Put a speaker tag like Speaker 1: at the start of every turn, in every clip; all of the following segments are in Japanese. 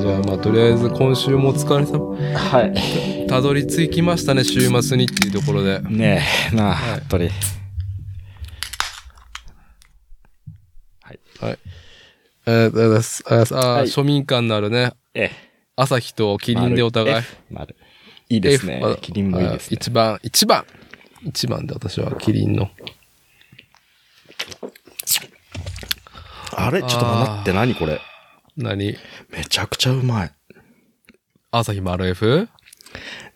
Speaker 1: じゃあまあとりあえず今週もお疲れ様
Speaker 2: はい。
Speaker 1: たどり着きましたね週末にっていうところで
Speaker 2: ねえ、まあ、
Speaker 1: はい
Speaker 2: やっぱり。はい。
Speaker 1: えーありがとうございますありがとうございますあー
Speaker 2: はい
Speaker 1: 庶民感のあるね
Speaker 2: ええ。
Speaker 1: 朝日とキリンでお互い、
Speaker 2: 丸 F 丸いいですね
Speaker 1: F。
Speaker 2: キリンもいいで
Speaker 1: あ
Speaker 2: すね。
Speaker 1: 一番、一番。一番で私はキリンの。
Speaker 2: あれちょっと待って、何これ。
Speaker 1: 何
Speaker 2: めちゃくちゃうまい。
Speaker 1: 朝日丸 F?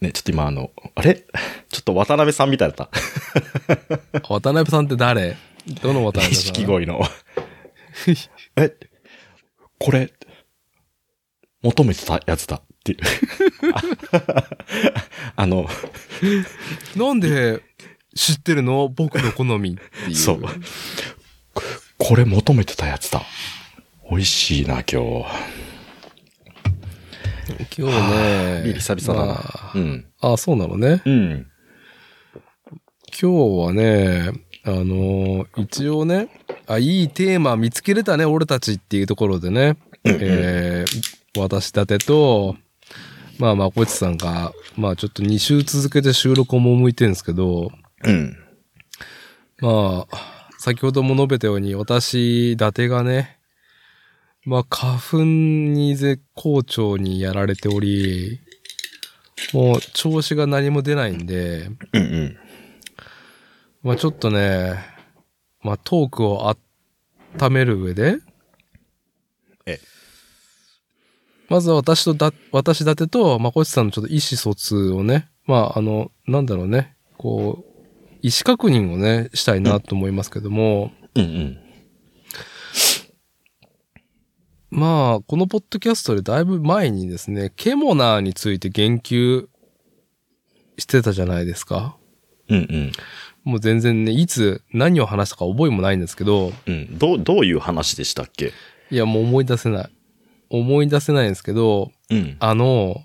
Speaker 2: ね、ちょっと今あの、あれ ちょっと渡辺さん みたいだった。
Speaker 1: 渡辺さんって誰どの渡辺さん
Speaker 2: 錦鯉の。 え、これ、求めてたやつだっ ていう。あの、
Speaker 1: なんで知ってるの僕の好みっていう。
Speaker 2: そう。これ求めてたやつだ。美味しいな、今日。
Speaker 1: 今日ね。
Speaker 2: リリ久々だな。
Speaker 1: まあ
Speaker 2: うん。
Speaker 1: あ、そうなのね。
Speaker 2: うん。
Speaker 1: 今日はね、あのー一応ね、あ、いいテーマ見つけれたね、俺たちっていうところでね、えー、私立てと、まあまあ、こいちさんが、まあちょっと2週続けて収録を向いてるんですけど、
Speaker 2: うん。
Speaker 1: まあ、先ほども述べたように、私立てがね、まあ、花粉に絶好調にやられており、もう調子が何も出ないんで、
Speaker 2: うんうん。
Speaker 1: まあちょっとね、まあトークを温める上で、
Speaker 2: ええ
Speaker 1: まずは私とだ、私立てと、まあこいちさんのちょっと意思疎通をね、まああの、なんだろうね、こう、意思確認をね、したいなと思いますけども、
Speaker 2: うんうん。
Speaker 1: まあ、このポッドキャストでだいぶ前にですね、ケモナーについて言及してたじゃないですか。
Speaker 2: うんうん。
Speaker 1: もう全然ね、いつ何を話したか覚えもないんですけど、
Speaker 2: うん。どう、どういう話でしたっけ
Speaker 1: いや、もう思い出せない。思い出せないんですけど、
Speaker 2: うん。
Speaker 1: あの、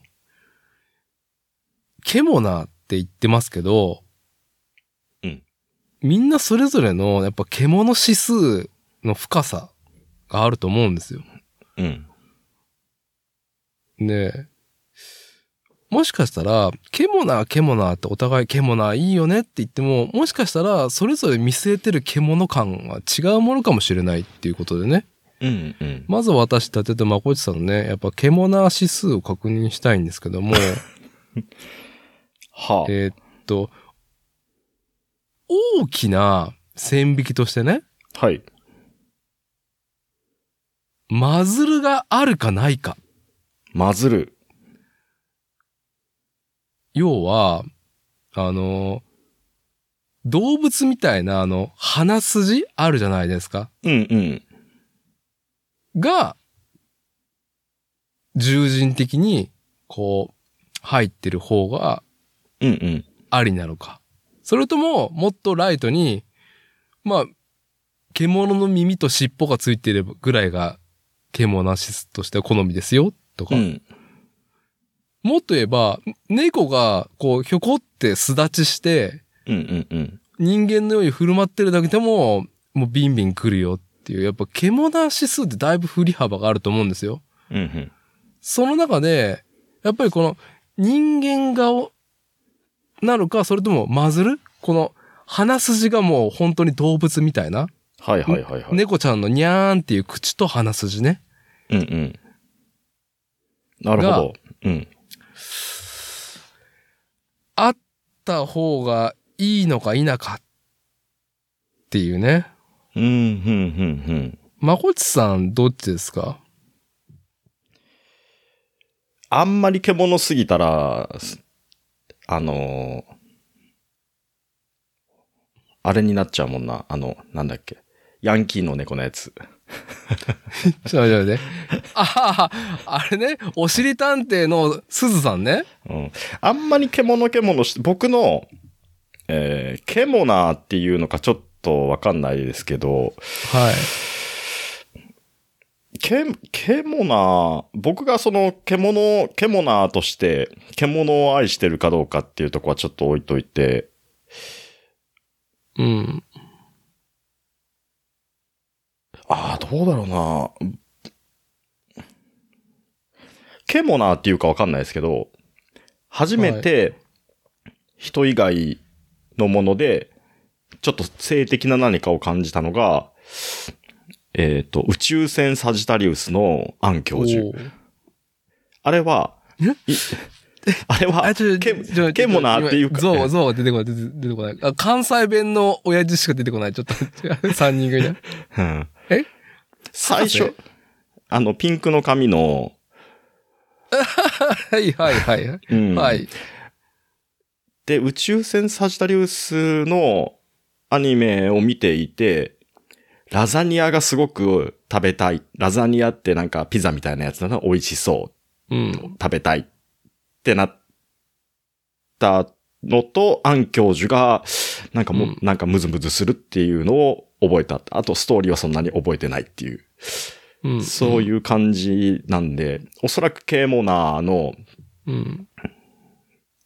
Speaker 1: ケモナーって言ってますけど、
Speaker 2: うん。
Speaker 1: みんなそれぞれの、やっぱ獣指数の深さがあると思うんですよ。
Speaker 2: うん。
Speaker 1: ねえ。もしかしたら、ケモナー、ケモナーってお互いケモナーいいよねって言っても、もしかしたら、それぞれ見据えてる獣感が違うものかもしれないっていうことでね。
Speaker 2: うんうん。
Speaker 1: まず私立ててまこちさんのね、やっぱケモナー指数を確認したいんですけども、
Speaker 2: はあ。
Speaker 1: えーっと、大きな線引きとしてね、
Speaker 2: はい。
Speaker 1: マズルがあるかないか。
Speaker 2: マズル。
Speaker 1: 要は、あの、動物みたいなあの、鼻筋あるじゃないですか。
Speaker 2: うんうん。
Speaker 1: が、従人的に、こう、入ってる方が
Speaker 2: うんうん。
Speaker 1: ありなのか。それとも、もっとライトに、まあ、獣の耳と尻尾がついてるぐらいが、獣なしとしては好みですよ、とか。
Speaker 2: うん。
Speaker 1: もっと言えば、猫が、こう、ひょこって巣立ちして、
Speaker 2: うんうんうん。
Speaker 1: 人間のように振る舞ってるだけでも、もうビンビン来るよっていう、やっぱ獣なし指数ってだいぶ振り幅があると思うんですよ。
Speaker 2: うんうん。
Speaker 1: その中で、やっぱりこの人間顔なのか、それともマズルこの鼻筋がもう本当に動物みたいな。
Speaker 2: はいはいはいはい。
Speaker 1: 猫ちゃんのニャーンっていう口と鼻筋ね。
Speaker 2: うんうん。なるほど。うん。
Speaker 1: あった方がいいのか否かっていうね。
Speaker 2: うん、うん、うん、うん。
Speaker 1: まこちさんどっちですか
Speaker 2: あんまり獣すぎたら、すあのーあれになっちゃうもんな。あの、なんだっけ。ヤンキーの猫のや
Speaker 1: ち
Speaker 2: つ。
Speaker 1: ょっと待ってちょっと待って。ああ、あれね、おしり探偵のすずさんね。
Speaker 2: うん。あんまり獣獣して、僕の、えー、ケモナーっていうのかちょっとわかんないですけど、
Speaker 1: はい。
Speaker 2: ケ、ケモナー、僕がその獣、ケモナーとして、獣を愛してるかどうかっていうとこはちょっと置いといて、
Speaker 1: うん。
Speaker 2: ああ、どうだろうな。ケモナーっていうかわかんないですけど、初めて人以外のもので、ちょっと性的な何かを感じたのが、えっ、と、宇宙船サジタリウスのアン教授。
Speaker 1: おー
Speaker 2: あれは、
Speaker 1: え
Speaker 2: いあれは、
Speaker 1: あ、ちょ、
Speaker 2: ケ
Speaker 1: ちょ
Speaker 2: ケモナーっていうか、
Speaker 1: ゾウ、ゾウは出てこない、出て出てこない。あ、関西弁の親父しか出てこない。ちょっと、3人 組だ。
Speaker 2: うん
Speaker 1: え
Speaker 2: 最初
Speaker 1: 博、
Speaker 2: あの、ピンクの髪の、
Speaker 1: はいはいはいはい。
Speaker 2: うん
Speaker 1: はい。
Speaker 2: で、宇宙船サジタリウスのアニメを見ていて、ラザニアがすごく食べたい。ラザニアってなんかピザみたいなやつだな。美味しそう。
Speaker 1: うん。
Speaker 2: 食べたいってなったのと、アン教授が、なんかも、う
Speaker 1: うん
Speaker 2: なんかムズムズするっていうのを覚えた。あと、ストーリーはそんなに覚えてないっていう。
Speaker 1: うん。
Speaker 2: そう
Speaker 1: う。
Speaker 2: いう感じなんで、おそらくケモナーの
Speaker 1: うん。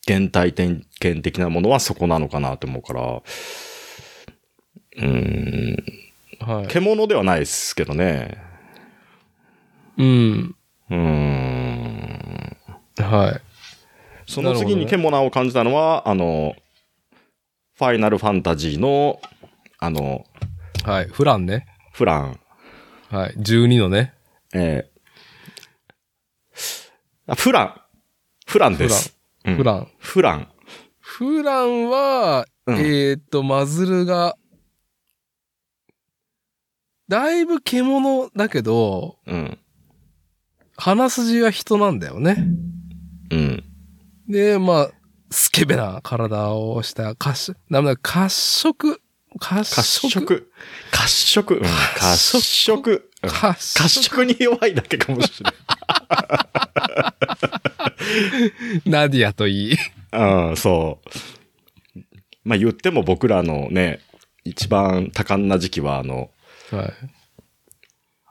Speaker 2: 原体験的なものはそこなのかなと思うから、うーん、
Speaker 1: はい。
Speaker 2: 獣ではないですけどね。
Speaker 1: うん。
Speaker 2: うーん。
Speaker 1: はい。
Speaker 2: そ
Speaker 1: な
Speaker 2: の次に
Speaker 1: るほどね
Speaker 2: 獣を感じたのは、あの、ファイナルファンタジーの、あの、
Speaker 1: はい。フランね。
Speaker 2: フラン、
Speaker 1: はい。12のね。
Speaker 2: えーあフラン、フランです。うん
Speaker 1: フラン。
Speaker 2: フラン。
Speaker 1: フランは、
Speaker 2: うん
Speaker 1: えーっと、マズルが、だいぶ獣だけど、
Speaker 2: うん。
Speaker 1: 鼻筋は人なんだよね。
Speaker 2: うん。
Speaker 1: で、まあ、スケベな体をした、褐色、なんだ、褐色、褐色、
Speaker 2: 褐色。褐色。うん褐
Speaker 1: 褐
Speaker 2: 色。うん
Speaker 1: 褐
Speaker 2: 褐
Speaker 1: 色
Speaker 2: 色に弱いだけかもしれない。
Speaker 1: ナディアといい。
Speaker 2: うん、そう。まあ言っても僕らのね、一番多感な時期はあの、
Speaker 1: は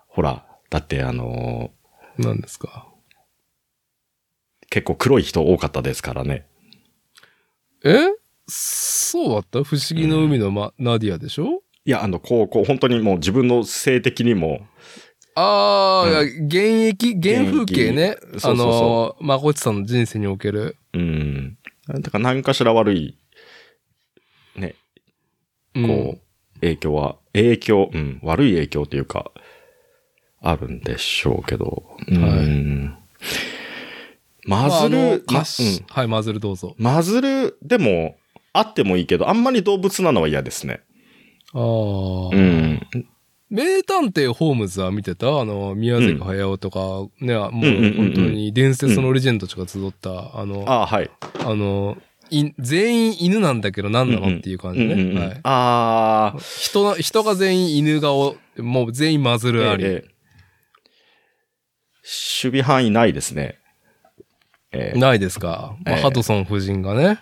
Speaker 2: ほら、だってあの
Speaker 1: い。何ですか。
Speaker 2: ー結構黒い人多かったですからね。
Speaker 1: えそうだった不思議の海の、ま、ナディアでしょ
Speaker 2: いや、あの、こう、こう、本当にもう自分の性的にも、
Speaker 1: ああ、
Speaker 2: うん
Speaker 1: 現役、現風景ね
Speaker 2: 現。役そ
Speaker 1: あ
Speaker 2: うそうそ
Speaker 1: のー、まこちさんの人生における。
Speaker 2: うん。だから何かしら悪い、ね、
Speaker 1: うん
Speaker 2: こう、影響は、影響、うん、悪い影響というか、あるんでしょうけど。うん。マズ
Speaker 1: まああの
Speaker 2: ル、ま
Speaker 1: かし
Speaker 2: うん
Speaker 1: はい、マズルどうぞ。
Speaker 2: マズルでも、あってもいいけど、あんまり動物なのは嫌ですね。
Speaker 1: ああ、
Speaker 2: うん。
Speaker 1: 名探偵ホームズは見てたあの、宮崎駿とか、ね、もう
Speaker 2: うんうんうん
Speaker 1: 本当に伝説のレジェンドたちが集った、あの、あ
Speaker 2: ああ、はい。
Speaker 1: の、い全員犬なんだけど何な
Speaker 2: うんう
Speaker 1: の
Speaker 2: ん
Speaker 1: っていう
Speaker 2: う
Speaker 1: 感
Speaker 2: ん
Speaker 1: じ
Speaker 2: うんう
Speaker 1: ね。
Speaker 2: ん
Speaker 1: はい
Speaker 2: ああ、
Speaker 1: 人の、人が全員犬顔、もう全員マズルあり。
Speaker 2: ええ守備範囲ないですね。ええ
Speaker 1: ないですか、まあ
Speaker 2: ええ
Speaker 1: ハドソン夫人がね。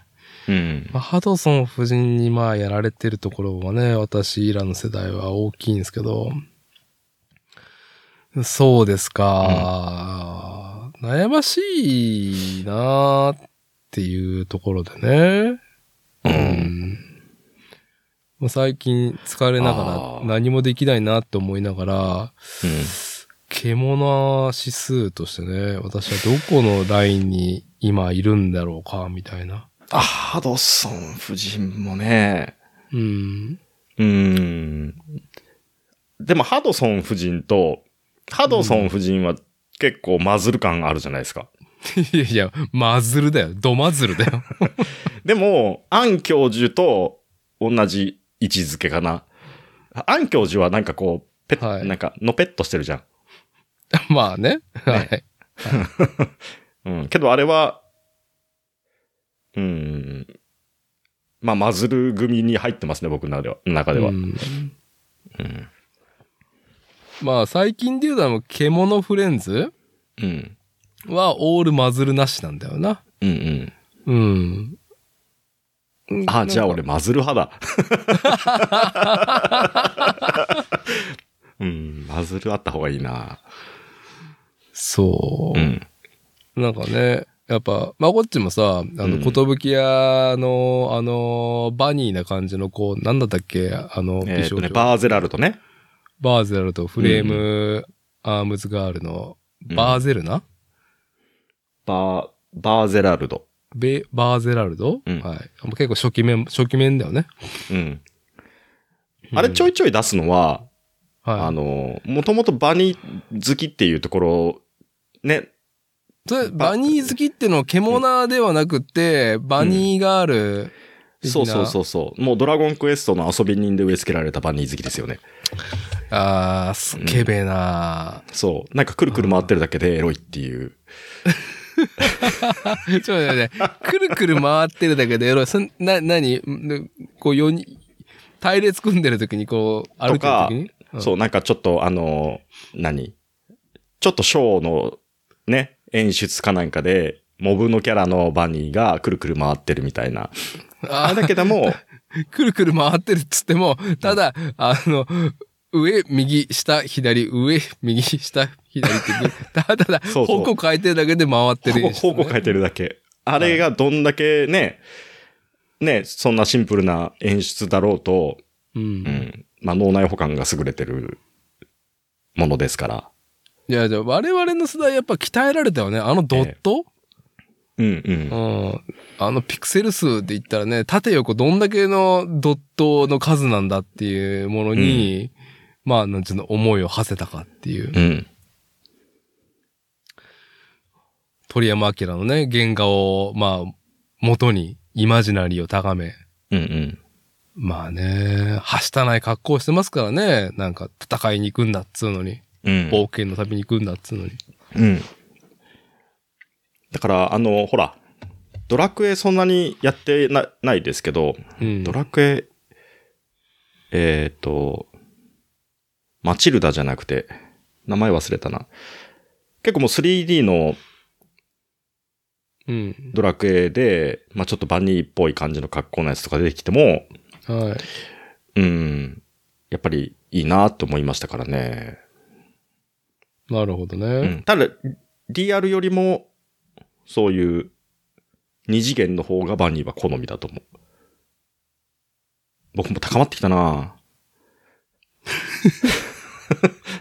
Speaker 2: うん。
Speaker 1: まあ、ハドソン夫人にまあやられてるところはね、私らの世代は大きいんですけど。そうですか。悩ましいなーっていうところでね。
Speaker 2: うん。
Speaker 1: もう最近疲れなが
Speaker 2: あ
Speaker 1: ら
Speaker 2: ー
Speaker 1: 何もできないなって思いながら、獣指数としてね、私はどこのラインに今いるんだろうか、みたいな。
Speaker 2: あ、ハドソン夫人もね。
Speaker 1: うん。
Speaker 2: うん。でも、ハドソン夫人と、ハドソン夫人は結構マズル感あるじゃないですか。
Speaker 1: いやいや、マズルだよ。ドマズルだよ。
Speaker 2: でも、アン教授と同じ位置づけかな。アン教授はなんかこう、ペッ、
Speaker 1: はい
Speaker 2: なんか、のぺっとしてるじゃん。
Speaker 1: まあね。はい。
Speaker 2: うん。けどあれは、うん。まあ、マズル組に入ってますね、僕の中では。中では。
Speaker 1: うん
Speaker 2: うん。
Speaker 1: まあ最近で言うとあの、獣フレンズ
Speaker 2: うん。
Speaker 1: はオールマズルなしなんだよな。
Speaker 2: うんうん。
Speaker 1: うん。
Speaker 2: あ、じゃ
Speaker 1: な
Speaker 2: あ
Speaker 1: んか
Speaker 2: 俺、マズル派 だ。うん、マズルあった方がいいな。
Speaker 1: そう
Speaker 2: う。ん。
Speaker 1: なんかね、やっぱ、まあ、こっちもさ、あの、
Speaker 2: うん
Speaker 1: 寿屋の、あの、バニーな感じの、こう、なんだったっけ、あの、
Speaker 2: えっ、
Speaker 1: 美少
Speaker 2: と
Speaker 1: 女
Speaker 2: ね、バーゼラルとね。
Speaker 1: バーゼルとフレーム、アームズガールの、バーゼルナ、
Speaker 2: バー、バーゼラルド。
Speaker 1: ベ、バーゼラルド、
Speaker 2: うん
Speaker 1: はい。もう結構初期面、初期面だよね。
Speaker 2: うん。あれちょ
Speaker 1: い、
Speaker 2: いちょい出すのは、
Speaker 1: はい、
Speaker 2: あの、もともとバニー好きっていうところ、ね、
Speaker 1: それバニー好きってのは獣ではなくて、バニーガール的な、
Speaker 2: そうそうそうそう。もうドラゴンクエストの遊び人で植え付けられたバニー好きですよね。
Speaker 1: あー、すっげべな、
Speaker 2: そう。なんかくるくる回ってるだけでエロいっていう。
Speaker 1: ちょっと待って待って、くるくる回ってるだけでエロい。そんな、なにこう、四人、隊列組んでる時にこう、歩いてる時にうん
Speaker 2: そう、なんかちょっとあの、何ちょっとショーのね、演出かなんかで、モブのキャラのバニーがくるくる回ってるみたいな。
Speaker 1: あ
Speaker 2: あ
Speaker 1: ー
Speaker 2: れだけ ども、
Speaker 1: くるくる回ってるっつっても、ただ、あの、上、右、下、左、上、右、下、左っていう、ただただ、
Speaker 2: そうそう
Speaker 1: 方向変えてるだけで回ってる、
Speaker 2: 方方向変えてるだけ。あれがどんだけね、ね、そんなシンプルな演出だろうと、
Speaker 1: うん。
Speaker 2: うん。まあ、脳内補完が優れてるものですから。
Speaker 1: いや、じゃあ我々の世代やっぱ鍛えられたよね。あのドット、
Speaker 2: うんうん。
Speaker 1: うん。あのピクセル数って言ったらね、縦横どんだけのドットの数なんだっていうものに、まあ、なんちゅうの、思いを馳せたかっていう。
Speaker 2: うん。
Speaker 1: 鳥山明のね、原画を、まあ、元に、イマジナリーを高め、
Speaker 2: うんうん。
Speaker 1: まあね、はしたない格好してますからね。なんか、戦いに行くんだっつうのに、
Speaker 2: うん。
Speaker 1: 冒険の旅に行くんだっつうのに。
Speaker 2: うん。だから、あの、ほら、ドラクエそんなにやってなないですけど、
Speaker 1: うん。
Speaker 2: ドラクエ、えっ、ー、と、マチルダじゃなくて、名前忘れたな。結構もう 3D の
Speaker 1: うん。
Speaker 2: ドラクエで、まあちょっとバニーっぽい感じの格好のやつとか出てきても、
Speaker 1: はい。
Speaker 2: うん、やっぱりいいなと思いましたからね。
Speaker 1: なるほどね。
Speaker 2: うん、ただ、DR よりも、そういう、二次元の方がバニーは好みだと思う。僕も高まってきたな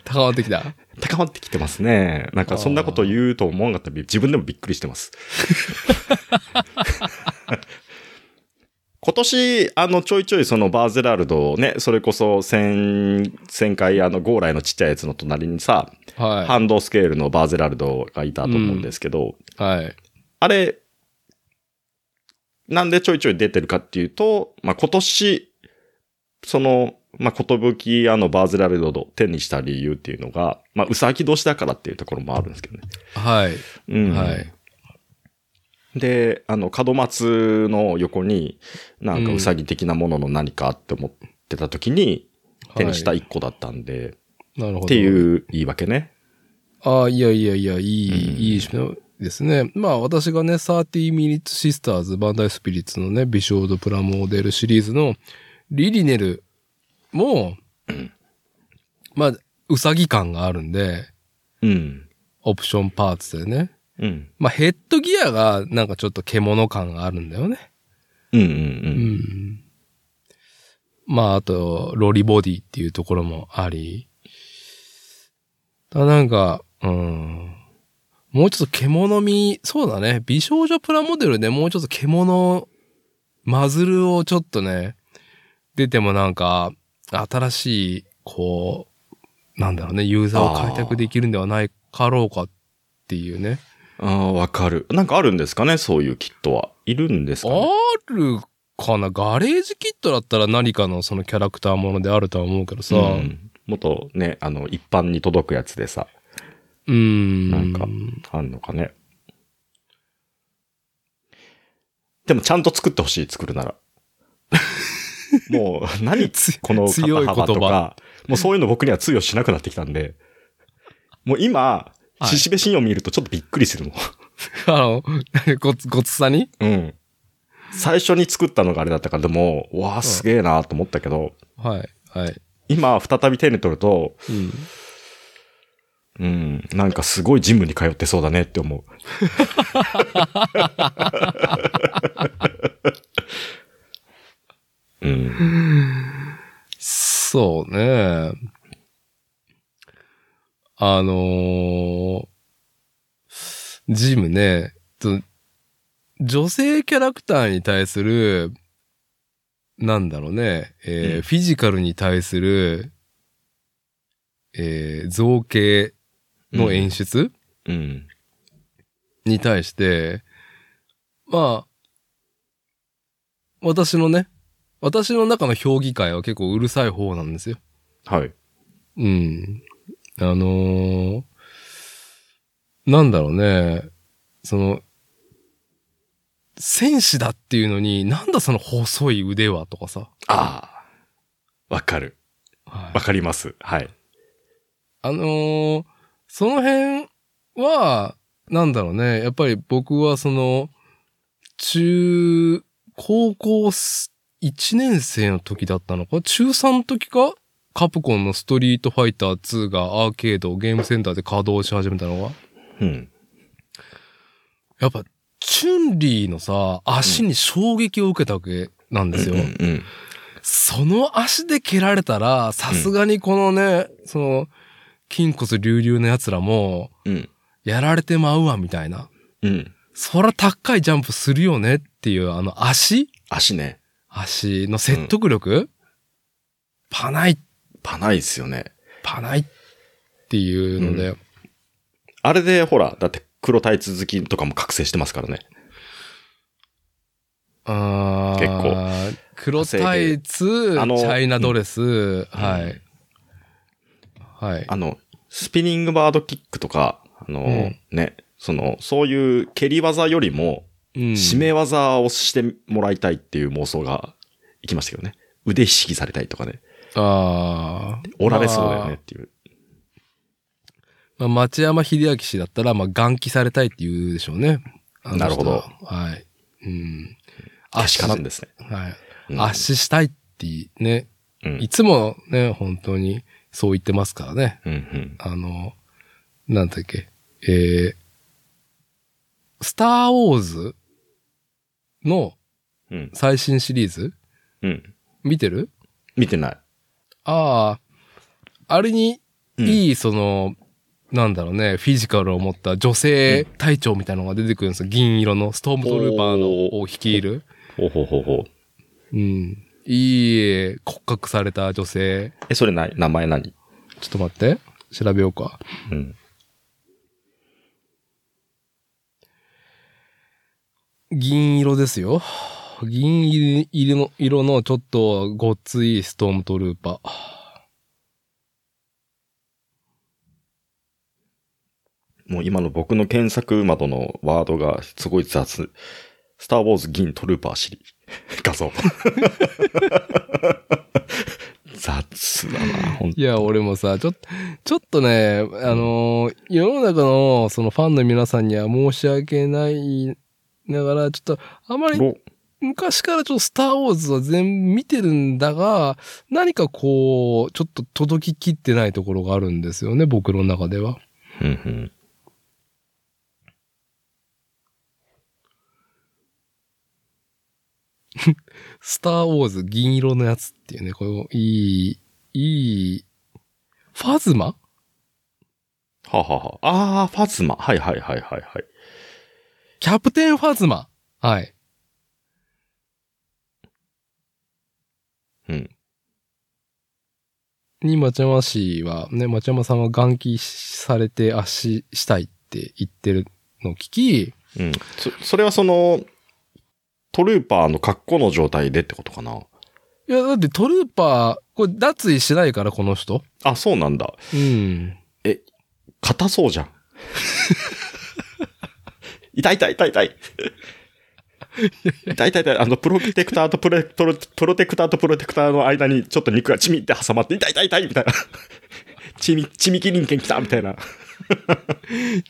Speaker 1: 高まってきた。
Speaker 2: 高まってきてますね。なんかそんなこと言うと思わなかったら自分でもびっくりしてます。今年、あの、ちょいちょいそのバーゼラルドをね、それこそ先、先回あの、ゴーライのちっちゃいやつの隣にさ、
Speaker 1: は
Speaker 2: ハンドスケールのバーゼラルドがいたと思うんですけど、
Speaker 1: い。はい。
Speaker 2: あれ、なんでちょいちょい出てるかっていうと、まあ、今年、その、まあ、ことぶきあのバーゼラルドを手にした理由っていうのが、まあ、うさぎ年だからっていうところもあるんですけどね。
Speaker 1: はい。
Speaker 2: うん
Speaker 1: はい。
Speaker 2: で、あの、門松の横に、なんか
Speaker 1: うん
Speaker 2: うさぎ的なものの何かって思ってた時に、手にした一個だったんで、
Speaker 1: なるほど。
Speaker 2: っていう言い訳ね。
Speaker 1: ああ、いやいやいや、いい、
Speaker 2: うん
Speaker 1: いいですね。まあ私がね、30 Minutes Sisters バンダイスピリッツのね、美少女プラモデルシリーズのリリネルも、まあ、うさぎ感があるんで、
Speaker 2: うん。
Speaker 1: オプションパーツでね。
Speaker 2: うん。
Speaker 1: まあヘッドギアがなんかちょっと獣感があるんだよね。
Speaker 2: うんうんう。
Speaker 1: うんん。まああと、ロリボディっていうところもあり。ただなんか、うん。もうちょっと獣味、そうだね。美少女プラモデルでもうちょっと獣、マズルをちょっとね、出てもなんか、新しい、こう、なんだろうね、ユーザーを開拓できるんではないかろうかっていうね。
Speaker 2: ああ、わかる。なんかあるんですかねそういうキットは。いるんですかね
Speaker 1: あるかなガレージキットだったら何かのそのキャラクターものであるとは思うけどさ。
Speaker 2: う
Speaker 1: うん
Speaker 2: もっとね、あの、一般に届くやつでさ、
Speaker 1: ーん。
Speaker 2: なんかあんのかね。でもちゃんと作ってほしい、作る なら。もう、何
Speaker 1: つ
Speaker 2: この肩
Speaker 1: 強い言
Speaker 2: 幅と
Speaker 1: 葉。
Speaker 2: か、もうそういうの僕には通用しなくなってきたんで、もう今、
Speaker 1: はい
Speaker 2: ししべ信用見るとちょっとびっくりするもん。
Speaker 1: あの、 ごつ、ごつさに
Speaker 2: うん。最初に作ったのがあれだったから、でも、わあ、すげえなーと思ったけど、
Speaker 1: はい。はい。
Speaker 2: 今、再び手に取ると、
Speaker 1: うん。
Speaker 2: うん、なんかすごいジムに通ってそうだねって思う。 うん、
Speaker 1: そうね。あのージムね、と女性キャラクターに対する、なんだろうね、えー
Speaker 2: うん
Speaker 1: フィジカルに対する、えー造形の演出、
Speaker 2: うん。
Speaker 1: に対して、まあ、私のね、私の中の評議会は結構うるさい方なんですよ。
Speaker 2: はい。
Speaker 1: うん。あのーなんだろうね、その、戦士だっていうのに、なんだその細い腕はとかさ。
Speaker 2: ああ。わかる。
Speaker 1: はい
Speaker 2: わかります。はい。
Speaker 1: あのーその辺は、なんだろうね。やっぱり僕はその、中、高校す1年生の時だったのか中3の時かカプコンのストリートファイター2がアーケード、ゲームセンターで稼働し始めたのは。
Speaker 2: うん。
Speaker 1: やっぱ、チュンリーのさ、足に衝撃を受けたわけなんですよ。
Speaker 2: うんうん
Speaker 1: その足で蹴られたら、さすがにこのね、その、筋骨隆々の奴らも、
Speaker 2: うん。うん。
Speaker 1: やられてまうわ、みたいな。
Speaker 2: うん。
Speaker 1: そら高いジャンプするよねっていう、あの足
Speaker 2: 足ね。
Speaker 1: 足の説得力、パない、
Speaker 2: パないっすよね。
Speaker 1: パないっていうので、
Speaker 2: あれで、ほら、だって黒タイツ好きとかも覚醒してますからね。
Speaker 1: あー黒タイツ、チ
Speaker 2: あの
Speaker 1: ャイナドレス、は
Speaker 2: う
Speaker 1: い
Speaker 2: ん。
Speaker 1: はい。
Speaker 2: あの、スピニングバードキックとか、あの、
Speaker 1: うん
Speaker 2: ね、その、そういう蹴り技よりも、
Speaker 1: うん
Speaker 2: 締め技をしてもらいたいっていう妄想がいきましたけどね。腕ひしぎされたりとかね。
Speaker 1: あー
Speaker 2: 折られそうだよねっ。ていう。
Speaker 1: まあ、まあ町山秀明氏だったら、まあ、元気されたいって言うでしょうね。あの人
Speaker 2: なるほど
Speaker 1: はい。うん。
Speaker 2: あしかなんですね。
Speaker 1: はい。
Speaker 2: うん
Speaker 1: 圧死したいってね、
Speaker 2: うん。
Speaker 1: いつもね、本当にそう言ってますからね。
Speaker 2: うんうん。
Speaker 1: あの、なんだっけ、えー、スターウォーズの
Speaker 2: うん。
Speaker 1: 最新シリーズ
Speaker 2: うん。
Speaker 1: 見てる
Speaker 2: 見てない。
Speaker 1: ああ、あれに
Speaker 2: うん
Speaker 1: いい、その、なんだろうね、フィジカルを持った女性隊長みたいなのが出てくるんですよ。銀色のストームトルーパーのを率いる。
Speaker 2: ほうほうほうほう。
Speaker 1: うん。いい、骨格された女性。
Speaker 2: え、それない名前何
Speaker 1: ちょっと待って。調べようか。
Speaker 2: うん。
Speaker 1: 銀色ですよ。銀色の、色のちょっとごっついストームトルーパー。
Speaker 2: もう今の僕の検索窓のワードがすごい雑。スターウォーズ銀トルーパーシリ 画像。雑だな、ほん
Speaker 1: いや、俺もさ、ちょっと、ちょっとね、あのー世の中のそのファンの皆さんには申し訳ないながら、ちょっと、あまり
Speaker 2: と。
Speaker 1: 昔からちょっとスターウォーズは全部見てるんだが、何かこう、ちょっと届ききってないところがあるんですよね、僕の中では。
Speaker 2: うんうん。
Speaker 1: スターウォーズ銀色のやつっていうね、これいい、いい、ファズマ
Speaker 2: はあはあはあ。あー、ファズマ。はいはいはいはいはい。
Speaker 1: キャプテンファズマはい。
Speaker 2: うん。
Speaker 1: に、町山氏は、ね、町山さんは元気されて足したいって言ってるのを聞き、
Speaker 2: うん。そ、それはその、トルーパーの格好の状態でってことかな。
Speaker 1: いや、だってトルーパー、これ脱衣しないから、この人。
Speaker 2: あ、そうなんだ。
Speaker 1: うん。
Speaker 2: 硬そうじゃん。 痛い痛い痛い痛い。痛い痛い痛い。あの、プロテクターとプロプロプロテクターとプロテクターの間にちょっと肉がチミって挟まって、痛い痛い痛いみたいな。チミ、チミキリンケン来たみたいな。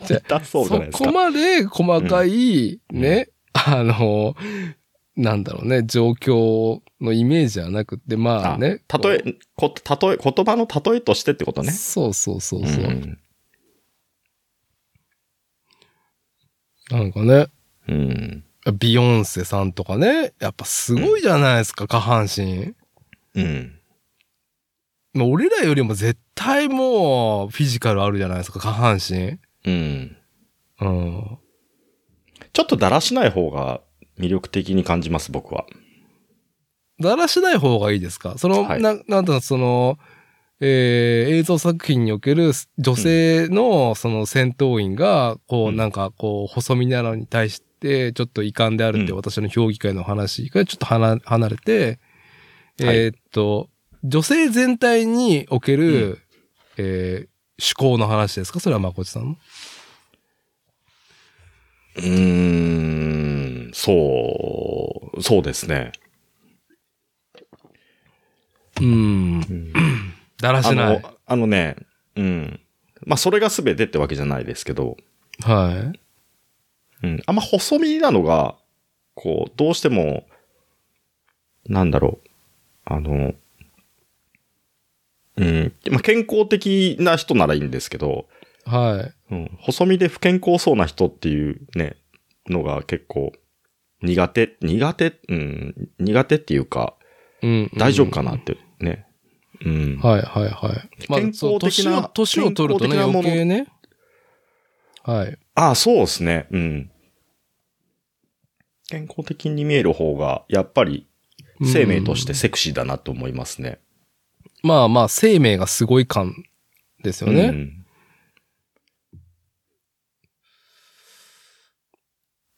Speaker 1: じゃ
Speaker 2: 痛そうじゃないです
Speaker 1: こ
Speaker 2: か。
Speaker 1: まで細かい、
Speaker 2: うん
Speaker 1: ね、あの、なんだろうね、状況のイメージはなくって、まあね。
Speaker 2: あ例え、こ、例え、言葉の例えとしてってこと
Speaker 1: こう
Speaker 2: ね。
Speaker 1: そうそうそうそう。
Speaker 2: うん
Speaker 1: なんかね、
Speaker 2: うん。
Speaker 1: ビヨンセさんとかね、やっぱすごいじゃないですか、下半身。
Speaker 2: うん。
Speaker 1: もう俺らよりも絶対もう、フィジカルあるじゃないですか、下半身。
Speaker 2: うん。
Speaker 1: うん。
Speaker 2: ちょっとだらしない方が魅力的に感じます、僕は。
Speaker 1: だらしない方がいいですかその、
Speaker 2: はい
Speaker 1: な、なんだろう、その、えー映像作品における女性のその戦闘員が、こう、
Speaker 2: うん
Speaker 1: なんかこう、細身なのに対して、ちょっと遺憾であるって
Speaker 2: うん
Speaker 1: 私の評議会の話からちょっと離離れて、
Speaker 2: はい
Speaker 1: えーっと、女性全体における、えー思考の話ですかそれはまこちさんの
Speaker 2: うーん、そう、そうですね。
Speaker 1: うん。だら
Speaker 2: あ
Speaker 1: しない。
Speaker 2: の、あのね、うん。まあ、それが全てってわけじゃないですけど、
Speaker 1: は
Speaker 2: うん。あんま細身なのが、こう、どうしても、なんだろう。あの、うん。まあ、健康的な人ならいいんですけど、
Speaker 1: い。はい。
Speaker 2: うん。細身で不健康そうな人っていうね、のが結構、苦手、苦手、うん、苦手っていうか、
Speaker 1: うん。
Speaker 2: 大丈夫かなってね。うん。
Speaker 1: はいはいはい。まあ、
Speaker 2: 健
Speaker 1: そう
Speaker 2: 康的な
Speaker 1: 年を、年を取るとね、
Speaker 2: 健康的なもの
Speaker 1: 余計ね。はい。
Speaker 2: ああ、そうですね。うん。健康的に見える方が、やっぱり生命として
Speaker 1: うん。
Speaker 2: セクシーだなと思いますね。
Speaker 1: まあまあ、生命がすごい感ですよね。
Speaker 2: うん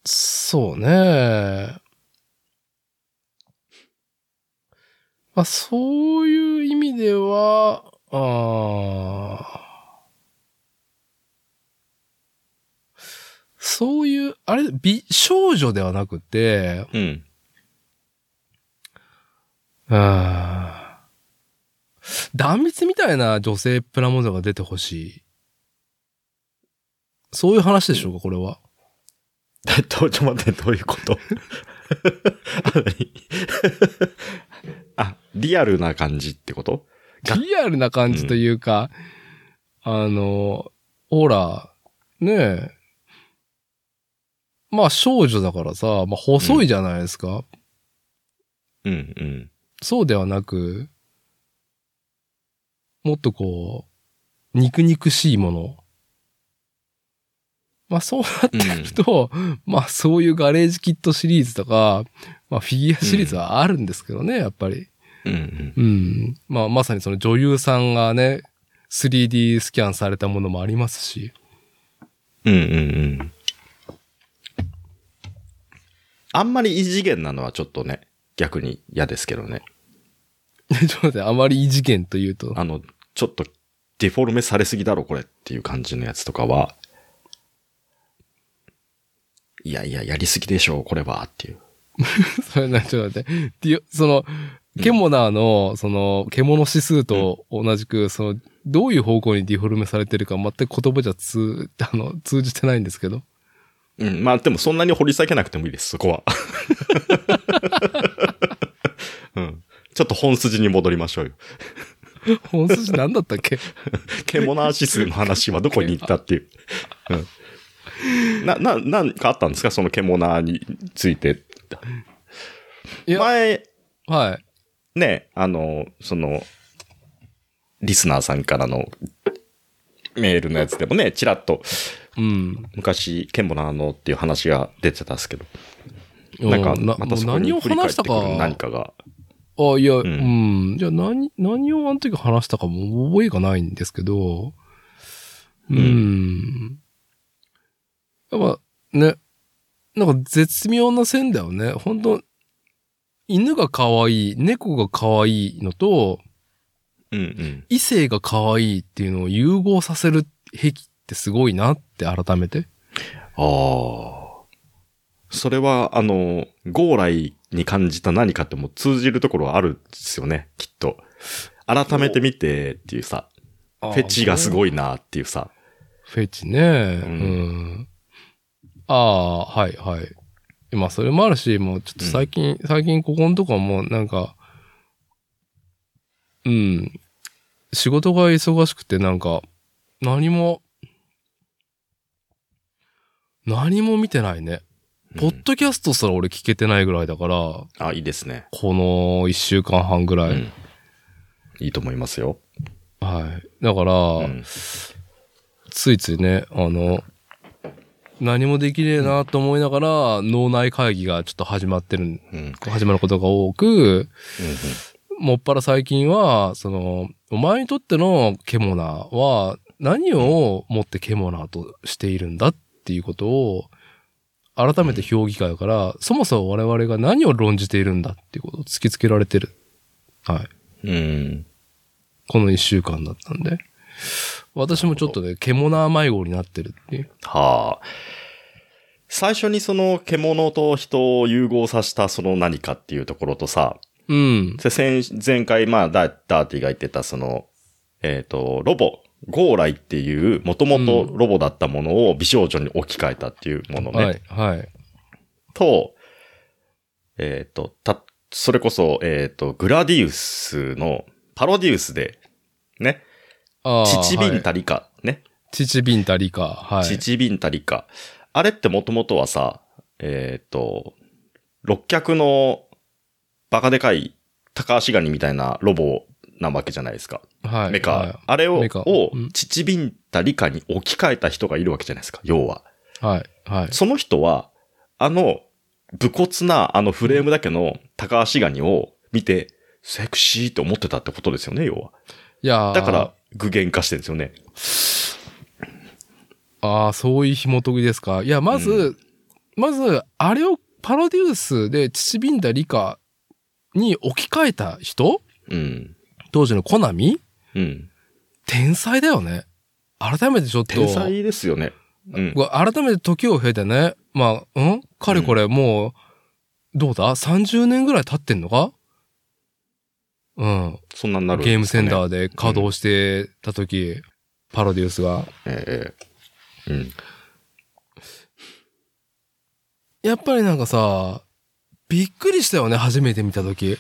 Speaker 1: そうね。まあ、そういう意味では、あーそういう、あれ、美少女ではなくて、
Speaker 2: うん。
Speaker 1: あー断蜜みたいな女性プラモデルが出てほしい。そういう話でしょうか、これは。
Speaker 2: えっと、ちょっと待って、どういうことあ何 あ、リアルな感じってことが
Speaker 1: リアルな感じというか、あの、ほら、ねえ。まあ少女だからさ、まあ細いじゃないですか。
Speaker 2: うん、うん。
Speaker 1: そうではなく、もっとこう、肉々しいもの。まあそうなってくると、まあそういうガレージキットシリーズとか、まあフィギュアシリーズはあるんですけどね、やっぱり。
Speaker 2: うん、うん。
Speaker 1: うん。まあ、まさにその女優さんがね、3D スキャンされたものもありますし。
Speaker 2: うん、うん、うん。あんまり異次元なのはちょっとね、逆に嫌ですけどね。
Speaker 1: ちょっと待って、あまり異次元というと。
Speaker 2: あの、ちょっとデフォルメされすぎだろ、これっていう感じのやつとかは、いやいや、やりすぎでしょう、これは、っていう。
Speaker 1: それな、ちょっと待って。ディオその、ケモナーの、その、獣指数と同じく、その、どういう方向にディフォルメされてるか全く言葉じゃ通、あの、通じてないんですけど。
Speaker 2: うん、まあでもそんなに掘り下げなくてもいいです、そこは。 うん、ちょっと本筋に戻りましょうよ。
Speaker 1: 本筋何だったっけ
Speaker 2: 獣指数の話はどこに行ったっていう。うん、な、な、なんかあったんですかその獣について。
Speaker 1: いや
Speaker 2: 前、
Speaker 1: はい。
Speaker 2: ね、あの、その、リスナーさんからのメールのやつでもね、ちらっと
Speaker 1: うん。
Speaker 2: 昔、ケンボナーのっていう話が出てたんですけど、なんか、
Speaker 1: う
Speaker 2: またそこに
Speaker 1: 何を
Speaker 2: 振り返っ
Speaker 1: 話してた
Speaker 2: く
Speaker 1: か。
Speaker 2: る何かが。
Speaker 1: あ、いや、うんん。じゃあ何、何をあの時話したかも覚えがないんですけど、う。
Speaker 2: うん
Speaker 1: やっぱね、なんか絶妙な線だよね。本当犬が可愛い、猫が可愛いのと、
Speaker 2: うんうん。
Speaker 1: 異性が可愛いっていうのを融合させる癖ってすごいなって改めて。
Speaker 2: ああ。それは、あの、ゴーライに感じた何かってもう通じるところはあるんですよね、きっと。改めて見てっていうさ、
Speaker 1: フ
Speaker 2: フェチがす
Speaker 1: い。
Speaker 2: ごいなっていうさ。
Speaker 1: フェチね。う。
Speaker 2: うんん
Speaker 1: ああ、はいはい。まあそれもあるし、もうちょっと最近、最近ここのとこはもうなんか、うん。仕事が忙しくてなんか、何も、何も見てないね。ポ
Speaker 2: う
Speaker 1: ッ
Speaker 2: ん
Speaker 1: ドキャストすら俺聞けてないぐらいだから、
Speaker 2: あ、いいですね。
Speaker 1: この一週間半ぐらい。
Speaker 2: うんいいと思いますよ。
Speaker 1: はい。だから、
Speaker 2: うん
Speaker 1: ついついね、あの、何もできねえなと思いながら、脳内会議がちょっと始まってるん、
Speaker 2: うん。
Speaker 1: 始まることが多く、もっぱら最近は、その、お前にとってのケモナは何をもってケモナとしているんだっていうことを、改めて評議会から、そもそも我々が何を論じているんだっていうことを突きつけられてる。はい。
Speaker 2: うん。うん。
Speaker 1: この一週間だったんで。私もちょっとね、ケモナ迷子になってるっていう。
Speaker 2: はあ。最初にその獣と人を融合させたその何かっていうところとさ、
Speaker 1: うん。
Speaker 2: せ先前回、まあ、ダダーティが言ってた、その、えっ、と、ロボ、ゴーライっていう、もともとロボだったものを美少女に置き換えたっていうものね。
Speaker 1: はい、はい。
Speaker 2: と、えっ、と、た、それこそ、えっ、と、グラディウスのパロディウスで、ね、
Speaker 1: ああ
Speaker 2: チチビン
Speaker 1: はい
Speaker 2: タリカ、ね、
Speaker 1: チチビンタリカ。はい。
Speaker 2: チチビンタリカ。あれってもともとはさ、えっ、と、六脚のバカでかい高足ガニみたいなロボなわけじゃないですか。
Speaker 1: はい。
Speaker 2: メカ、
Speaker 1: は
Speaker 2: あれを
Speaker 1: メカ、
Speaker 2: を
Speaker 1: うん
Speaker 2: チチビンタリカに置き換えた人がいるわけじゃないですか、要は。
Speaker 1: い。はい。はい。
Speaker 2: その人は、あの、武骨なあのフレームだけの高足ガニを見て、セクシーって思ってたってことですよね、要は。
Speaker 1: いやー
Speaker 2: だから、、具現化してるんですよね。
Speaker 1: ああ、そういう紐解きですか。いや、まず、
Speaker 2: う
Speaker 1: まず、あれをパロデュースでチチビンタリカに置き換えた人
Speaker 2: うん。
Speaker 1: 当時のコナミ
Speaker 2: うん。
Speaker 1: 天才だよね。改めてちょっと。
Speaker 2: 天才ですよね。うん。
Speaker 1: 僕は改めて時を経てね、まあ、うんかれこれもう、どうだ ?30 年ぐらい経ってんのかうん。
Speaker 2: そんなになるんですかね、
Speaker 1: ゲームセンタ
Speaker 2: ー。
Speaker 1: ーで稼働してた時、パロデュースが。
Speaker 2: ええうん。
Speaker 1: やっぱりなんかさ、びっくりしたよね、初めて見た時。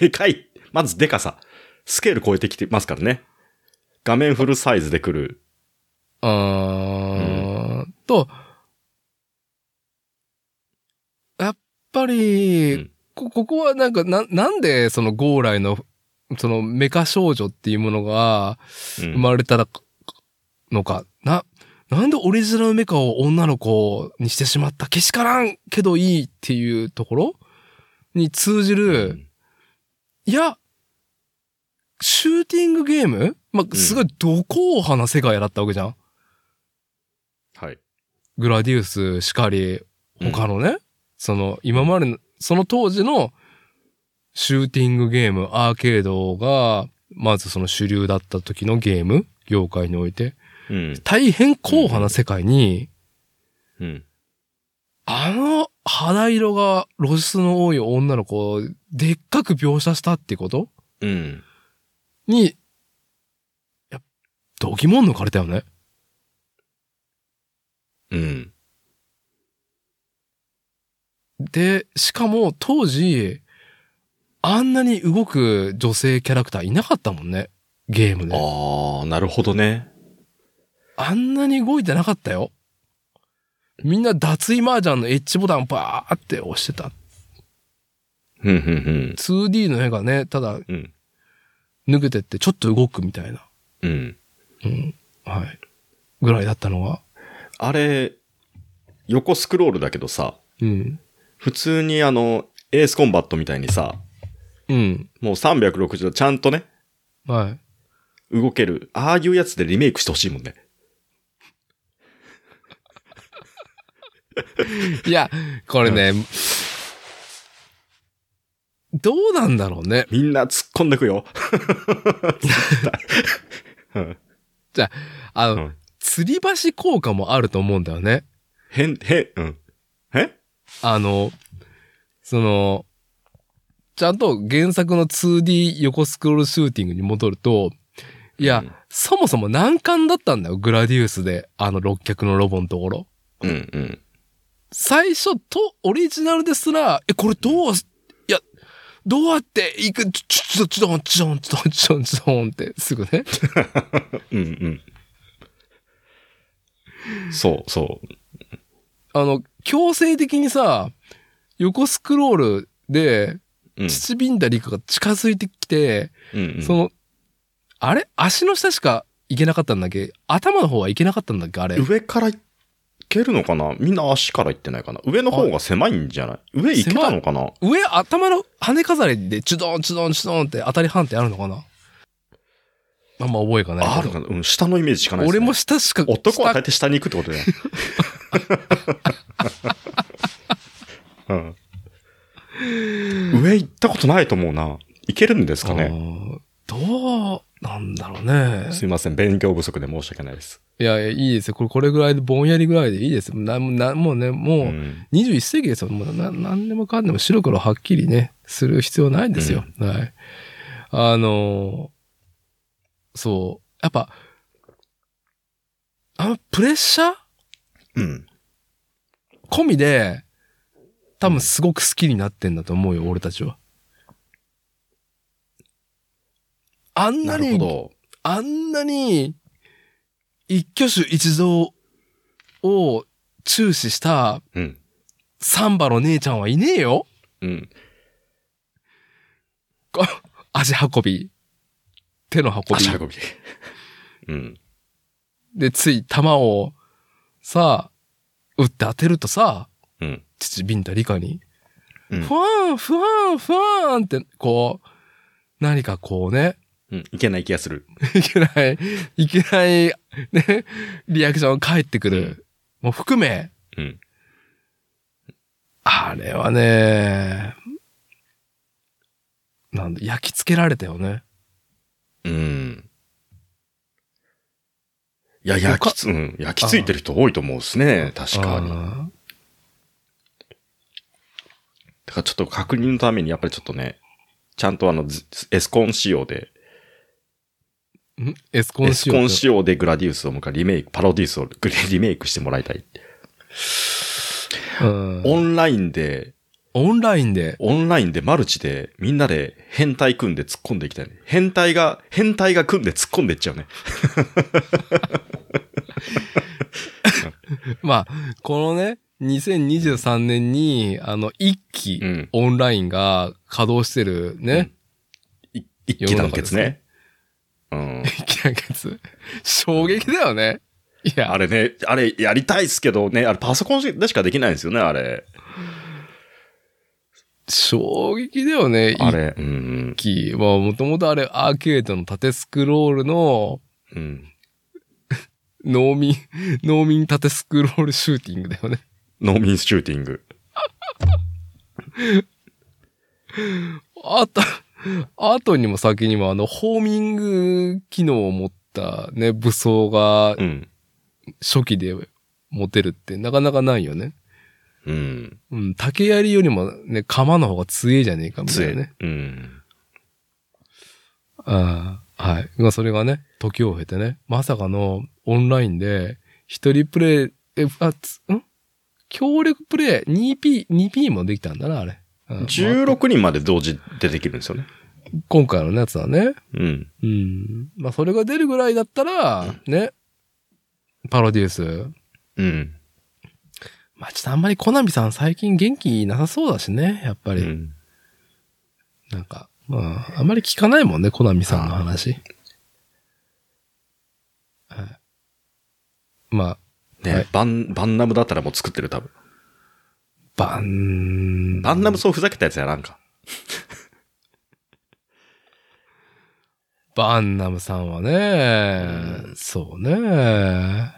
Speaker 2: でかい。まずでかさ。スケール超えてきてますからね。画面フルサイズで来る。
Speaker 1: うーん。と、やっぱり、
Speaker 2: うん
Speaker 1: こ、ここはなんか、な、なんでそのゴーライの、そのメカ少女っていうものが、
Speaker 2: うん
Speaker 1: 生まれたらのか、な、なんでオリジナルメカを女の子にしてしまったけしからんけどいいっていうところに通じる、
Speaker 2: うん
Speaker 1: いや、シューティングゲームまあ、
Speaker 2: ん
Speaker 1: すごいどこをな世界だったわけじゃん。
Speaker 2: はい。
Speaker 1: グラディウスしかり、他のね、その今までの、その当時のシューティングゲーム、アーケードが、まずその主流だった時のゲーム、業界において、
Speaker 2: うん。
Speaker 1: 大変硬派な世界に、
Speaker 2: うん。
Speaker 1: あの肌色が露出の多い女の子をでっかく描写したってこと
Speaker 2: うん。
Speaker 1: に、いや、どぎもん抜かれたよね。
Speaker 2: うん。
Speaker 1: で、しかも当時、あんなに動く女性キャラクターいなかったもんね。ゲームで。
Speaker 2: ああ、なるほどね。
Speaker 1: あんなに動いてなかったよ。みんな脱衣麻雀のエッジボタンバーって押してた。
Speaker 2: うん、うん、
Speaker 1: 2D の絵がね、ただ
Speaker 2: うん。うん。
Speaker 1: 抜けてってちょっと動くみたいな。
Speaker 2: うん。
Speaker 1: うん。はい。ぐらいだったのが。
Speaker 2: あれ、横スクロールだけどさ、
Speaker 1: うん。
Speaker 2: 普通にあの、エースコンバットみたいにさ、
Speaker 1: うん。
Speaker 2: もう360度ちゃんとね、
Speaker 1: はい。
Speaker 2: 動ける。ああいうやつでリメイクしてほしいもんね。
Speaker 1: いや、これね、どうなんだろうね。
Speaker 2: みんな突っ込んでくよ。
Speaker 1: あの、
Speaker 2: うん
Speaker 1: 吊り橋効果もあると思うんだよね。
Speaker 2: 変、変、うん。え
Speaker 1: あの、その、ちゃんと原作の 2D 横スクロールシューティングに戻ると、いや、
Speaker 2: うん
Speaker 1: そもそも難関だったんだよ、グラディウスで、あの六脚のロボのところ。
Speaker 2: うん、うん。
Speaker 1: 最初とオリジナルですら、え、これどう、いや、どうやって行く、ちょ、ちょ、ちょ、ちょ、ちょ、ちょ、ちょ、ちょ、ちょ、って、すぐね。
Speaker 2: うん、うん。そう、そう。
Speaker 1: あの、強制的にさ、横スクロールで、
Speaker 2: うん、
Speaker 1: チチビンダリカが近づいてきて、
Speaker 2: うん、うん。
Speaker 1: その、あれ足の下しかいけなかったんだっけ頭の方はいけなかったんだっけあれ。
Speaker 2: 上から行けるのかなみんな足から行ってないかな上の方が狭いんじゃない上行けたのかな
Speaker 1: 上、頭の羽飾りで、チュドン、チュドン、チュドンって当たり判定あるのかなあんま覚えがない
Speaker 2: あ
Speaker 1: けど。
Speaker 2: あるかなうん、下のイメージしかないです、
Speaker 1: 俺
Speaker 2: ね。
Speaker 1: も下しか、
Speaker 2: 男は
Speaker 1: 下
Speaker 2: 大体下に行くってことだよ。うん。上行ったことないと思うな。行けるんですかね
Speaker 1: あーどうなんだろうね。
Speaker 2: すいません。勉強不足で申し訳ないです。
Speaker 1: いやいや、いいですよ。これ、これぐらいで、ぼんやりぐらいでいいですよ。な、な、もうね、もう、
Speaker 2: うん
Speaker 1: 21世紀ですよ。もうな、なんでもかんでも白黒はっきりね、する必要ないんですよ。はい。あのーそう。やっぱ、あの、プレッシャー
Speaker 2: うん。
Speaker 1: 込みで、多分すごく好きになってんだと思うよ、俺たちは。あん
Speaker 2: な
Speaker 1: な
Speaker 2: るほ
Speaker 1: に
Speaker 2: ど。
Speaker 1: あんなに、一挙手一動を注視した
Speaker 2: うん。
Speaker 1: サンバの姉ちゃんはいねえよ
Speaker 2: うん。
Speaker 1: こ足運び。手の運び
Speaker 2: 足。運び。うん。
Speaker 1: で、つい球を、さ、打って当てるとさ、
Speaker 2: うん。
Speaker 1: 父ビンタリカに、
Speaker 2: うん
Speaker 1: ふわーん、ふわーん、ふわーんって、こう、何かこうね、
Speaker 2: うん。いけない気がする。
Speaker 1: いけない、いけない、ね、リアクションが返ってくる。もう含め、
Speaker 2: うん。
Speaker 1: あれはね、なんで、焼き付けられたよね。
Speaker 2: うん。いや、焼きつ、うん。焼きついてる人多いと思うですね。確かに。
Speaker 1: に。
Speaker 2: だからちょっと確認のために、やっぱりちょっとね、ちゃんとあの、ずエスコン仕様で、
Speaker 1: んエスコ
Speaker 2: エ
Speaker 1: ン
Speaker 2: ス
Speaker 1: 仕
Speaker 2: コ
Speaker 1: 様
Speaker 2: ン仕様でグラディウスをもう一回リメイク、パロディウスをグレリメイクしてもらいたい。
Speaker 1: うん
Speaker 2: オンラインで、
Speaker 1: オンラインで。
Speaker 2: オンラインでマルチで、みんなで変態組んで突っ込んでいきたいね。変態が、変態が組んで突っ込んでいっちゃうね。
Speaker 1: まあ、このね、2023年に、あの、一期
Speaker 2: うん、
Speaker 1: オンラインが稼働してるね、
Speaker 2: い一気団結ね。うん。
Speaker 1: 一期団結。衝撃だよね。いや、
Speaker 2: あれね、あれやりたいっすけどね、あれパソコンでしかできないんですよね、あれ。
Speaker 1: 衝撃だよね、
Speaker 2: あ
Speaker 1: 一
Speaker 2: れ。うん。
Speaker 1: 期。まあ、もともとあれ、アーケードの縦スクロールの、
Speaker 2: うん。
Speaker 1: 農民、 農民縦スクロールシューティングだよね。
Speaker 2: ノーミンシューティング。
Speaker 1: あと、 後にも先にもあの、ホーミング機能を持ったね、武装が
Speaker 2: うん。
Speaker 1: 初期で持てるってなかなかないよね。
Speaker 2: うん。
Speaker 1: うん、竹槍よりもね、鎌の方が強いじゃねえかみたいなね。
Speaker 2: うん。
Speaker 1: ああはい。まあそれがね、時を経てね、まさかのオンラインで、一人プレイ、え、あ、つん協力プレイ、2P、2P もできたんだな、あれ。うん
Speaker 2: 16人まで同時でできるんですよね。
Speaker 1: 今回のやつはね。
Speaker 2: うん。
Speaker 1: うん。まあ、それが出るぐらいだったら、ね。パロデュース。
Speaker 2: うん。
Speaker 1: まあ、ちょっとあんまりコナミさん最近元気なさそうだしね、やっぱ
Speaker 2: う
Speaker 1: り。
Speaker 2: ん、
Speaker 1: なんか、まあ、あんまり聞かないもんね、コナミさんの話。はい。まあ、
Speaker 2: ね、
Speaker 1: はい
Speaker 2: バン、バンナムだったらもう作ってる多分。
Speaker 1: バン、
Speaker 2: バンナムそうふざけたやつやらんか。
Speaker 1: バンナムさんはね、そうね。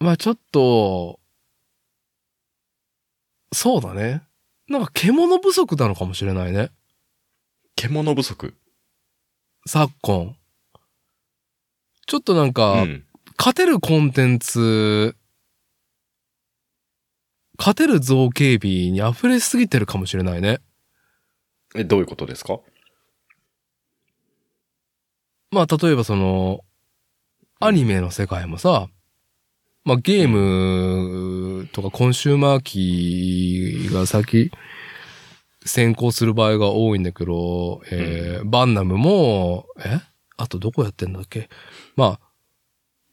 Speaker 1: まあちょっと、そうだね。なんか獣不足なのかもしれないね。
Speaker 2: 獣不足。
Speaker 1: 昨今。ちょっとなん
Speaker 2: う
Speaker 1: か、
Speaker 2: ん。
Speaker 1: 勝てるコンテンツ、勝てる造形美に溢れすぎてるかもしれないね。
Speaker 2: え、どういうことですか
Speaker 1: まあ、例えばその、アニメの世界もさ、まあ、ゲームとかコンシューマー機が先、先行する場合が多いんだけど、えーバンナムも、えあとどこやってんだっけま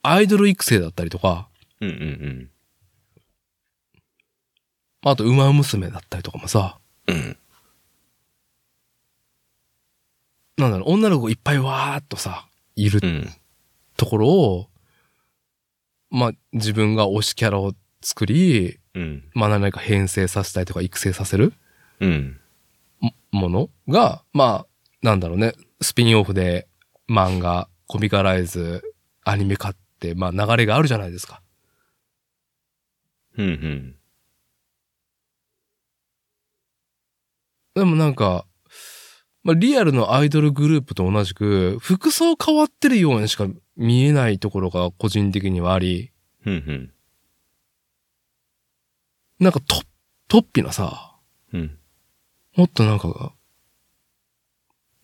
Speaker 1: あ、アイドル育成だったりとか、
Speaker 2: うんうん
Speaker 1: あと、馬娘だったりとかもさ、
Speaker 2: うん。うん。
Speaker 1: なんだろう、女の子いっぱいわーっとさ、いる
Speaker 2: うん。
Speaker 1: ところを、まあ、自分が推しキャラを作り、
Speaker 2: うん。
Speaker 1: まあ、何か編成させたりとか育成させる
Speaker 2: うん。
Speaker 1: もものが、まあ、なんだろうね、スピンオフで漫画、コミカライズ、アニメ化って、まあ、流れがあるじゃないですか。
Speaker 2: うん。うん。
Speaker 1: でもなんか、まあ、リアルのアイドルグループと同じく、服装変わってるようにしか見えないところが個人的にはあり、
Speaker 2: うん。うん。
Speaker 1: なんかと、とっぴなさ、
Speaker 2: うん。
Speaker 1: もっとなんか、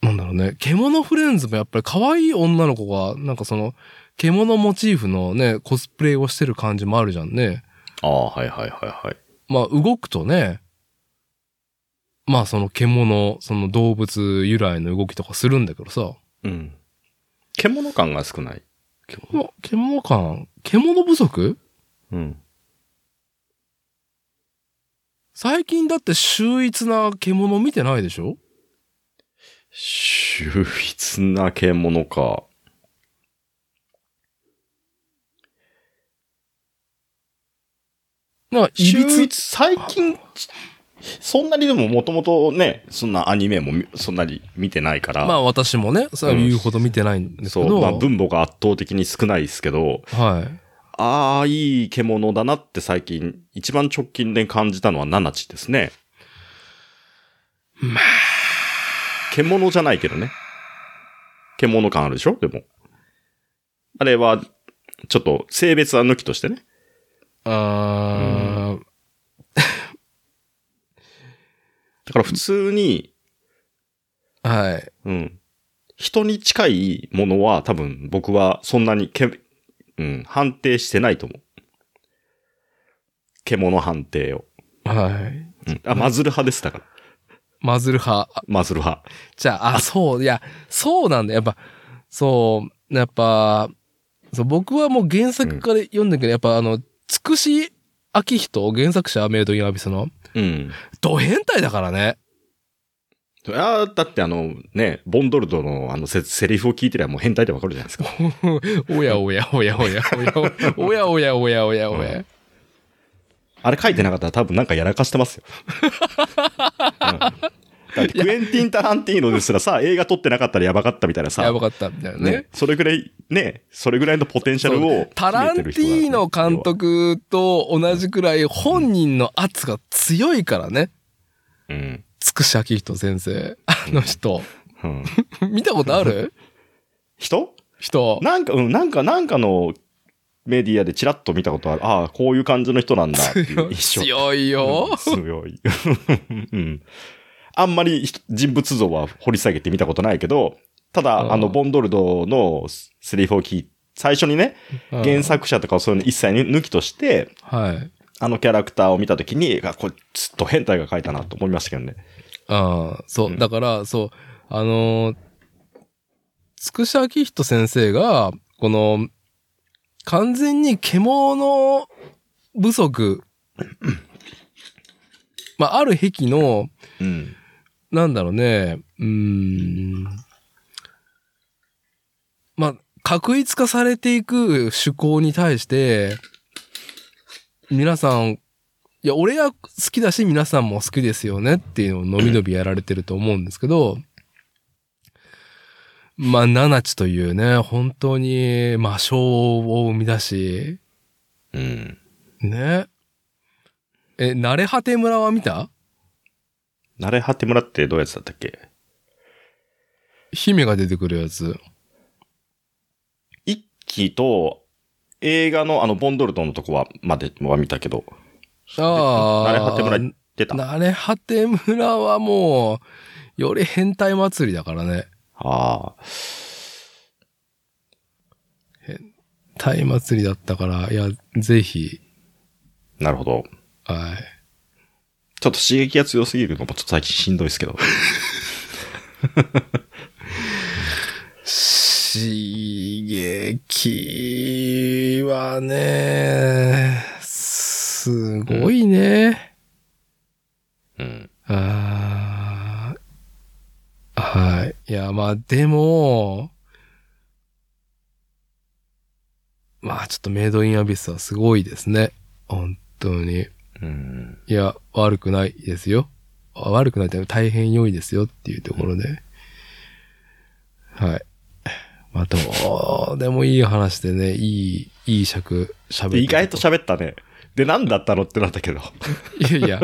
Speaker 1: なんだろうね、獣フレンズもやっぱり可愛い女の子が、なんかその、獣モチーフのね、コスプレをしてる感じもあるじゃんね。
Speaker 2: ああ、はいはいはいはい。
Speaker 1: まあ動くとね、まあその獣、その動物由来の動きとかするんだけどさ、
Speaker 2: うん。獣感が少ない。
Speaker 1: ま獣感、獣不足
Speaker 2: うん。
Speaker 1: 最近だって秀逸な獣見てないでしょ
Speaker 2: 秀逸な獣か。
Speaker 1: なんか、いび
Speaker 2: 秀
Speaker 1: つ、
Speaker 2: 逸、最近、そんなにでももともとね、そんなアニメもみそんなに見てないから。
Speaker 1: まあ私もね、そう言うほど見てないんです
Speaker 2: そ
Speaker 1: け
Speaker 2: う、
Speaker 1: ど、
Speaker 2: まあ分母が圧倒的に少ないですけど、
Speaker 1: はい。
Speaker 2: ああ、いい獣だなって最近、一番直近で感じたのはナナチですね。
Speaker 1: まあ
Speaker 2: 獣じゃないけどね。獣感あるでしょでも。あれは、ちょっと性別は抜きとしてね。
Speaker 1: あー
Speaker 2: だから普通に、
Speaker 1: はい。
Speaker 2: うん。人に近いものは多分僕はそんなにけ、うん、判定してないと思う。獣判定を。
Speaker 1: はい。
Speaker 2: うん、あ、マズル派です、だから。
Speaker 1: マズル派。あ
Speaker 2: マズル派。
Speaker 1: じゃあ、あ、そう、いや、そうなんだ。やっぱ、そう、やっぱ、そう僕はもう原作から読んだけど、やっぱあの、つくし明人、原作者メイドインアビスの、
Speaker 2: うん。
Speaker 1: ド変態だからね。
Speaker 2: ああ、だってあのね、ボンドルドのあのセセリフを聞いてりゃもう変態ってわかるじゃないですか。
Speaker 1: おやおやおやおやおやおやおやおやおやお
Speaker 2: う
Speaker 1: や。
Speaker 2: あれ書いてなかったら多分なんかやらかして ますよ。うんだってクエンティン・タランティーノですらさ、映画撮ってなかったらやばかったみたいなさ、
Speaker 1: やばかったみたいな
Speaker 2: ね
Speaker 1: ね。、
Speaker 2: それぐらい、ね、それぐらいのポテンシャルを
Speaker 1: タランティーノ監督と同じくらい本人の圧が強いからね。
Speaker 2: 秘めてる人だ。
Speaker 1: つくしあきひと先生。あの人。
Speaker 2: うん。うん、
Speaker 1: 見たことあ る
Speaker 2: 人
Speaker 1: 人。
Speaker 2: なんか、うん、なんか、なんかのメディアでチラッと見たことある。ああ、こういう感じの人なんだっていう印象。
Speaker 1: 強いよ
Speaker 2: うん。強い。 うん。あんまり人人物像は掘り下げてみたことないけど、た
Speaker 1: うん
Speaker 2: だ、あの、ボンドルドのセリフを聞い最初にね、原作者とかそういうの一切抜きとして、
Speaker 1: うん。はい。
Speaker 2: あのキャラクターを見たときに、あこれ、ちょっと変態が書いたなと思いましたけどね。
Speaker 1: ああ、そうう。
Speaker 2: ん
Speaker 1: だから、そう。あのー、つくしあきひと先生が、この、完全に獣不足。まあ、ある壁の、
Speaker 2: うん。
Speaker 1: なんだろうね、うーん。まあ、確一化されていく趣向に対して、皆さん、いや、俺は好きだし、皆さんも好きですよねっていうのをのびのびやられてると思うんですけど、まあ、ナナチというね、本当に魔性を生み出し、
Speaker 2: うん。
Speaker 1: ね。え、慣れ果て村は見た
Speaker 2: 慣れ果てもらってどうやつだったっけ
Speaker 1: 姫が出てくるやつ。
Speaker 2: 一期と、映画のあの、ボンドルドのとこは、までは見たけど。
Speaker 1: ああ。
Speaker 2: 慣れ果てもらってた。あ
Speaker 1: 慣れ果て村はもう、より変態祭りだからね。
Speaker 2: あ。
Speaker 1: 変態祭りだったから、いや、ぜひ、
Speaker 2: なるほど。
Speaker 1: はい。
Speaker 2: ちょっと刺激が強すぎるのもちょっと最近しんどいですけど。
Speaker 1: 刺激はね、すごいね。
Speaker 2: うん。
Speaker 1: あーあはい。いや、まあ、でも、まあ、ちょっとメイドインアビスはすごいですね。本当に。
Speaker 2: うん。
Speaker 1: いや、悪くないですよ。あ悪くないって大変良いですよっていうところで。はい。まあ、どうでもいい話でね、いい、いい尺喋って。
Speaker 2: 意外と喋ったね。で、何だったのってなったけど。
Speaker 1: いやいや、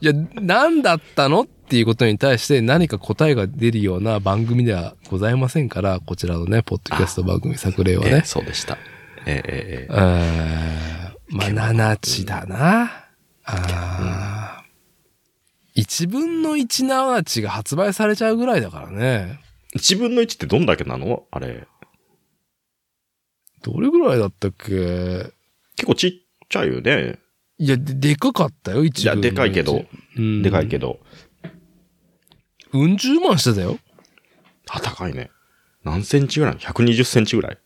Speaker 1: いや、何だったのっていうことに対して何か答えが出るような番組ではございませんから、こちらのね、ポッドキャスト番組作例は
Speaker 2: ええ
Speaker 1: ね。
Speaker 2: そうでした。えええ
Speaker 1: う
Speaker 2: ええ
Speaker 1: ーんまあ、七地だな。あー1分の1七地が発売されちゃうぐらいだからね。
Speaker 2: え1分の1ってどんだけなのあれ。
Speaker 1: どれぐらいだったっけ
Speaker 2: 結構ちっちゃいよね。
Speaker 1: いや、で、でかかったよ、
Speaker 2: い
Speaker 1: 1
Speaker 2: や、
Speaker 1: 分の1。
Speaker 2: でかいけど。、
Speaker 1: うん、
Speaker 2: でかいけ
Speaker 1: ど。
Speaker 2: ど。
Speaker 1: うん、十万してたよ。
Speaker 2: あ、高いね。何センチぐらい ?120 センチぐらい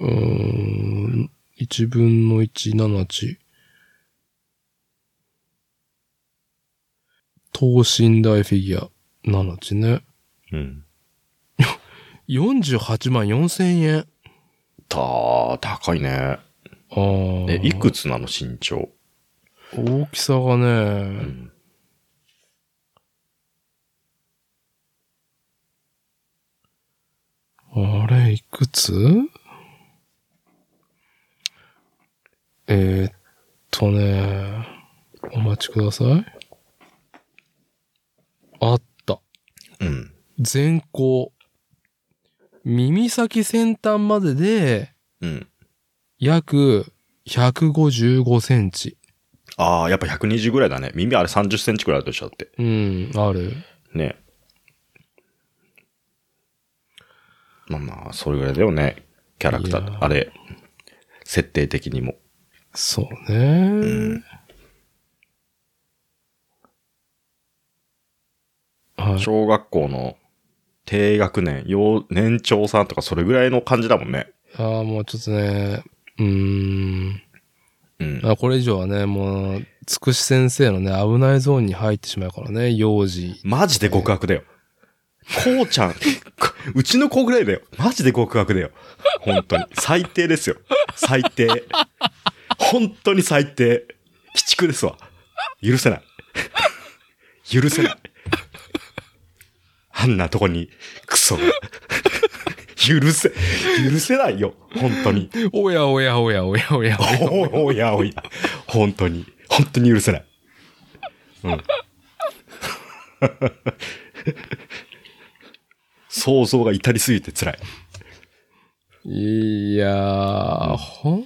Speaker 2: う
Speaker 1: ーん、1分の1、7値。等身大フィギュア、7値ね。
Speaker 2: うん。
Speaker 1: 48万4千円。
Speaker 2: たー、高いね。
Speaker 1: ああ。
Speaker 2: え、いくつなの身長。
Speaker 1: 大きさが
Speaker 2: う
Speaker 1: ね、
Speaker 2: ん。
Speaker 1: あれ、いくつえー、っとね、お待ちください。あった。
Speaker 2: うん。
Speaker 1: 前高。耳先先端までで、
Speaker 2: うん。
Speaker 1: 約155センチ。
Speaker 2: あー、やっぱ120ぐらいだね。耳あれ30センチぐらいあるとしちゃって。
Speaker 1: うん、ある。
Speaker 2: ね。まあまあ、それぐらいだよね。キャラクタ
Speaker 1: いや
Speaker 2: ー、
Speaker 1: ー
Speaker 2: あれ。設定的にも。
Speaker 1: そうね。
Speaker 2: うん。
Speaker 1: はい。
Speaker 2: 小学校の低学年、幼年長さんとかそれぐらいの感じだもんね。
Speaker 1: ああ、もうちょっとね、うーん。
Speaker 2: うん。
Speaker 1: あこれ以上はね、もう、つくし先生のね、危ないゾーンに入ってしまうからね、幼児。
Speaker 2: マジで極悪だよ。こうちゃん、うちの子ぐらいだよ。マジで極悪だよ。本当に。最低ですよ。最低。本当に最低。鬼畜ですわ。許せない。許せない。あんなとこに、クソが。許せ、許せないよ。本当に。
Speaker 1: おやおやおやおやおや。
Speaker 2: おおやおや。本当に。本当に許せない。うん。想像が至りすぎて辛い。
Speaker 1: いやー、本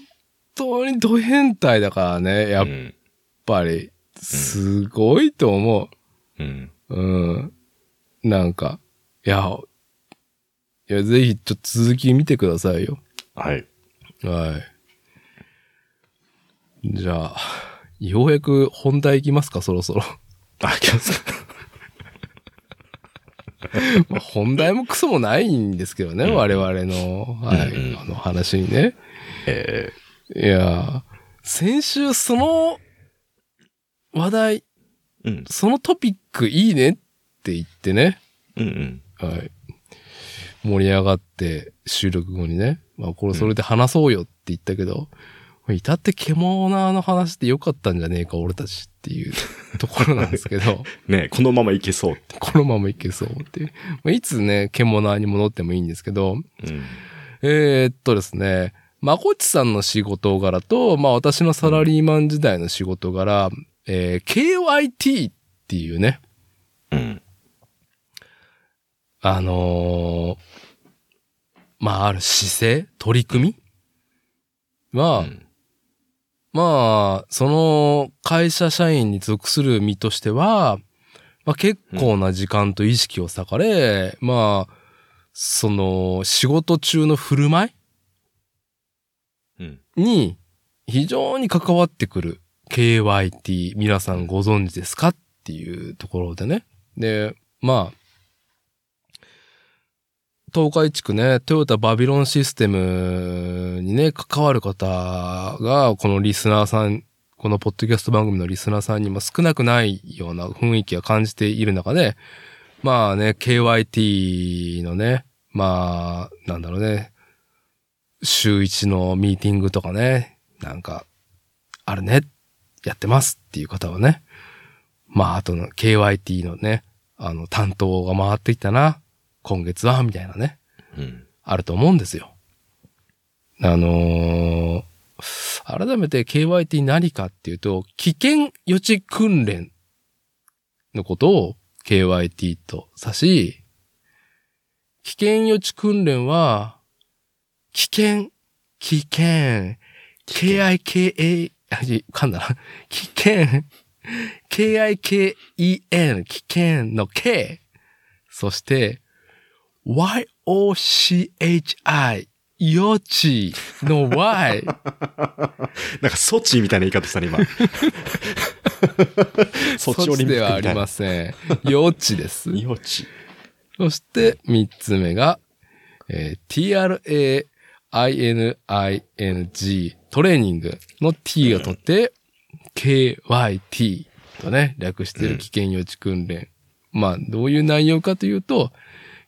Speaker 1: 当にド変態だからね、やっ
Speaker 2: うん。
Speaker 1: ぱり。すごいと思う。
Speaker 2: うん。
Speaker 1: うん。なんか、いや、いや、ぜひ、ちょっと続き見てくださいよ。
Speaker 2: はい。
Speaker 1: はい。じゃあ、ようやく本題いきますか、そろそろ。
Speaker 2: あ、いきますか。
Speaker 1: まあ、本題もクソもないんですけどね、
Speaker 2: うん
Speaker 1: 我々の、はい、
Speaker 2: うんうん
Speaker 1: あの話にね。
Speaker 2: え
Speaker 1: いやー、先週その話題、
Speaker 2: えうん。
Speaker 1: そのトピックいいねって言ってね、
Speaker 2: うんうん。
Speaker 1: はい。盛り上がって、収録後にね、まあこれそれで話そうよって言ったけど、至って獣の話でよかったんじゃねえか、俺たちって いうところなんですけど、
Speaker 2: ねえこのままいけそうっ
Speaker 1: このままいけそうっていう。まあ、いつね、獣に戻ってもいいんですけど、
Speaker 2: て。うん。
Speaker 1: えーっとですね、まこっちさんの仕事柄と、まあ私のサラリーマン時代の仕事柄、えー KYT っていうね、
Speaker 2: うん。
Speaker 1: あのーまあある姿勢、取り組みは、
Speaker 2: うん
Speaker 1: まあ、その会社社員に属する身としては、まあ結構な時間と意識を割かれ、まあ、その仕事中の振る舞い
Speaker 2: うん。
Speaker 1: に非常に関わってくる KYT 皆さんご存知ですかっていうところでね。で、まあ、東海地区ね、トヨタバビロンシステムにね、関わる方が、このリスナーさん、このポッドキャスト番組のリスナーさんにも少なくないような雰囲気は感じている中で、まあね、KYT のね、まあ、なんだろうね、週一のミーティングとかね、なんか、あるね、やってますっていう方はね、まあ、あとの KYT のね、あの、担当が回ってきたな、今月は、みたいなね、
Speaker 2: うん。
Speaker 1: あると思うんですよ。あのー改めて KYT 何かっていうと、危険予知訓練のことを KYT と指し、危険予知訓練は、危険、危険、KIKA、あ、い噛んだな。 危険、KIKEN、危険の K。そして、YOCHI よちの Y
Speaker 2: なんか、ソチみたいな言い方したね、今。 ソチオリンピックみたいな。
Speaker 1: ではありません。よちです。
Speaker 2: よち。
Speaker 1: そして三つ目が、えー TRAINING トレーニングの T が取って、KYT とね、略して
Speaker 2: うん
Speaker 1: る危険予知訓練。まあ、どういう内容かというと、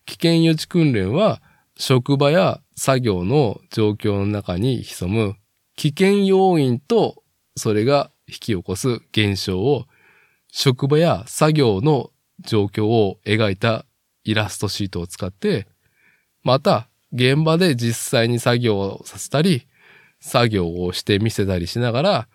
Speaker 1: 危険予知訓練は、職場や作業の状況の中に潜む危険要因と、それが引き起こす現象を、職場や作業の状況を描いたイラストシートを使って、また、現場で実際に作業をさせたり、作業をして見せたりしながら、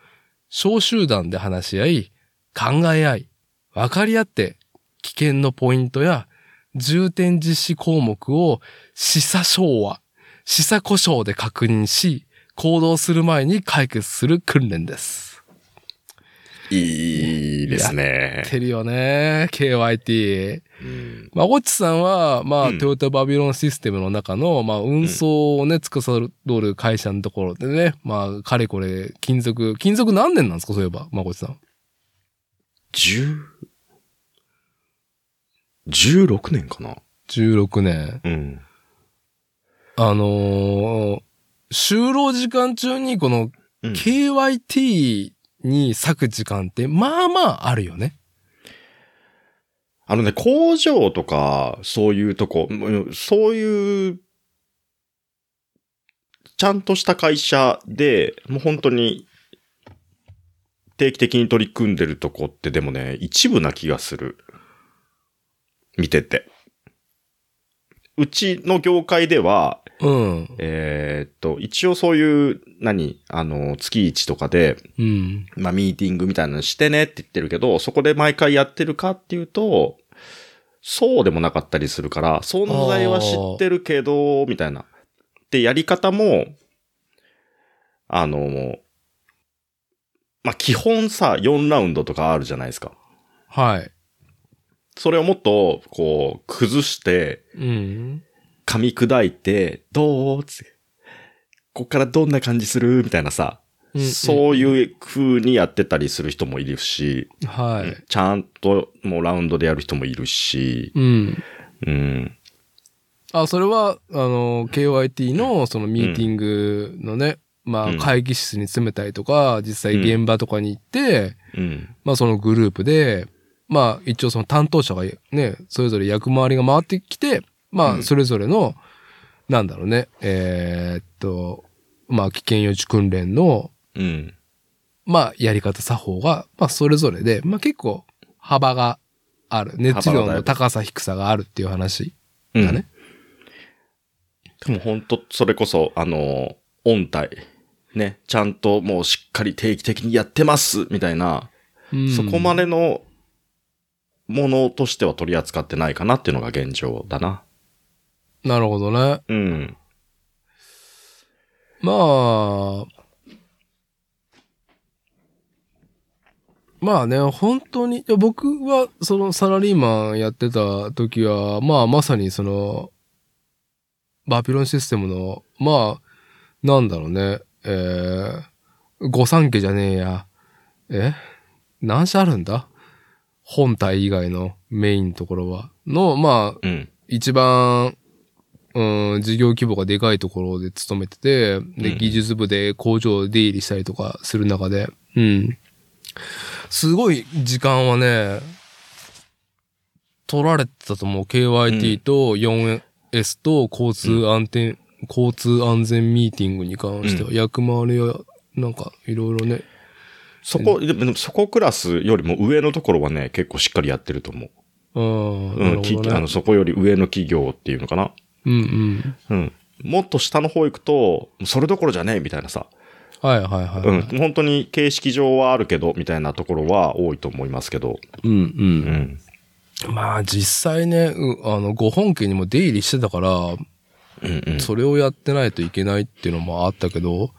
Speaker 1: 小集団で話し合い、考え合い、分かり合って、危険のポイントや重点実施項目を示唆昭和、示唆故障で確認し、行動する前に解決する訓練です。
Speaker 2: いいですね。
Speaker 1: てるよね、KYT。
Speaker 2: うん
Speaker 1: まあ、ゴッチさんは、まあ、
Speaker 2: うん
Speaker 1: トヨタバビロンシステムの中の、まあ、運送をね、司る会社のところでね、まあ、かれこれ、金属、金属何年なんですか、そういえば、まあ、ゴッチさん。
Speaker 2: 10 16年かな。
Speaker 1: 16年。
Speaker 2: うん。
Speaker 1: あのー就労時間中に、この、
Speaker 2: うん
Speaker 1: KYT に割く時間って、まあまああるよね。
Speaker 2: あのね、工場とか、そういうとこ、うんそういう、ちゃんとした会社で、もう本当に、定期的に取り組んでるとこってでもね、一部な気がする。見てて。うちの業界では、
Speaker 1: うん。
Speaker 2: えーっと、一応そういう、何、あの、月1とかで、
Speaker 1: うん。
Speaker 2: まあ、ミーティングみたいなのしてねって言ってるけど、そこで毎回やってるかっていうと、そうでもなかったりするから、存在は知ってるけど、みたいな。で、やり方も、あの、もうまあ、基本さ、4ラウンドとかあるじゃないですか。
Speaker 1: はい。
Speaker 2: それをもっと、こう、崩して、
Speaker 1: うん。
Speaker 2: 噛み砕いて、どうつってこっからどんな感じするみたいなさ、そう
Speaker 1: うん。
Speaker 2: いう風にやってたりする人もいるし、
Speaker 1: はい。
Speaker 2: ちゃんともうラウンドでやる人もいるし、
Speaker 1: うん。
Speaker 2: うん。
Speaker 1: あ、それは、あの、KYT のそのミーティングのね、ま
Speaker 2: う
Speaker 1: あ
Speaker 2: ん
Speaker 1: 会議室に詰めたりとか、実際現場とかに行って、
Speaker 2: うん。
Speaker 1: まあそのグループで、まあ一応その担当者がね、それぞれ役回りが回ってきて、ま
Speaker 2: うん
Speaker 1: あそれぞれの、なんだろうね、えーっと、まあ危険予知訓練の、
Speaker 2: うん。
Speaker 1: まあやり方作法が、まあそれぞれで、まあ結構幅がある。熱量の高さ低さがあるっていう話
Speaker 2: う
Speaker 1: だ
Speaker 2: ん。
Speaker 1: ね。
Speaker 2: でも本当それこそ、あの、音体。ね。ちゃんともうしっかり定期的にやってます、みたいな、
Speaker 1: うん
Speaker 2: そこまでのものとしては取り扱ってないかなっていうのが現状だな。
Speaker 1: なるほどね。
Speaker 2: うん。
Speaker 1: まあ、まあね、本当に、いや僕はそのサラリーマンやってた時は、まあまさにその、バビロンシステムの、まあ、なんだろうね、えー、御三家じゃねえや、え何社あるんだ本体以外のメインのところは。の、まあ、
Speaker 2: うん。
Speaker 1: 一番、うん、事業規模がでかいところで勤めてて、で、
Speaker 2: うん
Speaker 1: 技術部で工場出入りしたりとかする中で、うん。すごい時間はね、取られてたと思う。KYT と 4S と交通安定、交通安全ミーティングに関しては、役回りや、なんかいろいろね。
Speaker 2: そこ、でもでもそこクラスよりも上のところはね、結構しっかりやってると思う。
Speaker 1: うん。
Speaker 2: う
Speaker 1: なる
Speaker 2: ん、
Speaker 1: ほ
Speaker 2: き
Speaker 1: どね
Speaker 2: あの、そこより上の企業っていうのかな。
Speaker 1: うんうん。
Speaker 2: うん。もっと下の方行くと、それどころじゃねえみたいなさ。
Speaker 1: はいはいはい、
Speaker 2: う
Speaker 1: は
Speaker 2: ん。
Speaker 1: い。
Speaker 2: 本当に形式上はあるけど、みたいなところは多いと思いますけど。
Speaker 1: うんうん
Speaker 2: う。ん。
Speaker 1: まあ実際ね、うあの、ご本家にも出入りしてたから、
Speaker 2: うんうん。うんうん。
Speaker 1: それをやってないといけないっていうのもあったけど、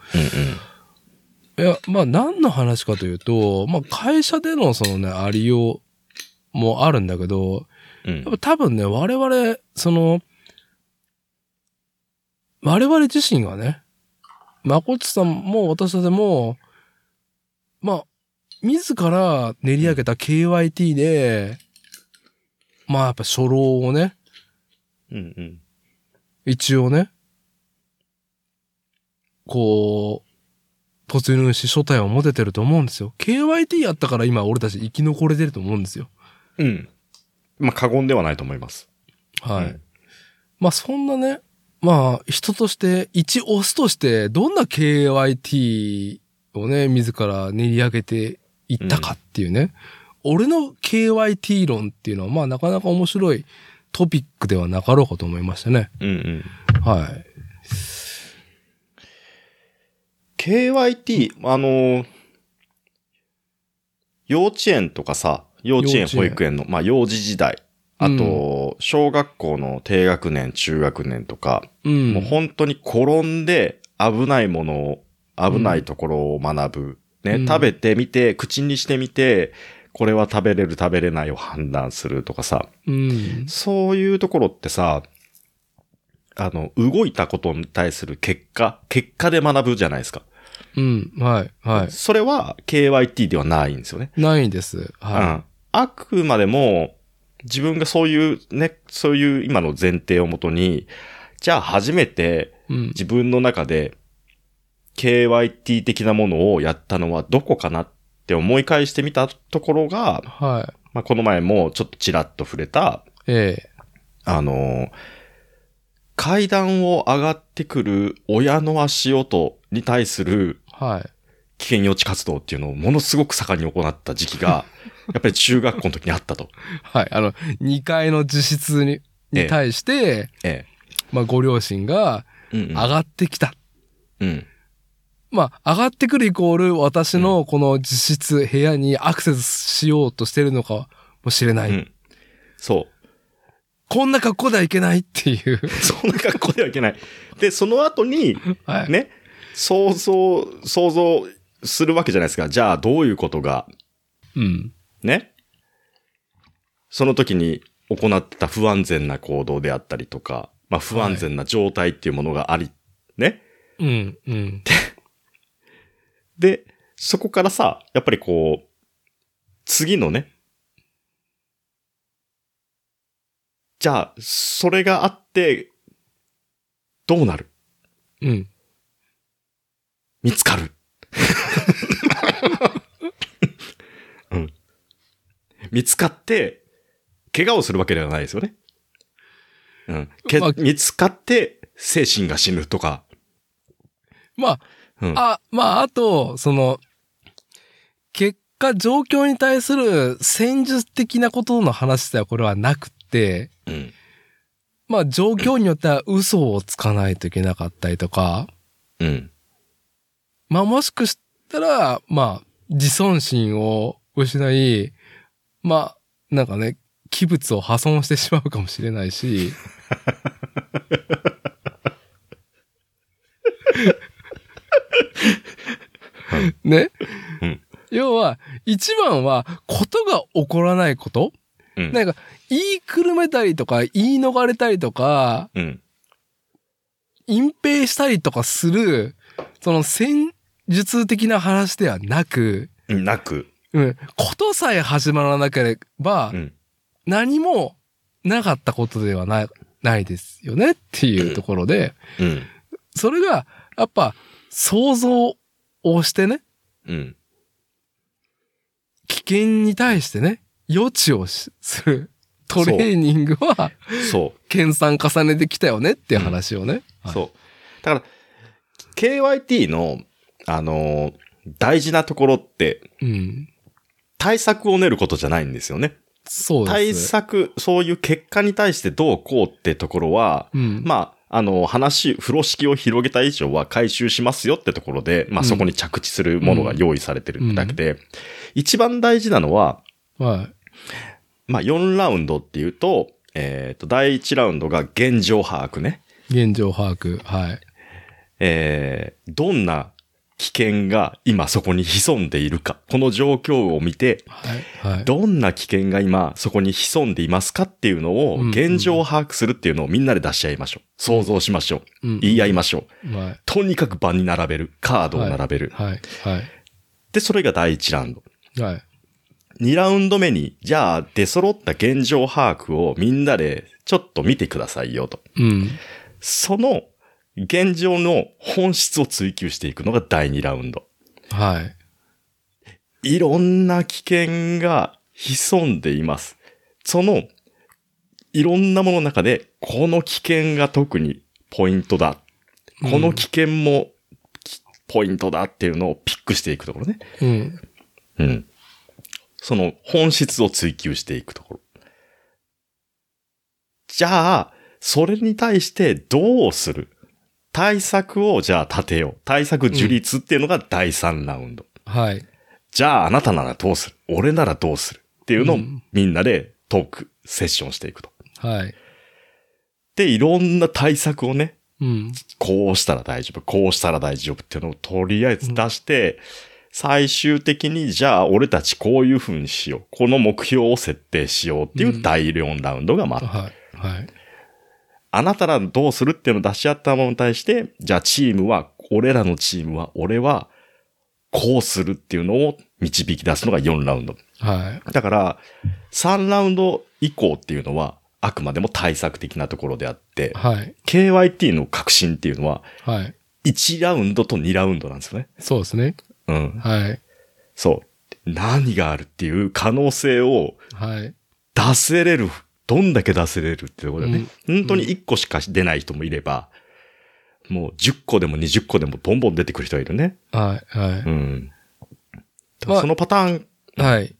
Speaker 1: いや、まあ何の話かというと、まあ会社でのそのね、ありようもあるんだけど、
Speaker 2: うん
Speaker 1: やっぱ多分ね、我々、その、我々自身がね、まこっちさんも私たちも、まあ、自ら練り上げた KYT で、まあやっぱ初老をね、
Speaker 2: うんうん。
Speaker 1: 一応ね、こう、突入し初体を持ててると思うんですよ。KYT やったから今俺たち生き残れてると思うんですよ。
Speaker 2: うん。まあ、過言ではないと思います。
Speaker 1: はい。
Speaker 2: うん
Speaker 1: まあそんなね、まあ人として、一オスとして、どんな KYT をね、自ら練り上げていったかっていうね、俺の KYT 論っていうのは、まあなかなか面白いトピックではなかろうかと思いましたね。
Speaker 2: うんうん。
Speaker 1: はい。
Speaker 2: KYT、あのー幼稚園とかさ、幼稚園、
Speaker 1: 幼稚園
Speaker 2: 保育園の、まあ、幼児時代。あと、小学校の低学年、中学年とか、
Speaker 1: うん。
Speaker 2: もう本当に転んで危ないものを、危ないところを学ぶ。
Speaker 1: う
Speaker 2: ね、
Speaker 1: ん
Speaker 2: 食べてみて、口にしてみて、これは食べれる食べれないを判断するとかさ、
Speaker 1: うん。
Speaker 2: そういうところってさ、あの、動いたことに対する結果、結果で学ぶじゃないですか。
Speaker 1: うん。はい。はい。
Speaker 2: それは KYT ではないんですよね。
Speaker 1: ないんです。
Speaker 2: う
Speaker 1: は
Speaker 2: ん。あくまでも、自分がそういうね、そういう今の前提をもとに、じゃあ初めて
Speaker 1: い。うん。
Speaker 2: 自分の中で KYT 的なものをやったのはどこかなって思い返してみたところが、
Speaker 1: はい。
Speaker 2: まあ、この前もちょっとちらっと触れた、
Speaker 1: ええ。
Speaker 2: あのー階段を上がってくる親の足音に対する
Speaker 1: はい。
Speaker 2: 危険予知活動っていうのをものすごく盛んに行った時期 が、やっぱり中学校の時にあったと。
Speaker 1: はい。あの、2階の自室に、
Speaker 2: ええ
Speaker 1: に対して、
Speaker 2: え
Speaker 1: まあ、ご両親が
Speaker 2: え。うん、う
Speaker 1: 上
Speaker 2: ん。
Speaker 1: がってきた。
Speaker 2: うん。
Speaker 1: まあ、上がってくるイコール、私のこの自室、部屋にアクセスしようとしてるのかもしれない。
Speaker 2: うんそう。
Speaker 1: こんな格好ではいけないっていう。
Speaker 2: そんな格好ではいけない。で、その後に、
Speaker 1: はい。
Speaker 2: ね、想像、想像するわけじゃないですか。じゃあどういうことが、
Speaker 1: うん。
Speaker 2: ね。その時に行ってた不安全な行動であったりとか、まあ不安全な状態っていうものがあり、ね。
Speaker 1: うん。うん。
Speaker 2: で、そこからさ、やっぱりこう、次のね、じゃあ、それがあって、どうなる
Speaker 1: うん。
Speaker 2: 見つか る。うん。見つかって、怪我をするわけではないですよね。うん。け
Speaker 1: まあ
Speaker 2: 見つかって、精神が死ぬとか。
Speaker 1: まあ、
Speaker 2: うん。
Speaker 1: あ、まあ、あと、その、結果、状況に対する戦術的なことの話ではこれはなくって、
Speaker 2: うん。
Speaker 1: まあ、状況によっては嘘をつかないといけなかったりとか、
Speaker 2: うん。
Speaker 1: まあ、もしくしたら、まあ、自尊心を失い、まあ、なんかね、器物を破損してしまうかもしれないし、ね、
Speaker 2: うん
Speaker 1: 要は、一番は、ことが起こらないこと、
Speaker 2: うん。
Speaker 1: なんか、言いくるめたりとか、言い逃れたりとか、
Speaker 2: うん。
Speaker 1: 隠蔽したりとかする、その戦術的な話ではなく、
Speaker 2: うんなく。
Speaker 1: うん、ことさえ始まらなければ
Speaker 2: う、ん。
Speaker 1: 何もなかったことではない、ないですよねっていうところで、
Speaker 2: うん。
Speaker 1: それが、やっぱ、想像をしてね、
Speaker 2: うん。
Speaker 1: 危険に対してね、予知をしするトレーニングは、
Speaker 2: そ
Speaker 1: 研鑽重ねてきたよねっていう話をね。
Speaker 2: う、
Speaker 1: はい
Speaker 2: そう。だから、KYT の、あのー大事なところって、
Speaker 1: うん。
Speaker 2: 対策を練ることじゃないんですよね。
Speaker 1: そう
Speaker 2: 対
Speaker 1: です。
Speaker 2: 策、そういう結果に対してどうこうってところは、
Speaker 1: うん。
Speaker 2: まあ、あの、話、風呂敷を広げた以上は回収しますよってところで、まあ
Speaker 1: うん
Speaker 2: そこに着地するものが用意されてるだけで、一番大事なのは、
Speaker 1: はい。
Speaker 2: まあ4ラウンドっていうと、えっ、と、第1ラウンドが現状把握ね。
Speaker 1: 現状把握。はい。
Speaker 2: えー、どんな危険が今そこに潜んでいるか、この状況を見て、
Speaker 1: はい。はい。
Speaker 2: どんな危険が今そこに潜んでいますかっていうの
Speaker 1: うんう
Speaker 2: を
Speaker 1: ん
Speaker 2: 現状を把握するっていうのをみんなで出し合いましょう。想像しましょう。
Speaker 1: うん
Speaker 2: 言い合いましょう。
Speaker 1: はい。
Speaker 2: とにかく場に並べる。カードを並べる。
Speaker 1: はい。はい。
Speaker 2: で、それが第1ラウンド。
Speaker 1: はい。
Speaker 2: 2ラウンド目に、じゃあ出揃った現状把握をみんなでちょっと見てくださいよと。
Speaker 1: うん。
Speaker 2: その現状の本質を追求していくのが第2ラウンド。
Speaker 1: はい。
Speaker 2: いろんな危険が潜んでいます。その、いろんなものの中で、この危険が特にポイントだ。この危険もきポイントだっていうのをピックしていくところね。
Speaker 1: うん。
Speaker 2: うん。その本質を追求していくところ。じゃあ、それに対してどうする対策をじゃあ立てよう。対策樹立っていうのが第3ラウンド。
Speaker 1: はい。
Speaker 2: じゃああなたならどうする俺ならどうするっていうのを
Speaker 1: うん
Speaker 2: みんなでトーク、セッションしていくと。
Speaker 1: はい。
Speaker 2: で、いろんな対策をね、
Speaker 1: うん。
Speaker 2: こうしたら大丈夫、こうしたら大丈夫っていうのをとりあえず出して、最終的にじゃあ俺たちこういう風にしよう。この目標を設定しようっていううん第4ラウンドが待って、
Speaker 1: はい。はい。
Speaker 2: あなたらどうするっていうのを出し合ったものに対して、じゃあチームは、俺らのチームは、俺はこうするっていうのを導き出すのが4ラウンド。
Speaker 1: はい。
Speaker 2: だから、3ラウンド以降っていうのは、あくまでも対策的なところであって、
Speaker 1: はい。
Speaker 2: KYT の革新っていうのは、
Speaker 1: はい。
Speaker 2: 1ラウンドと2ラウンドなんですよね。
Speaker 1: そうですね。
Speaker 2: うん。
Speaker 1: はい。
Speaker 2: そう。何があるっていう可能性を
Speaker 1: はい。
Speaker 2: 出せれる。どんだけ出せれるってところだよね。本当に
Speaker 1: う
Speaker 2: 1個しか出ない人もいれば、もう10個でも20個でもボンボン出てくる人がいるね。
Speaker 1: はい。は
Speaker 2: うん。
Speaker 1: まあ
Speaker 2: そのパターン
Speaker 1: い。はい。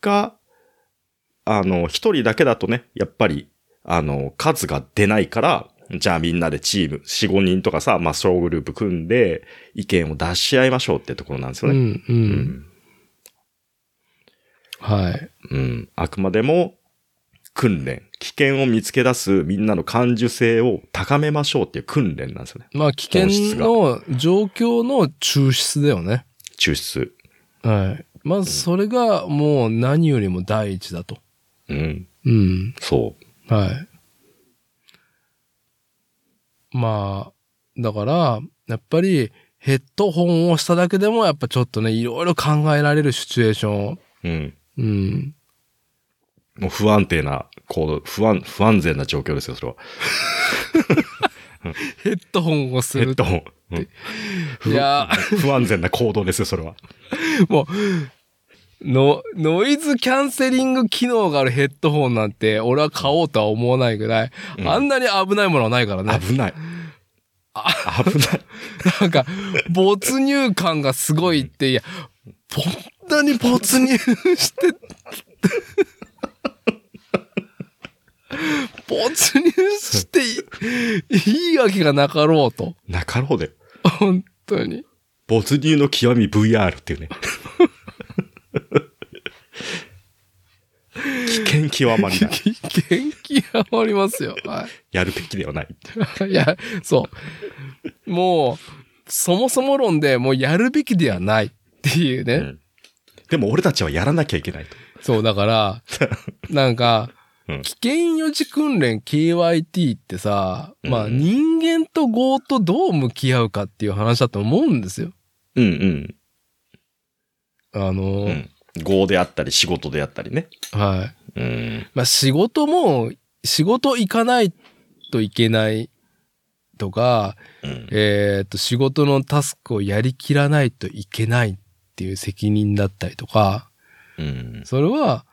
Speaker 2: が、あの、一人だけだとね、やっぱり、あの、数が出ないから、じゃあみんなでチーム、4、5人とかさ、まあ、小グループ組んで、意見を出し合いましょうってところなんです
Speaker 1: う
Speaker 2: よね。
Speaker 1: ん。う。。
Speaker 2: うん
Speaker 1: はい。
Speaker 2: うん。あくまでも、訓練。危険を見つけ出すみんなの感受性を高めましょうっていう訓練なんですよね。
Speaker 1: まあ、危険の状況の抽出だよね。
Speaker 2: 抽出。
Speaker 1: はい。まずそれがもう何よりも第一だと。
Speaker 2: うん。
Speaker 1: うん。
Speaker 2: そう。
Speaker 1: はい。まあ、だから、やっぱりヘッドホンをしただけでもやっぱちょっとね、いろいろ考えられるシチュエーション。
Speaker 2: うん。
Speaker 1: うん。
Speaker 2: もう不安定な行動、不安、不安全な状況ですよ、それは。
Speaker 1: ヘッドホンをす
Speaker 2: ヘッ
Speaker 1: る
Speaker 2: ド。ホン。うん
Speaker 1: いや
Speaker 2: 不 安全な行動ですよ、それは。
Speaker 1: もう、の、ノイズキャンセリング機能があるヘッドホンなんて、俺は買おうとは思わないぐらい、
Speaker 2: うん
Speaker 1: あんなに危ないものはないからね。
Speaker 2: 危ない。危ない。
Speaker 1: なんか、没入感がすごいって、いや、こんなに没入して、没入していいいいわけがなかろうと。
Speaker 2: なかろうで。
Speaker 1: 本当に。
Speaker 2: 没入の極み VR って いうね。危険極ま りない。
Speaker 1: 危険極まりますよ。は
Speaker 2: やるべきではない。
Speaker 1: い。いや、そう。もう、そもそも論でもうやるべきではないっていうね。
Speaker 2: うんでも俺たちはやらなきゃいけないと。
Speaker 1: そう、だ から、なんか
Speaker 2: うん、
Speaker 1: 危険予知訓練 KYT ってさ、
Speaker 2: うん
Speaker 1: まあ人間と業とどう向き合うかっていう話だと思うんですよ。
Speaker 2: うん
Speaker 1: あの、
Speaker 2: うん。業であったり仕事であったりね。
Speaker 1: はい。
Speaker 2: うん。
Speaker 1: まあ仕事も、仕事行かないといけないとか、
Speaker 2: うん
Speaker 1: えっ、と、仕事のタスクをやりきらないといけないっていう責任だったりとか、
Speaker 2: うん。
Speaker 1: それは、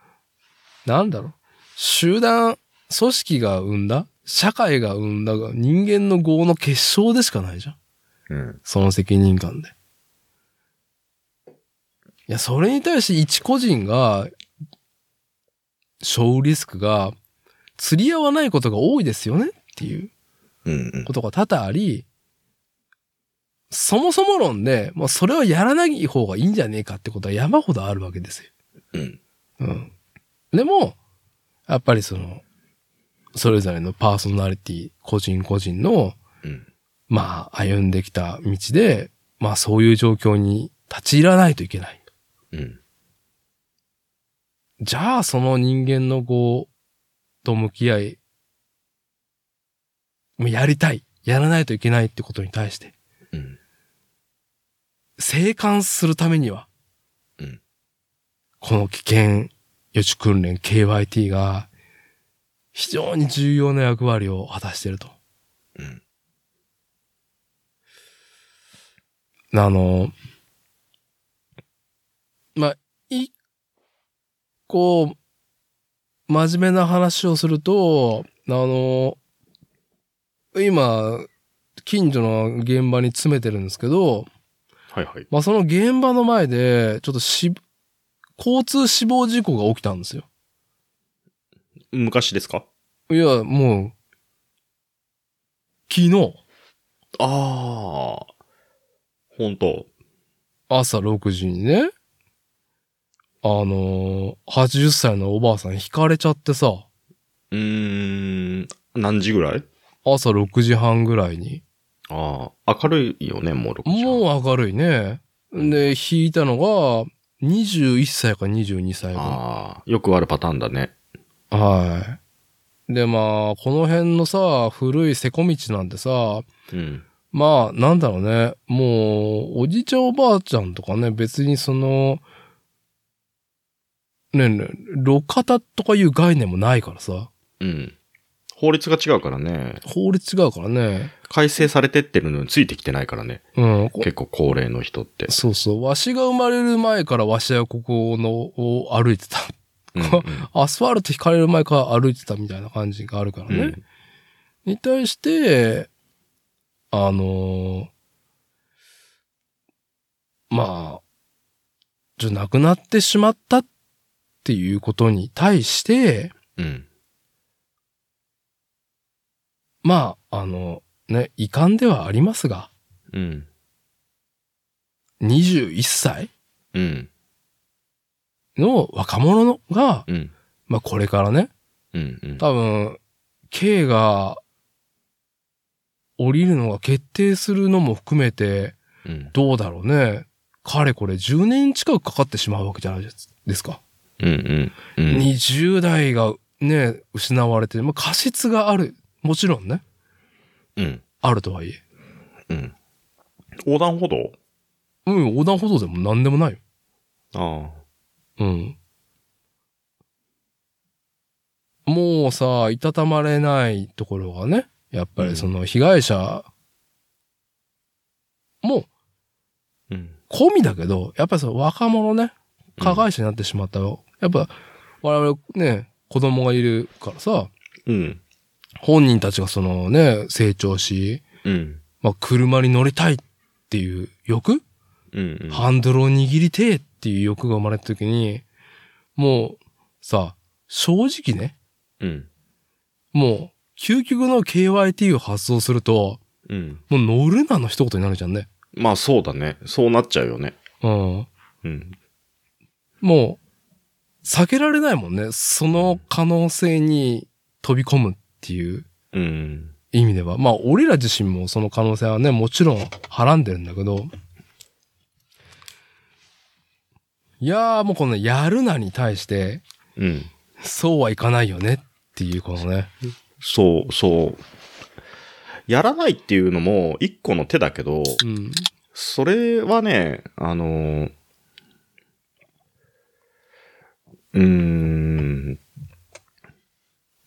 Speaker 1: なんだろう。集団、組織が生んだ、社会が生んだが、人間の業の結晶でしかないじゃん。
Speaker 3: うん。
Speaker 1: その責任感で。いや、それに対して一個人が、小リスクが、釣り合わないことが多いですよねっていう
Speaker 2: うんうん。
Speaker 1: ことが多々あり、そもそも論で、もうそれをやらない方がいいんじゃねえかってことは山ほどあるわけですよ。
Speaker 2: うん。
Speaker 1: うん。でも、やっぱりその、それぞれのパーソナリティ、個人個人の、
Speaker 2: うん
Speaker 1: まあ、歩んできた道で、まあ、そういう状況に立ち入らないといけない。
Speaker 2: うん。
Speaker 1: じゃあ、その人間のこう、と向き合い、もうやりたい、やらないといけないってことに対して、
Speaker 2: うん。
Speaker 1: 生還するためには、
Speaker 2: うん
Speaker 1: この危険予知訓練 KYT が非常に重要な役割を果たしていると。
Speaker 2: うん
Speaker 1: あの、まあ、一個、真面目な話をすると、あの、今、近所の現場に詰めてるんですけど、
Speaker 2: はいはい。
Speaker 1: まあ、その現場の前で、ちょっとし、交通死亡事故が起きたんですよ。
Speaker 2: 昔ですか
Speaker 1: いや、もう、昨日、
Speaker 2: ああ。本当
Speaker 1: 朝6時にね、あのー、80歳のおばあさん引かれちゃってさ、
Speaker 2: うーん。何時ぐらい
Speaker 1: 朝6時半ぐらいに。
Speaker 2: ああ。明るいよね、もう6時半。
Speaker 1: もう明るいね。で、引いたのが、21歳か22歳ぐらい。
Speaker 2: ああ。よくあるパターンだね。
Speaker 1: はい。で、まあ、この辺のさ、古い瀬古道なんてさ、
Speaker 2: うん。
Speaker 1: まあ、なんだろうね。もう、おじいちゃんおばあちゃんとかね、別にその、ねえねえ、路肩とかいう概念もないからさ、
Speaker 2: うん。法律が違うからね。
Speaker 1: 法律違うからね。
Speaker 2: 改正されてってるのについてきてないからね。
Speaker 1: うん。こ
Speaker 2: 結構高齢の人って。
Speaker 1: そうそう。わしが生まれる前からわしはここの、を歩いてた。
Speaker 2: うん
Speaker 1: アスファルト引かれる前から歩いてたみたいな感じがあるから
Speaker 2: うん
Speaker 1: ね。に対して、あのーまあ、じゃあ亡くなってしまったっていうことに対して、
Speaker 2: うん。
Speaker 1: まあ、あの、ね、遺憾ではありますが、
Speaker 2: うん。
Speaker 1: 21歳
Speaker 2: うん。
Speaker 1: の若者のが、
Speaker 2: うん。
Speaker 1: まあこれからね、
Speaker 2: うん。うん。
Speaker 1: 多分、刑が降りるのが決定するのも含めて、
Speaker 2: うん。
Speaker 1: どうだろうね。かれこれ10年近くかかってしまうわけじゃないですか。
Speaker 2: うん。うん。
Speaker 1: 20代がね、失われて、まあ、過失がある。もちろんね、
Speaker 2: うん。
Speaker 1: あるとはいえ。
Speaker 2: うん。横断歩道
Speaker 1: うん、横断歩道でも何でもないよ。
Speaker 2: あ
Speaker 1: うん。もうさ、いたたまれないところがね、やっぱりその被害者も
Speaker 2: あ。うん。
Speaker 1: 込みだけど、やっぱりその若者ね、加害者になってしまったよ。やっぱ、我々ね、子供がいるからさ、
Speaker 2: うん。
Speaker 1: 本人たちがそのね、成長し、
Speaker 2: うん。
Speaker 1: まあ、車に乗りたいっていう欲、
Speaker 2: うん。
Speaker 1: ハンドルを握りてえっていう欲が生まれた時に、もう、さ、正直ね、
Speaker 2: うん。
Speaker 1: もう、究極の KYT を発動すると、
Speaker 2: うん。
Speaker 1: もう乗るなの一言になるじゃんね。
Speaker 2: まあそうだね。そうなっちゃうよね。
Speaker 1: うん。
Speaker 2: うん。
Speaker 1: もう、避けられないもんね。その可能性に飛び込むっていう
Speaker 2: うん。
Speaker 1: 意味では。まあ、俺ら自身もその可能性はね、もちろんはらんでるんだけど、いやーもうこのやるなに対して、
Speaker 2: うん。
Speaker 1: そうはいかないよねっていうこのね。
Speaker 2: そう、そう。やらないっていうのも一個の手だけど、
Speaker 1: うん。
Speaker 2: それはね、あのー、うーん。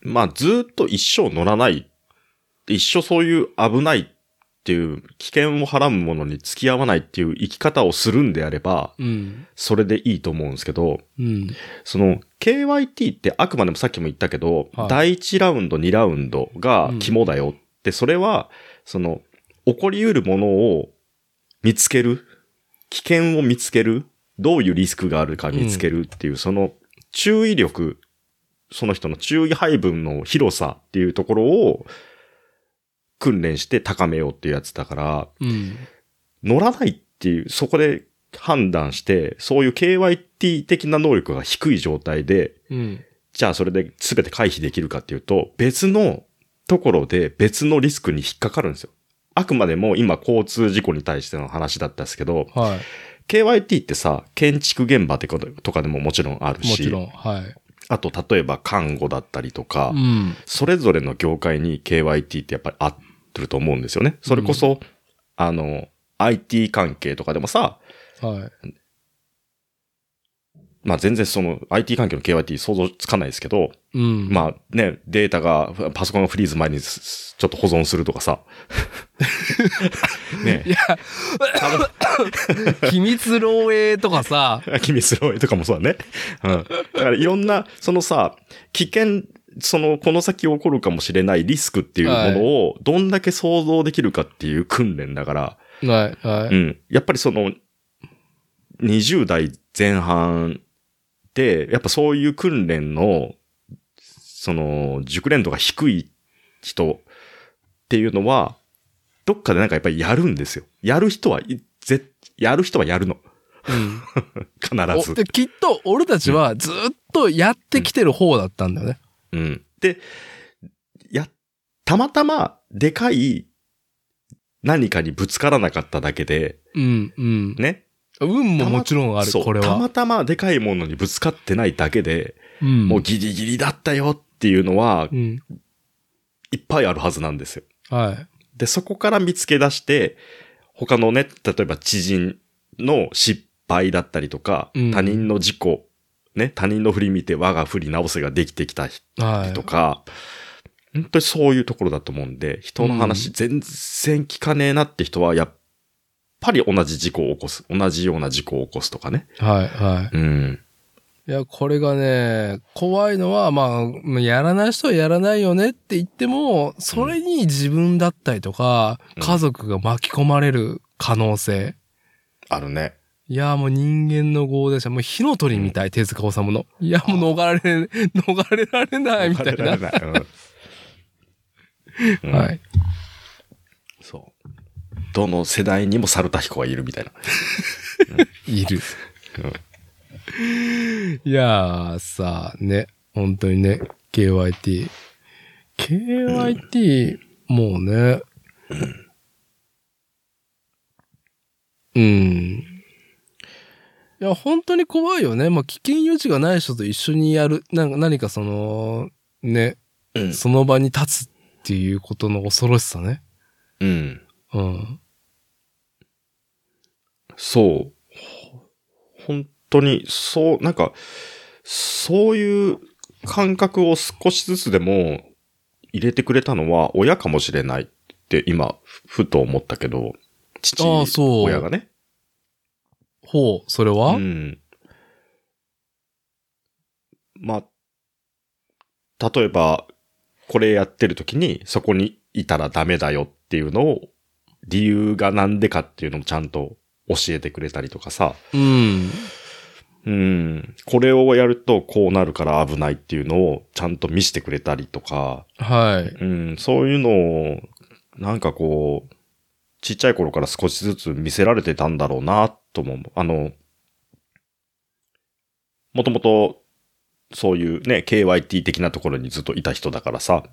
Speaker 2: まあ、ずっと一生乗らない。一生そういう危ないっていう、危険をはらむものに付き合わないっていう生き方をするんであれば、
Speaker 1: うん。
Speaker 2: それでいいと思うんですけど、
Speaker 1: うん。
Speaker 2: その KYT ってあくまでもさっきも言ったけど、
Speaker 1: はい
Speaker 2: 第1ラウンド、2ラウンドが肝だよって、それは、その、起こり得るものを見つける、危険を見つける、どういうリスクがあるか見つけるっていう、その注意力、その人の注意配分の広さっていうところを訓練して高めようっていうやつだから、
Speaker 1: うん。
Speaker 2: 乗らないっていう、そこで判断して、そういう KYT 的な能力が低い状態で、
Speaker 1: うん。
Speaker 2: じゃあそれで全て回避できるかっていうと、別のところで別のリスクに引っかかるんですよ。あくまでも今交通事故に対しての話だったんですけど、
Speaker 1: は
Speaker 2: KYT ってさ、建築現場ってこととかでももちろんある
Speaker 1: い。もち
Speaker 2: し
Speaker 1: ろ、ん。はい。
Speaker 2: あと例えば看護だったりとか、
Speaker 1: うん。
Speaker 2: それぞれの業界に KYT ってやっぱり合ってると思うんですよね。それこそ、あの、IT 関係とかでもさ、
Speaker 1: はい。
Speaker 2: まあ全然その IT 関係の KYT 想像つかないですけど、
Speaker 1: うん。
Speaker 2: まあね、データが、パソコンがフリーズ前にすちょっと保存するとかさ。ね
Speaker 1: いや、機密漏洩とかさ、
Speaker 2: 君スローとかもそうだね。うん。だからいろんな、そのさ、危険、その、この先起こるかもしれないリスクっていうものを、どんだけ想像できるかっていう訓練だから、
Speaker 1: はい、は
Speaker 2: う
Speaker 1: い。
Speaker 2: ん。やっぱりその、20代前半で、やっぱそういう訓練の、その、熟練度が低い人っていうのは、どっかでなんかやっぱりやるんですよ。やる人は、いぜ、やる人はやるの。
Speaker 1: うん
Speaker 2: 必
Speaker 1: お
Speaker 2: ず。
Speaker 1: できっと俺たちはずっとやってきてる方だったんだよね。
Speaker 2: うん。で、や、たまたま、でかい、何かにぶつからなかっただけで、
Speaker 1: うん、うん。
Speaker 2: ね。
Speaker 1: 運ももちろんある、
Speaker 2: そう
Speaker 1: これ
Speaker 2: た
Speaker 1: は
Speaker 2: ま。たまでかいものにぶつかってないだけで、
Speaker 1: うん。
Speaker 2: もうギリギリだったよっていうのは
Speaker 1: う、ん。
Speaker 2: いっぱいあるはずなんですよ。
Speaker 1: はい。
Speaker 2: で、そこから見つけ出して、他のね、例えば知人の失敗だったりとか、
Speaker 1: うん
Speaker 2: 他人の事故、ね、他人の振り見て我が振り直せができてきた人
Speaker 1: はい。
Speaker 2: とか、本当にそういうところだと思うんで、人の話全然聞かねえなって人は、やっぱり同じ事故を起こす。同じような事故を起こすとかね。
Speaker 1: はい、は
Speaker 2: うん。
Speaker 1: い。いや、これがね、怖いのは、まあ、やらない人はやらないよねって言っても、それに自分だったりとか、
Speaker 2: うん
Speaker 1: 家族が巻き込まれる可能性。
Speaker 2: あるね。
Speaker 1: いやーもう人間の豪でした。もう火の鳥みたい、手塚治虫の。いや、もう逃れ、逃れられないみたいな。
Speaker 2: わからない。うん
Speaker 1: は。い。
Speaker 2: そう。どの世代にも猿田彦がいるみたいな。
Speaker 1: いる。いやーさあね、本当にね、KYT。KYT、もうね。うん。いや、本当に怖いよね。まあ、危険余地がない人と一緒にやる。なんか何かその、ね、
Speaker 2: うん
Speaker 1: その場に立つっていうことの恐ろしさね。
Speaker 2: うん。
Speaker 1: うん。
Speaker 2: そう。ほ本当に、そう、なんか、そういう感覚を少しずつでも入れてくれたのは親かもしれないって今、ふふと思ったけど、父
Speaker 1: ああそう
Speaker 2: 親がね。
Speaker 1: ほう、それは、
Speaker 2: うん。まあ、例えば、これやってる時にそこにいたらダメだよっていうのを、理由がなんでかっていうのもちゃんと教えてくれたりとかさ、
Speaker 1: うん。
Speaker 2: うん、これをやるとこうなるから危ないっていうのをちゃんと見せてくれたりとか、
Speaker 1: はい。
Speaker 2: うん、そういうのを、なんかこう、ちっちゃい頃から少しずつ見せられてたんだろうな、とも思う。あの、もともと、そういうね、KYT 的なところにずっといた人だからさ、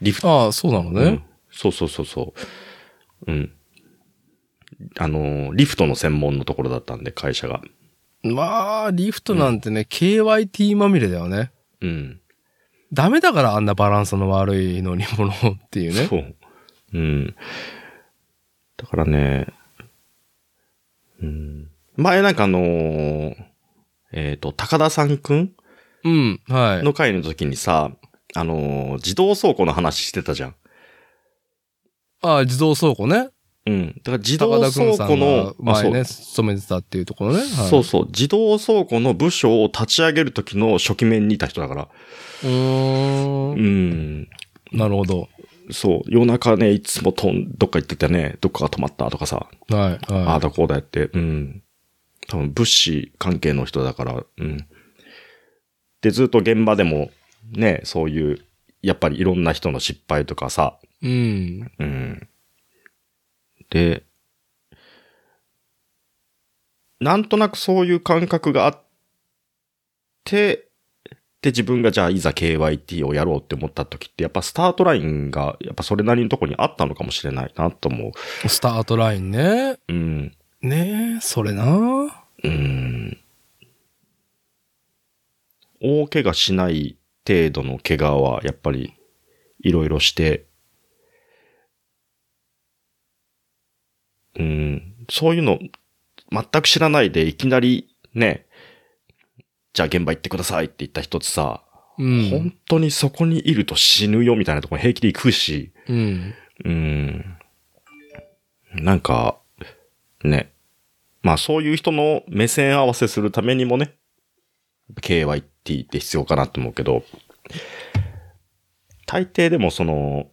Speaker 2: リフト、
Speaker 1: ああ、そうなのね。
Speaker 2: うんそうそうそうそう。うん。あの、リフトの専門のところだったんで、会社が。
Speaker 1: まあ、リフトなんてね、KYT まみれだよね。
Speaker 2: うん。
Speaker 1: ダメだからあんなバランスの悪い乗り物っていうね。
Speaker 2: そう。うん。だからね、うん、前なんかあのーえっ、と、高田さんくん
Speaker 1: うん、はい。
Speaker 2: の回の時にさ、あのー自動走行の話してたじゃん。
Speaker 1: ああ、自動倉庫ね。
Speaker 2: うん。だから自動
Speaker 1: 高田く
Speaker 2: 倉
Speaker 1: んさ
Speaker 2: 庫
Speaker 1: んが
Speaker 2: の、あそ
Speaker 1: 前
Speaker 2: う
Speaker 1: ね、勤めてたっていうところね。はい
Speaker 2: そうそう。自動倉庫の部署を立ち上げる時の初期面にいた人だから。
Speaker 1: うー。
Speaker 2: うんん。
Speaker 1: なるほど。
Speaker 2: そう。夜中ね、いつもとん、どっか行ってたね。どっかが止まったとかさ。
Speaker 1: はい、
Speaker 2: ああ
Speaker 1: は
Speaker 2: だこうだやって。うん。多分物資関係の人だから。うん。で、ずっと現場でも、ね、そういう、やっぱりいろんな人の失敗とかさ。
Speaker 1: い。うん。
Speaker 2: うん。で、なんとなくそういう感覚があって、で、自分がじゃあいざ KYT をやろうって思った時って、やっぱスタートラインが、やっぱそれなりのとこにあったのかもしれないなと思
Speaker 1: スタートラインね。
Speaker 2: う。うん。
Speaker 1: ねえ、それな。
Speaker 2: うん。大怪我しない程度の怪我は、やっぱり、いろいろして、うん、そういうの、全く知らないで、いきなり、ね、じゃあ現場行ってくださいって言った人ってさ、
Speaker 1: うん。
Speaker 2: 本当にそこにいると死ぬよみたいなところに平気で行くし、
Speaker 1: うん。
Speaker 2: うん。なんか、ね。まあそういう人の目線合わせするためにもね、KYT って必要かなと思うけど、大抵でもその、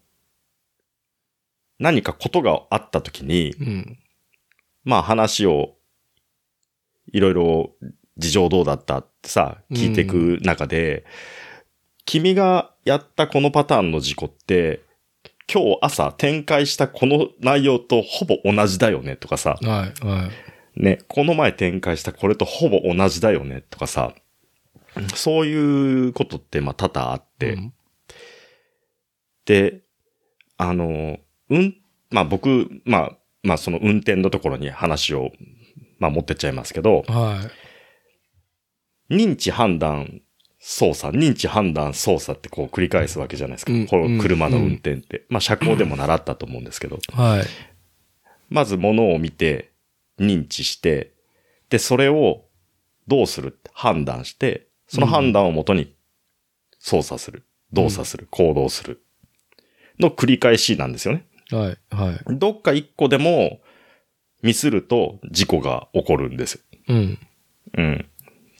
Speaker 2: 何かことがあった時に、
Speaker 1: うん。
Speaker 2: まあ話を、いろいろ事情どうだったってさ、聞いていく中で、君がやったこのパターンの事故って、今日朝展開したこの内容とほぼ同じだよねとかさ、
Speaker 1: はい、はい。
Speaker 2: ね、この前展開したこれとほぼ同じだよねとかさ、そういうことってまあ多々あって、
Speaker 1: うん
Speaker 2: で、あの、うん、まあ僕、まあ、まあその運転のところに話を、まあ持ってっちゃいますけど、
Speaker 1: は
Speaker 2: 認知判断操作、認知判断操作ってこう繰り返すわけじゃないですか。
Speaker 1: うん
Speaker 2: こ
Speaker 1: うん
Speaker 2: の車の運転って。まあ車高でも習ったと思うんですけど、
Speaker 1: い。はい。
Speaker 2: まず物を見て、認知して、で、それをどうするって判断して、その判断をもとに操作する、動作する、行動する。の繰り返しなんですよね。
Speaker 1: はい。はい。
Speaker 2: どっか一個でもミスると事故が起こるんですよ。
Speaker 1: うん。
Speaker 2: うん。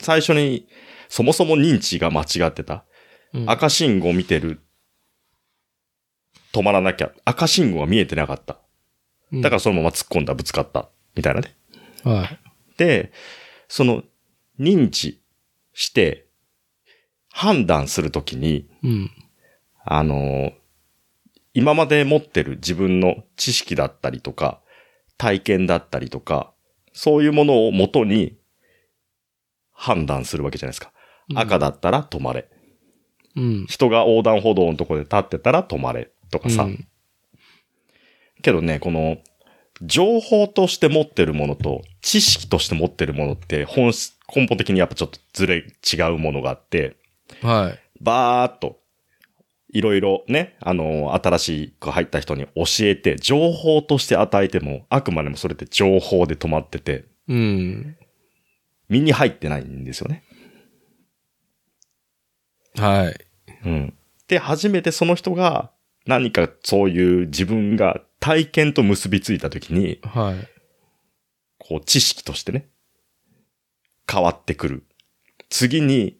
Speaker 2: 最初に、そもそも認知が間違ってた。
Speaker 1: うん
Speaker 2: 赤信号見てる。止まらなきゃ。赤信号が見えてなかった。だからそのまま突っ込んだ、ぶつかった。みたいなね。
Speaker 1: ら、はい。
Speaker 2: で、その、認知して、判断するときに、
Speaker 1: うん。
Speaker 2: あの、今まで持ってる自分の知識だったりとか、体験だったりとか、そういうものを元に判断するわけじゃないですか。赤
Speaker 1: だ。
Speaker 2: だったら止まれ。
Speaker 1: うん。
Speaker 2: 人が横断歩道のとこで立ってたら止まれ。とかさ。
Speaker 1: うん
Speaker 2: けどね、この、情報として持ってるものと、知識として持ってるものって、本質、根本的にやっぱちょっとずれ違うものがあって、
Speaker 1: はい。
Speaker 2: バーっと、いろいろね、あの、新しく入った人に教えて、情報として与えても、あくまでもそれって情報で止まってて、
Speaker 1: うん。
Speaker 2: 身に入ってないんですよね。
Speaker 1: はい。
Speaker 2: うん。で、初めてその人が、何かそういう自分が体験と結びついたときに、
Speaker 1: はい。
Speaker 2: こう知識としてね、変わってくる。次に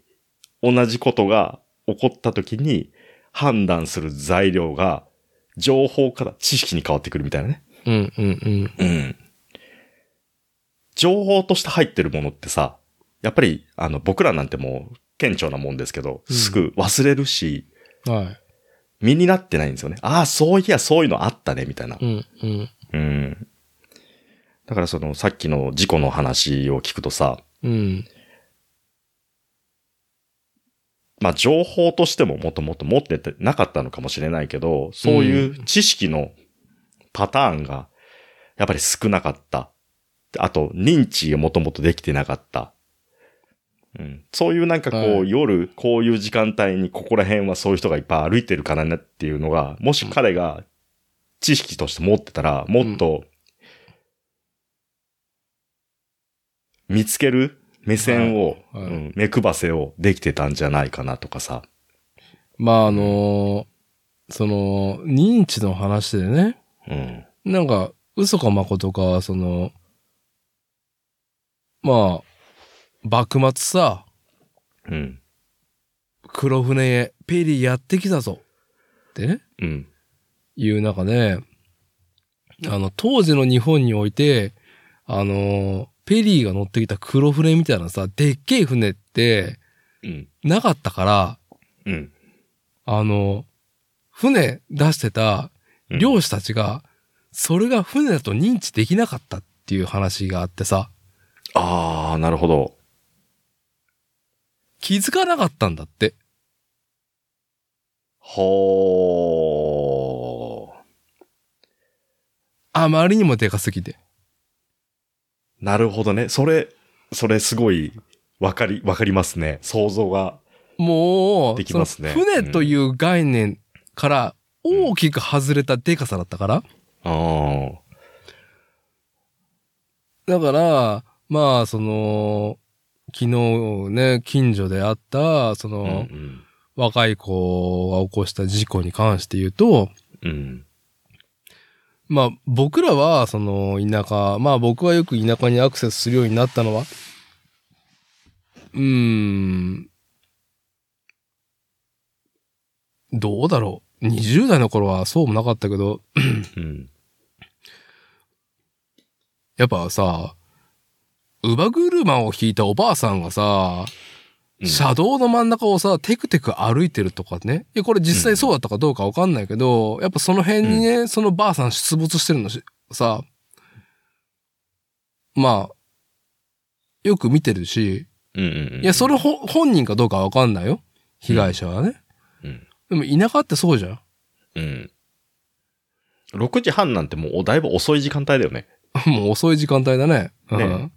Speaker 2: 同じことが起こった時に判断する材料が情報から知識に変わってくるみたいなね。
Speaker 1: うんうんうん。
Speaker 2: うん。情報として入ってるものってさ、やっぱりあの僕らなんてもう顕著なもんですけど、
Speaker 1: うん
Speaker 2: すぐ忘れるし、
Speaker 1: はい。
Speaker 2: 身になってないんですよね。ああ、そういや、そういうのあったね、みたいな
Speaker 1: う。んうん。
Speaker 2: うん。だからそのさっきの事故の話を聞くとさ、
Speaker 1: うん。
Speaker 2: まあ情報としてももともと持っててなかったのかもしれないけど、そういう知識のパターンがやっぱり少なかった。あと、認知がもともとできてなかった。うん、そういうなんかこう、
Speaker 1: はい
Speaker 2: 夜、こういう時間帯にここら辺はそういう人がいっぱい歩いてるからねっていうのが、もし彼が知識として持ってたら、もっと、見つける目線を、
Speaker 1: はいはい
Speaker 2: うん目配せをできてたんじゃないかなとかさ。
Speaker 1: まああのーその、認知の話でね、
Speaker 2: うん。
Speaker 1: なんか、嘘か誠かは、その、まあ、幕末さ、
Speaker 2: うん。
Speaker 1: 黒船へ、ペリーやってきたぞ。ってね、
Speaker 2: うん。
Speaker 1: いう中で、あの、当時の日本において、あの、ペリーが乗ってきた黒船みたいなさ、でっけえ船って、
Speaker 2: うん。
Speaker 1: なかったから、
Speaker 2: うん。
Speaker 1: あの、船出してた漁師たちが、それが船だと認知できなかったっていう話があってさ、
Speaker 2: ああ、なるほど。
Speaker 1: 気づかなかったんだって。
Speaker 2: ほー。
Speaker 1: あまりにもでかすぎて。
Speaker 2: なるほどね。それ、それすごい、わかり、わかりますね。想像が。
Speaker 1: もう、
Speaker 2: できますね
Speaker 1: その船という概念から
Speaker 2: うん
Speaker 1: 大きく外れたでかさだったから。
Speaker 2: ああ。
Speaker 1: だから、まあ、その、昨日ね、近所であった、その、
Speaker 2: うん。うん。
Speaker 1: 若い子が起こした事故に関して言うと、
Speaker 2: うん。
Speaker 1: まあ僕らはその田舎、まあ僕はよく田舎にアクセスするようになったのは、うーん、どうだろう。20代の頃はそうもなかったけど、
Speaker 2: うん。
Speaker 1: やっぱさ、乳母車を引いたおばあさんがさ、車道の真ん中をさ、テクテク歩いてるとかね。いや、これ実際そうだったかどうかわかんないけど、やっぱその辺にね、そのばあさん出没してるのしさ、まあ、よく見てるし、
Speaker 2: うん。うん。
Speaker 1: いや、そ
Speaker 2: れ。
Speaker 1: れほ本人かどうかわかんないよ。被害者はね。
Speaker 2: うん。
Speaker 1: でも田舎ってそうじゃん。
Speaker 2: うん。6時半なんてもうだいぶ遅い時間帯だよね。
Speaker 1: もう遅い時間帯だね。うん
Speaker 2: ね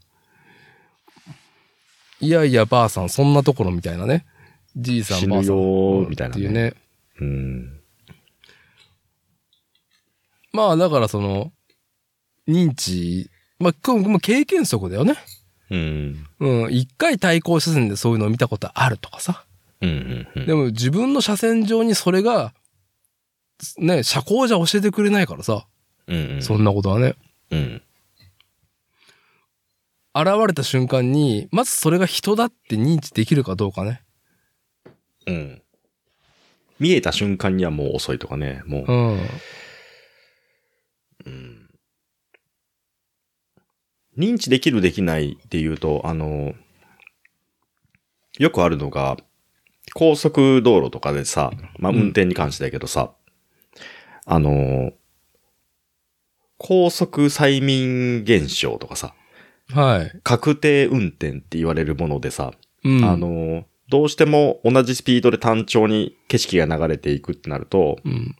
Speaker 1: いやいや、ばあさん、そんなところみたいなね。じいさ
Speaker 2: 死
Speaker 1: ん、ばあ
Speaker 2: ぬ
Speaker 1: さん。
Speaker 2: よー、みたいな、
Speaker 1: っていう。ね。
Speaker 2: うん。
Speaker 1: まあだからその、認知、まあ、こもう経験則だよね。
Speaker 2: うん。
Speaker 1: うん。一回対向車線でそういうのを見たことあるとかさ。
Speaker 2: うん。うん。うん
Speaker 1: でも自分の車線上にそれが、ね、車高じゃ教えてくれないからさ。
Speaker 2: うん。うん
Speaker 1: そんなことはね。
Speaker 2: うん。
Speaker 1: 現れた瞬間に、まずそれが人だって認知できるかどうかね。
Speaker 2: うん。見えた瞬間にはもう遅いとかね、も
Speaker 1: う
Speaker 2: う。
Speaker 1: ん。
Speaker 2: うん認知できるできないっていうと、あの、よくあるのが、高速道路とかでさ、まあ
Speaker 1: うん
Speaker 2: 運転に関してだけどさ、あの、高速催眠現象とかさ、
Speaker 1: はい。
Speaker 2: 確定運転って言われるものでさ、
Speaker 1: うん。
Speaker 2: あ、の、どうしても同じスピードで単調に景色が流れていくってなると、
Speaker 1: うん。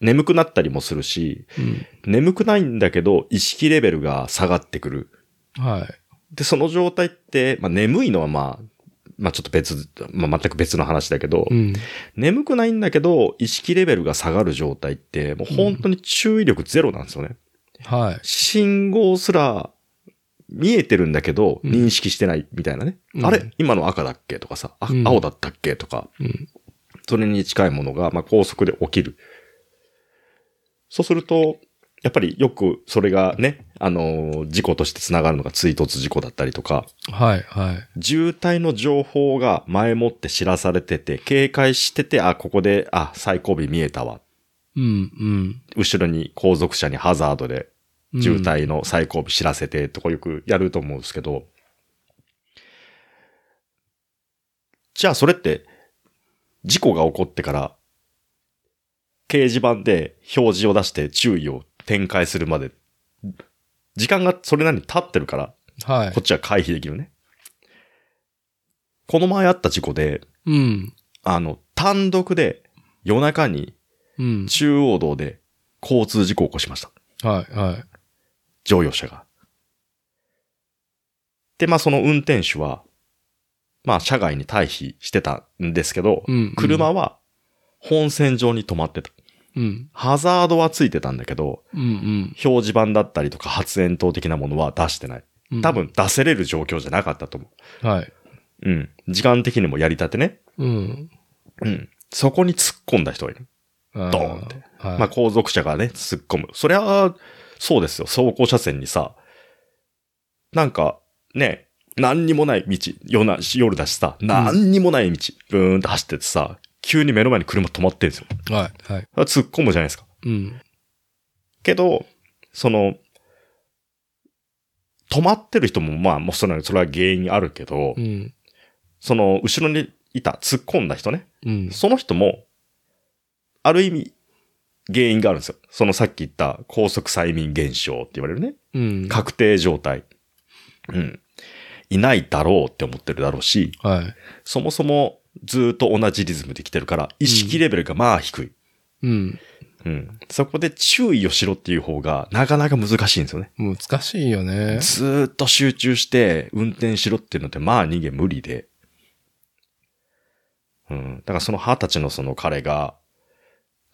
Speaker 2: 眠くなったりもするし、
Speaker 1: うん。
Speaker 2: 眠くないんだけど、意識レベルが下がってくる。
Speaker 1: はい。
Speaker 2: で、その状態って、まあ、眠いのはまあ、まあ、ちょっと別、まあ、全く別の話だけど、
Speaker 1: うん。
Speaker 2: 眠くないんだけど、意識レベルが下がる状態って、もう本当に注意力ゼロなんですよね。
Speaker 1: は
Speaker 2: 信号すら、見えてるんだけど、
Speaker 1: うん
Speaker 2: 認識してないみたいなね。
Speaker 1: うん
Speaker 2: あれ今の赤だっけとかさ、あ
Speaker 1: うん
Speaker 2: 青だったっけとか、
Speaker 1: い。うん。
Speaker 2: それに近いものが、まあ、高速で起きる。そうすると、やっぱりよくそれがね、あのー事故としてつながるのが追突事故だったりとか、
Speaker 1: はい。はい。
Speaker 2: 渋滞の情報が前もって知らされてて、警戒してて、あ、ここで、あ、最後尾見えたわ。
Speaker 1: うん。うん。
Speaker 2: 後ろに後続車にハザードで
Speaker 1: うん
Speaker 2: 渋。滞の最後尾知らせてとかよくやると思うんですけど、じゃあそれって、事故が起こってから、掲示板で表示を出して注意を展開するまで、時間がそれなりに経ってるから、
Speaker 1: はい
Speaker 2: こ。っちは回避できるね。この前あった事故で、
Speaker 1: うん。
Speaker 2: あの、単独で夜中に
Speaker 1: うん。
Speaker 2: 中央道で交通事故を起こしました。
Speaker 1: はい、はい。
Speaker 2: 乗用車が。で、まあその運転手は、まあ車外に退避してたんですけど、
Speaker 1: うんうん
Speaker 2: 車は本線上に止まってた。
Speaker 1: うん。
Speaker 2: ハザードはついてたんだけど、
Speaker 1: うん、
Speaker 2: 表示板だったりとか発煙筒的なものは出してない。
Speaker 1: うん。
Speaker 2: 多。分出せれる状況じゃなかったと思
Speaker 1: はい。
Speaker 2: う。うん。時間的にもやりたてね。
Speaker 1: うん。
Speaker 2: うん。そこに突っ込んだ人がいる。
Speaker 1: ド
Speaker 2: ドーンって。
Speaker 1: はい
Speaker 2: まあ、後続車がね、突っ込む。そりゃ、そうですよ。走行車線にさ、なんか、ね、何にもない道、夜な、夜だしさ、何にもない道、ブーンと走っててさ、急に目の前に車止まってるんですよ。だか
Speaker 1: はい、はい。
Speaker 2: ら突っ込むじゃないですか。
Speaker 1: うん。
Speaker 2: けど、その、止まってる人も、まあ、もうそれはそれは原因あるけど、
Speaker 1: うん。
Speaker 2: その、後ろにいた、突っ込んだ人ね、
Speaker 1: うん。
Speaker 2: その人も、ある意味、原因があるんですよ。そのさっき言った高速催眠現象って言われるね。
Speaker 1: うん。
Speaker 2: 確定状態。うん。いないだろうって思ってるだろうし、
Speaker 1: はい。
Speaker 2: そもそもずーっと同じリズムで来てるから、意識レベルがまあ低い。
Speaker 1: うん。
Speaker 2: うん。そこで注意をしろっていう方が、なかなか難しいんですよね。
Speaker 1: 難しいよね。
Speaker 2: ずーっと集中して運転しろっていうのって、まあ人間無理で。うん。だからその二十歳のその彼が、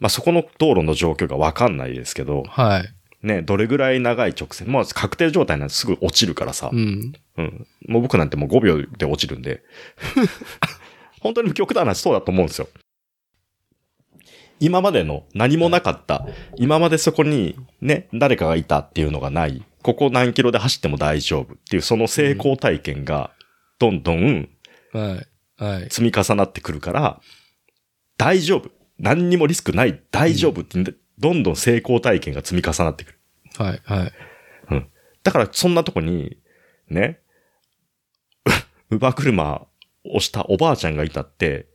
Speaker 2: まあそこの道路の状況がわかんないですけど、
Speaker 1: はい。
Speaker 2: ね、どれぐらい長い直線、まあ確定状態なんてすぐ落ちるからさ
Speaker 1: う、ん。
Speaker 2: うん。もう僕なんてもう5秒で落ちるんで。 本当に極端な話そうだと思うんですよ。今までの何もなかった。今までそこにね、誰かがいたっていうのがない。ここ何キロで走っても大丈夫っていうその成功体験がどんどん
Speaker 1: はい。はい。
Speaker 2: 積み重なってくるから、大丈夫。何にもリスクない。大丈夫って、どんどん成功体験が積み重なってくる。
Speaker 1: はい。はい。
Speaker 2: だからそんなとこに、ね、 う馬車をしたおばあちゃんがいたって、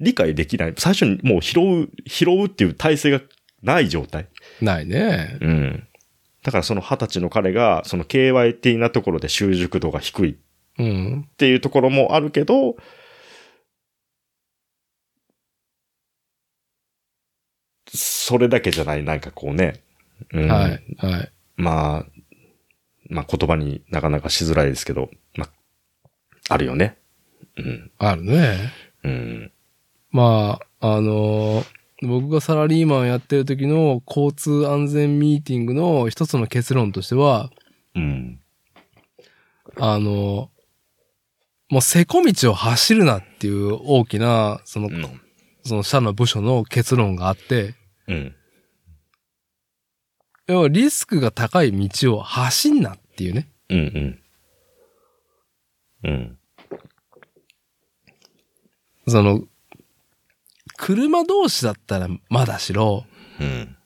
Speaker 2: 理解できない。最初にもう拾う、拾うっていう体制がない状態。
Speaker 1: ないね。
Speaker 2: うん。だからその二十歳の彼が、その KYT なところで習熟度が低いっ
Speaker 1: うん。
Speaker 2: ていうところもあるけど、それだけじゃない、なんかこうね。うん、
Speaker 1: はい。はい。
Speaker 2: まあ、まあ言葉になかなかしづらいですけど、まあ、あるよね。うん。
Speaker 1: あるね。
Speaker 2: うん。
Speaker 1: まあ、あのー僕がサラリーマンやってる時の交通安全ミーティングの一つの結論としては、
Speaker 2: うん。
Speaker 1: あのーもうせこ道を走るなっていう大きな、その、
Speaker 2: うん。
Speaker 1: その社の部署の結論があって、
Speaker 2: うん。
Speaker 1: 要はリスクが高い道を走んなっていうね。
Speaker 2: うん。うん。
Speaker 1: その、車同士だったらまだしろ、
Speaker 2: うん。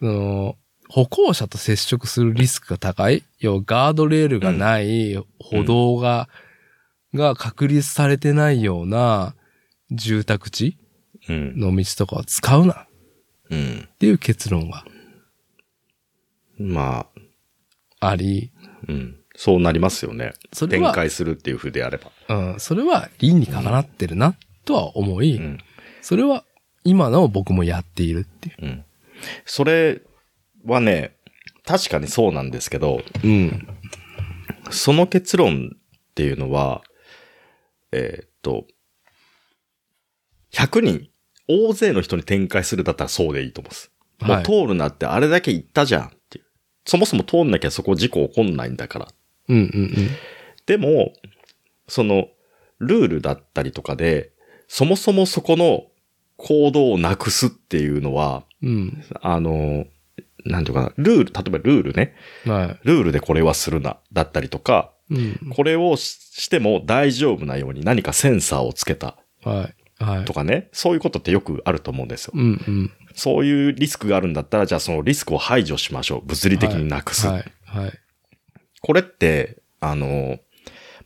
Speaker 1: その、歩行者と接触するリスクが高い。要はガードレールがない、歩道が、が確立されてないような住宅地
Speaker 2: うん。
Speaker 1: の道とかは使うな
Speaker 2: うん。
Speaker 1: っていう結論が
Speaker 2: まあ、
Speaker 1: あり、
Speaker 2: うん。そうなりますよね。
Speaker 1: それ
Speaker 2: 展
Speaker 1: は、
Speaker 2: 開するっていう風であれば。
Speaker 1: うん、それは理にかなってるなとは思い、
Speaker 2: うん。
Speaker 1: それは今の僕もやっているっていう。
Speaker 2: うん。それはね、確かにそうなんですけど、
Speaker 1: うん。
Speaker 2: その結論っていうのは、えーっと、100人、大勢の人に展開するだったらそうでいいと思うんです。も
Speaker 1: は
Speaker 2: う
Speaker 1: い。
Speaker 2: 通るなってあれだけ言ったじゃんっていう。そもそも通んなきゃそこ事故起こんないんだから。
Speaker 1: うんうん
Speaker 2: でも、その、ルールだったりとかで、そもそもそこの行動をなくすっていうのは、
Speaker 1: うん。
Speaker 2: あの、なんていうかな、ルール、例えばルールね、
Speaker 1: うん。は
Speaker 2: ルールでこれはするな、だったりとか、
Speaker 1: い。うん。
Speaker 2: これをししても大丈夫なように何かセンサーをつけた
Speaker 1: はい。はい
Speaker 2: と。かね、そういうことってよくあると思うんですよ
Speaker 1: う。んうん。
Speaker 2: そういうリスクがあるんだったら、じゃあそのリスクを排除しましょう。物理的になくす。
Speaker 1: はい。はい。
Speaker 2: これって、あの、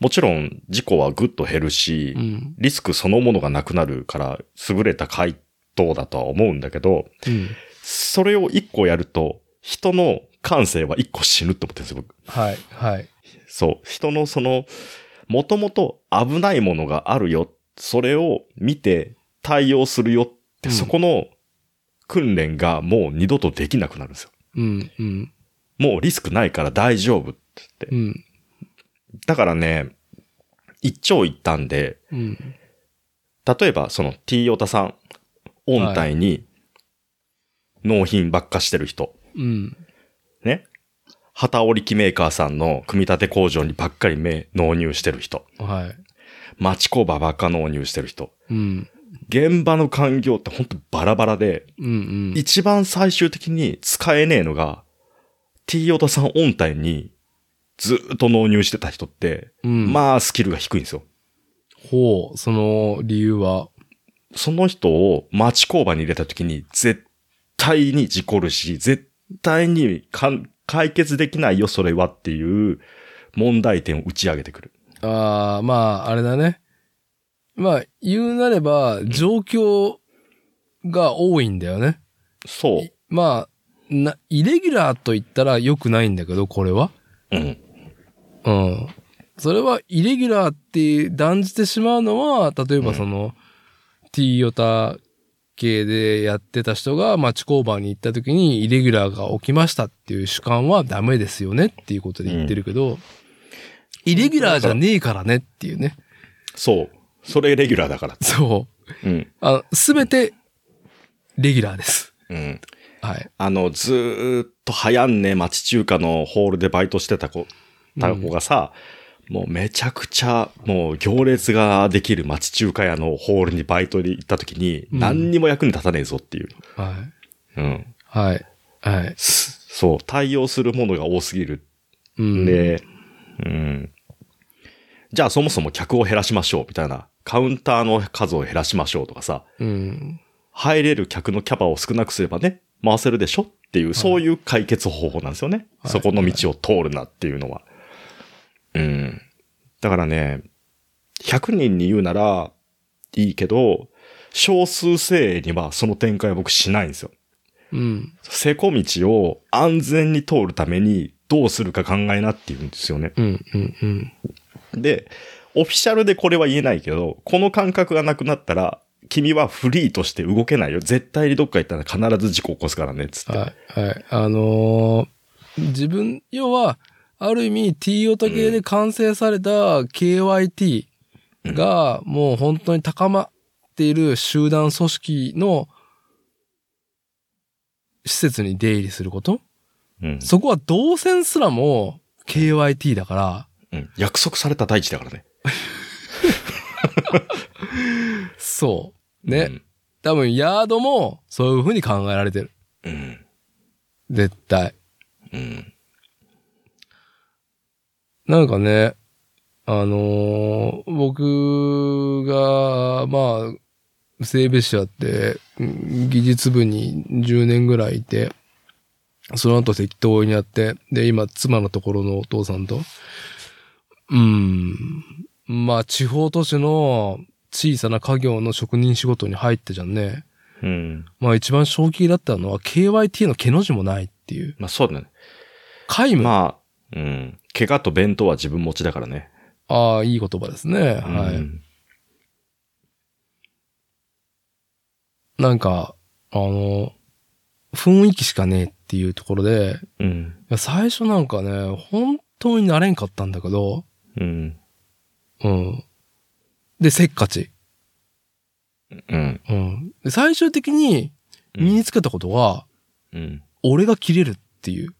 Speaker 2: もちろん事故はぐっと減るし、
Speaker 1: うん。
Speaker 2: リスクそのものがなくなるから優れた回答だとは思うんだけど、
Speaker 1: うん。
Speaker 2: それを一個やると、人の感性は一個死ぬって思ってるんですよ、僕。
Speaker 1: はい。はい。
Speaker 2: そう。人のその、もともと危ないものがあるよ。それを見て対応するよっ
Speaker 1: う
Speaker 2: て、
Speaker 1: ん
Speaker 2: そこの訓練がもう二度とできなくなるんですよ。
Speaker 1: うん。うん。
Speaker 2: もうリスクないから大丈夫って言って。
Speaker 1: うん。
Speaker 2: だからね、一長一短で、
Speaker 1: うん。
Speaker 2: 例えばその T 太田さん、音体に納品ばっかしてる人、
Speaker 1: うん。
Speaker 2: ね。旗織機メーカーさんの組み立て工場にばっかり目納入してる人。
Speaker 1: はい。
Speaker 2: 町工場ばっか納入してる人。
Speaker 1: うん。
Speaker 2: 現場の環境って本当バラバラで、
Speaker 1: うんうん。
Speaker 2: 一番最終的に使えねえのが、T オタさん本体にずーっと納入してた人って、
Speaker 1: うん、
Speaker 2: まあスキルが低いんですよ。
Speaker 1: ほう、その理由は。
Speaker 2: その人を町工場に入れた時に、絶対に事故るし、絶対にかん解決できないよ、それはっていう問題点を打ち上げてくる。
Speaker 1: ああ、まあ、あれだね。まあ、言うなれば、状況が多いんだよね。
Speaker 2: そう。
Speaker 1: まあ、な、イレギュラーと言ったら良くないんだけど、これは。
Speaker 2: うん。
Speaker 1: うん。それは、イレギュラーって断じてしまうのは、例え
Speaker 2: う
Speaker 1: ば
Speaker 2: ん
Speaker 1: その、T ヨタ系でやってた人が町工場に行った時に、イレギュラーが起きましたっていう主観はダメですよねっていうことで言ってるけど、イレギュラーじゃねえからねっていうね。
Speaker 2: そう。それレギュラーだ から。
Speaker 1: そう。
Speaker 2: うん。
Speaker 1: あすべて、レギュラーです。
Speaker 2: うん。
Speaker 1: はい。
Speaker 2: あの、ずーっと流行んね、町中華のホールでバイトしてた子、た子がさ、もうめちゃくちゃ、もう行列ができる町中華屋のホールにバイトに行った時に、
Speaker 1: うん
Speaker 2: 何にも役に立たねえぞっていう。
Speaker 1: はい。
Speaker 2: うん。
Speaker 1: はい。はい。
Speaker 2: すそう、対応するものが多すぎる
Speaker 1: うん
Speaker 2: ん。で、うん。じゃあそもそも客を減らしましょう、みたいな。カウンターの数を減らしましょうとかさ、
Speaker 1: うん。
Speaker 2: 入れる客のキャパを少なくすればね、回せるでしょっていう、そういう解決方法なんですよね。
Speaker 1: はい
Speaker 2: そこの道を通るなっていうのは。うん。だからね、100人に言うならいいけど、少数精鋭にはその展開は僕しないんですよ。
Speaker 1: うん。
Speaker 2: せこ道を安全に通るためにどうするか考えなって言うんですよね。
Speaker 1: うん。うん。うん。
Speaker 2: で、オフィシャルでこれは言えないけど、この感覚がなくなったら、君はフリーとして動けないよ。絶対にどっか行ったら必ず事故起こすからね、つって。
Speaker 1: はい、はい。あのー自分、要は、ある意味 T オタ系で完成された KYT が、もう本当に高まっている集団組織の施設に出入りすること
Speaker 2: うん。
Speaker 1: そこは動線すらも KYT だから、
Speaker 2: うん約束された大地だからね。
Speaker 1: そう。ね。多分、ヤードもそういう風に考えられてる。
Speaker 2: うん。うん。
Speaker 1: 絶対。
Speaker 2: うん。
Speaker 1: なんかね、あのー僕が、まあ、整備士やって、うん技術部に10年ぐらいいて、その後適当にやって、で、今、妻のところのお父さんと、うん、まあ、地方都市の小さな家業の職人仕事に入ってじゃんね。
Speaker 2: うん。
Speaker 1: まあ、一番正気だったのは、KYT の毛の字もないっていう。
Speaker 2: まあそうだね。
Speaker 1: 皆無。
Speaker 2: まあ、うん。怪我と弁当は自分持ちだからね。
Speaker 1: ああ、いい言葉ですね。はい。
Speaker 2: うん
Speaker 1: なんか、あの、雰囲気しかねえっていうところで、
Speaker 2: うん。
Speaker 1: いや最初なんかね、本当になれんかったんだけど、
Speaker 2: うん。
Speaker 1: うん。で、せっかち。
Speaker 2: うん。
Speaker 1: うん。で最終的に
Speaker 2: うん
Speaker 1: 身につけたことは、
Speaker 2: うん。
Speaker 1: 俺が切れるって いう。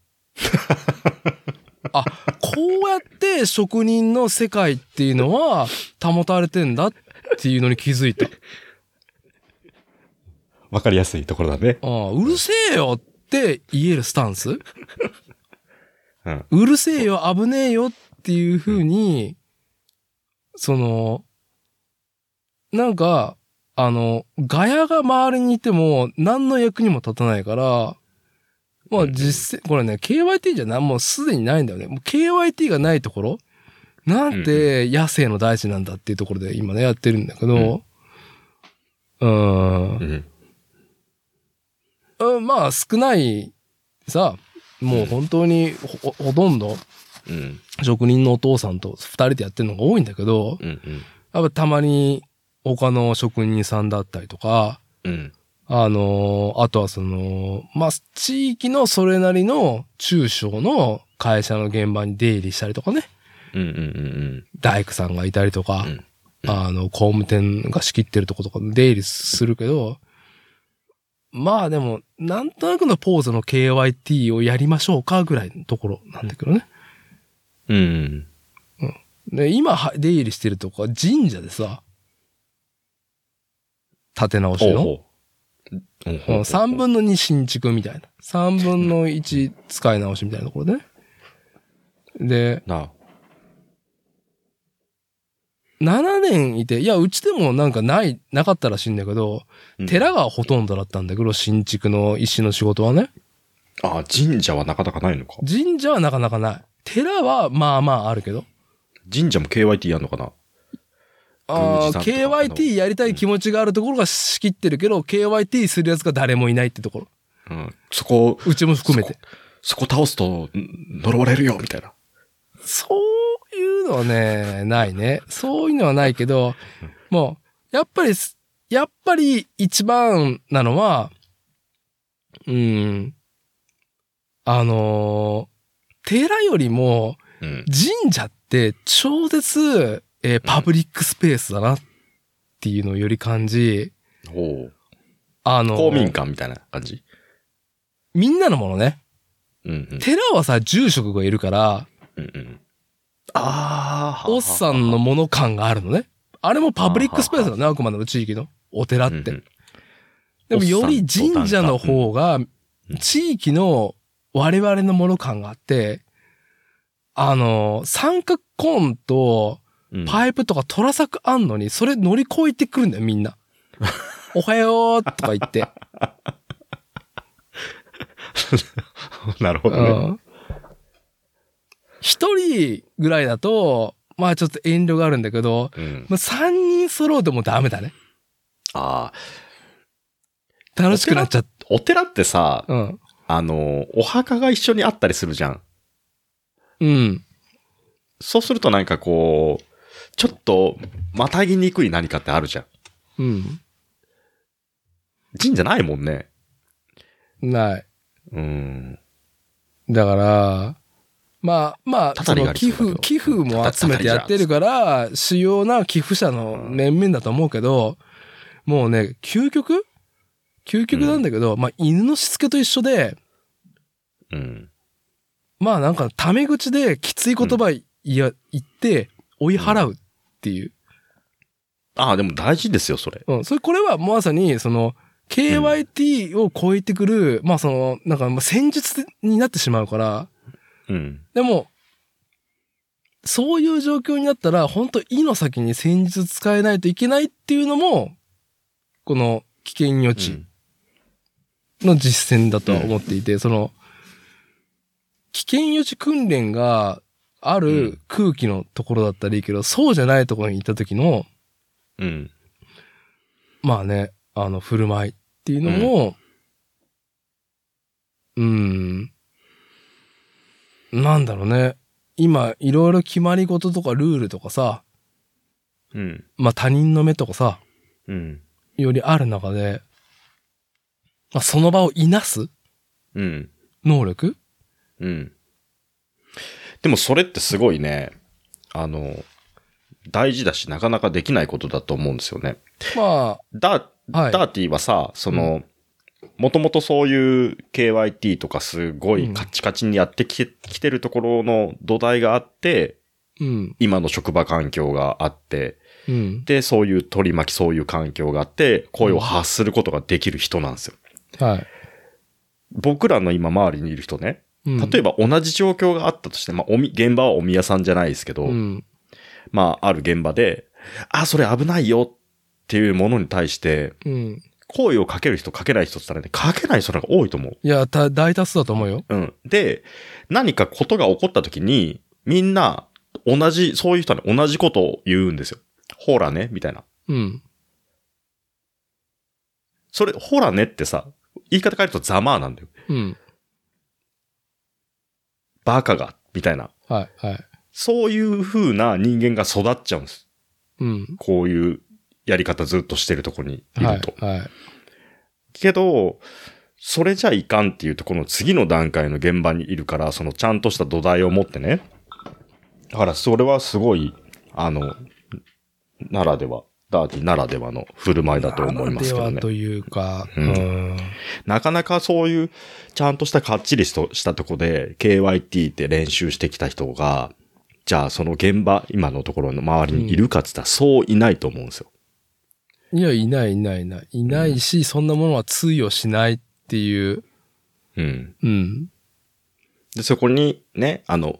Speaker 1: あ、こうやって職人の世界っていうのは保たれてんだっていうのに気づいた。
Speaker 2: わかりやすいところだね。
Speaker 1: ああ、うるせえよって言えるスタンス
Speaker 2: うん。
Speaker 1: うるせえよ、危ねえよっていうふうに、その、なんか、あの、ガヤが周りにいても何の役にも立たないから、ま
Speaker 2: う
Speaker 1: あ
Speaker 2: ん
Speaker 1: 実践、これね、KYT じゃな、もうすでにないんだよね。もう KYT がないところなんて野生の大地なんだっていうところで今ね、やってるんだけど、うん
Speaker 2: う、ん。
Speaker 1: うん、まあ少ない、さ、もう本当にほほとんど、
Speaker 2: うん。
Speaker 1: 職人のお父さんと二人でやってるのが多いんだけど、
Speaker 2: うん。
Speaker 1: やっぱたまに他の職人さんだったりとか、
Speaker 2: うん。
Speaker 1: あのーあとはその、まあ、地域のそれなりの中小の会社の現場に出入りしたりとかね、
Speaker 2: うん。うん。うん。
Speaker 1: 大工さんがいたりとか、
Speaker 2: うん
Speaker 1: あの、工務店が仕切ってるとことか出入りするけど、まあでも、なんとなくのポーズの KYT をやりましょうかぐらいのところなんだけどね。
Speaker 2: うん。
Speaker 1: で、今は出入りしてるとこは神社でさ、立て直し
Speaker 2: ほう
Speaker 1: の。
Speaker 2: ほう。うんほうほう
Speaker 1: 3分の2新築みたいな。3分の1使い直しみたいなところでね。で、
Speaker 2: な
Speaker 1: 7年いて、いや、うちでもなんかない、なかったらしいんだけど、
Speaker 2: うん
Speaker 1: 寺がほとんどだったんだけど、新築の石の仕事はね。
Speaker 2: あ、神社はなかなかないのか。
Speaker 1: 神社はなかなかない。寺はまあまああるけど。
Speaker 2: 神社も KYT やんのかな
Speaker 1: あ
Speaker 2: 宮司さ
Speaker 1: あ、
Speaker 2: んとかあの
Speaker 1: KYT やりたい気持ちがあるところが仕切ってるけど、KYT するやつが誰もいないってところ。
Speaker 2: うん。そこ、
Speaker 1: うちも含めて。
Speaker 2: そこ倒すと、ん呪われるよ、みたいな。
Speaker 1: そういうのはね、ないね。そういうのはないけど、もう、やっぱりす、やっぱり一番なのは、うん、あのー寺よりも
Speaker 2: うん。
Speaker 1: 神社って超絶、えーパブリックスペースだなっていうのをより感じ、
Speaker 2: ほう。
Speaker 1: あのー
Speaker 2: 公民館みたいな感じ
Speaker 1: みんなのものね。
Speaker 2: うんうん。
Speaker 1: 寺はさ、住職がいるから、
Speaker 2: うんうん。ああ。
Speaker 1: おっさんのもの感があるのね。あれもパブリックスペース
Speaker 2: は
Speaker 1: だね、あくまでも地域の。お寺っ
Speaker 2: うんうん、
Speaker 1: て。でもより神社の方が
Speaker 2: うん、
Speaker 1: 地域の我々のもの感があって、あの、三角コーンと
Speaker 2: うん、
Speaker 1: パイプとかトラサクあんのに、それ乗り越えてくるんだよ、み んな。おはようとか言って。
Speaker 2: なるほど
Speaker 1: う
Speaker 2: ね。
Speaker 1: ん一人ぐらいだと、まあちょっと遠慮があるんだけど、
Speaker 2: うん。
Speaker 1: まあ三人揃うともうダメだね。
Speaker 2: ああ。
Speaker 1: 楽しくなっちゃって。
Speaker 2: お寺ってさ、
Speaker 1: うん。
Speaker 2: あの、お墓が一緒にあったりするじゃん。
Speaker 1: うん。
Speaker 2: そうするとなんかこう、ちょっと、またぎにくい何かってあるじゃん。
Speaker 1: うん。
Speaker 2: 神社ないもんね。
Speaker 1: ない。
Speaker 2: うん。
Speaker 1: だから、まあまあ、
Speaker 2: た
Speaker 1: そ
Speaker 2: たりが
Speaker 1: の
Speaker 2: ありそ
Speaker 1: 寄
Speaker 2: うだけど
Speaker 1: 付、寄付も集めてやってるから、主要な寄付者の面々だと思うけど、もうね、究極究極なんだけど、まあ犬のしつけと一緒で、
Speaker 2: うん。
Speaker 1: まあなんかタメ口できつい言葉いや、言って追い払うっていう。
Speaker 2: ああ、でも大事ですよ、それ。
Speaker 1: うん。それ、これはもうまさに、その、KYT を超えてくる、まあその、なんかまあ戦術になってしまうから、
Speaker 2: うん。
Speaker 1: でも、そういう状況になったら、本当意の先に戦術使えないといけないっていうのも、この危険予
Speaker 2: う
Speaker 1: 知
Speaker 2: ん
Speaker 1: の実践だとは思っていて、その、危険予知訓練があ
Speaker 2: う
Speaker 1: る空気のところだったらいいけど、そうじゃないところに行った時の、
Speaker 2: うん。
Speaker 1: まあね、あの、振る舞いっていうのも、うん、なんだろうね。今、いろいろ決まり事とかルールとかさ、
Speaker 2: うん。
Speaker 1: まあ他人の目とかさ、
Speaker 2: うん。
Speaker 1: よりある中で、まあその場をいなす
Speaker 2: うん。
Speaker 1: 能力
Speaker 2: うん。でもそれってすごいね、あの、大事だし、なかなかできないことだと思うんですよね。
Speaker 1: ま
Speaker 2: ダ
Speaker 1: あ、はい。
Speaker 2: ダーティーはさ、その、もともとそういう KYT とかすごいカッチカチにやってきて,、きてるところの土台があって、
Speaker 1: うん、
Speaker 2: 今の職場環境があって、
Speaker 1: うん。
Speaker 2: で、そういう取り巻き、そういう環境があって、声を発することができる人なんですよ。
Speaker 1: はい。
Speaker 2: 僕らの今周りにいる人ね、
Speaker 1: うん、
Speaker 2: 例え
Speaker 1: ば、
Speaker 2: ば同じ状況があったとして、まあ、おみ、現場はお宮さんじゃないですけど、
Speaker 1: うん、
Speaker 2: まあ、ある現場で、あ、それ危ないよっていうものに対して、
Speaker 1: うん。
Speaker 2: 声をかける人、かけない人って言ったらね、かけない人の方が多いと思う。
Speaker 1: いや、た大多数だと思うよ。
Speaker 2: うん。で、何かことが起こった時に、みんな、同じ、そういう人はね、同じことを言うんですよ。ほらね、みたいな。
Speaker 1: うん。
Speaker 2: それ、ほらねってさ、言い方変えるとざまあなんだよ。
Speaker 1: うん。
Speaker 2: バカが、みたいな。
Speaker 1: はい、はい。
Speaker 2: そういう風な人間が育っちゃうんです。
Speaker 1: うん。
Speaker 2: こういうやり方ずっとしてるとこにい
Speaker 1: は
Speaker 2: る
Speaker 1: い
Speaker 2: と。、
Speaker 1: はい。
Speaker 2: けど、それじゃいかんっていうと、この次の段階の現場にいるから、そのちゃんとした土台を持ってね。だから、それはすごい、あの、ならでは、ダーティーならではの振る舞いだと思いますけ
Speaker 1: ならで
Speaker 2: ど
Speaker 1: は
Speaker 2: ね。
Speaker 1: というか、
Speaker 2: うん
Speaker 1: うん
Speaker 2: なかなかそういう、ちゃんとしたかっちりとしたとこで、KYT って練習してきた人が、じゃあその現場、今のところの周りにいるかって言ったら、そういないと思うんですよ。
Speaker 1: いや、いないいないいない。いないし、そんなものは通用しないっていう。
Speaker 2: うん。
Speaker 1: うん。
Speaker 2: で、そこにね、あの、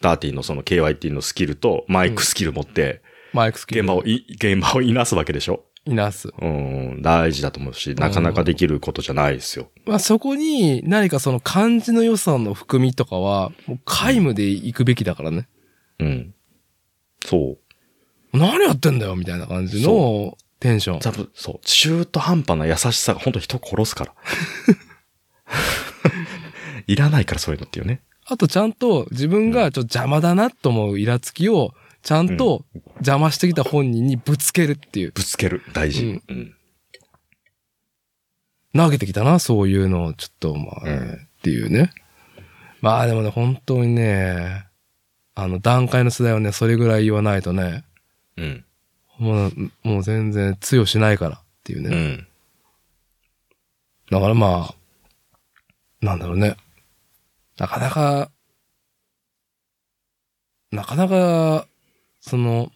Speaker 2: ダーティのその KYT のスキルとマイクスキル持って、
Speaker 1: マイクスキル
Speaker 2: 現場をい、現場をいなすわけでしょ
Speaker 1: いなす。
Speaker 2: うん、大事だと思うし、なかなかできることじゃないですよ。
Speaker 1: まあ、そこに何かその漢字の良さの含みとかは、もう皆無で行くべきだからね。
Speaker 2: うん。そう。
Speaker 1: 何やってんだよみたいな感じの
Speaker 2: そ
Speaker 1: テンション。
Speaker 2: 多分、そう。中途半端な優しさが本当人殺す から。いらないからそういうのっていうね。
Speaker 1: あとちゃんと自分がちょっと邪魔だなと思うイラつきを、ちゃんと邪魔してきた本人にぶつけるっていう。
Speaker 2: ぶつける。大事。うん。
Speaker 1: 投げてきたな、そういうのを、ちょっと、まあ、
Speaker 2: うん
Speaker 1: っていうね。まあでもね、本当にね、あの、段階の世代はね、それぐらい言わないとね、
Speaker 2: うん。
Speaker 1: もう、もう全然通用しないからっていうね。
Speaker 2: うん。
Speaker 1: だからまあ、なんだろうね。なかなか、なかなか、その、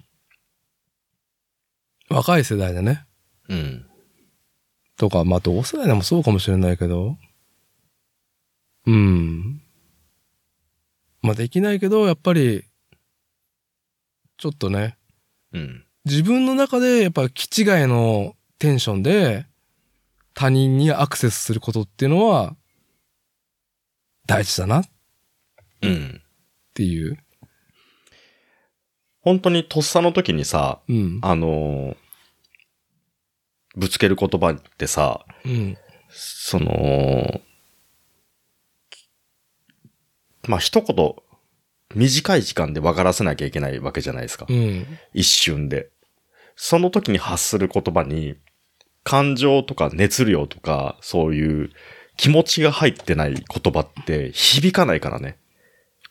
Speaker 1: 若い世代でね、
Speaker 2: うん。
Speaker 1: とか、まあ同世代でもそうかもしれないけど、うん。まあできないけど、やっぱり、ちょっとね、
Speaker 2: うん。
Speaker 1: 自分の中でやっぱ気違いのテンションで他人にアクセスすることっていうのは大事だなっ
Speaker 2: うん。
Speaker 1: ていう。
Speaker 2: 本当にとっさの時にさ、
Speaker 1: うん。
Speaker 2: あのーぶつける言葉ってさ、
Speaker 1: うん。
Speaker 2: その、まあ、一言、短い時間で分からせなきゃいけないわけじゃないですか。
Speaker 1: うん。
Speaker 2: 一瞬で。その時に発する言葉に、感情とか熱量とか、そういう気持ちが入ってない言葉って響かないからね。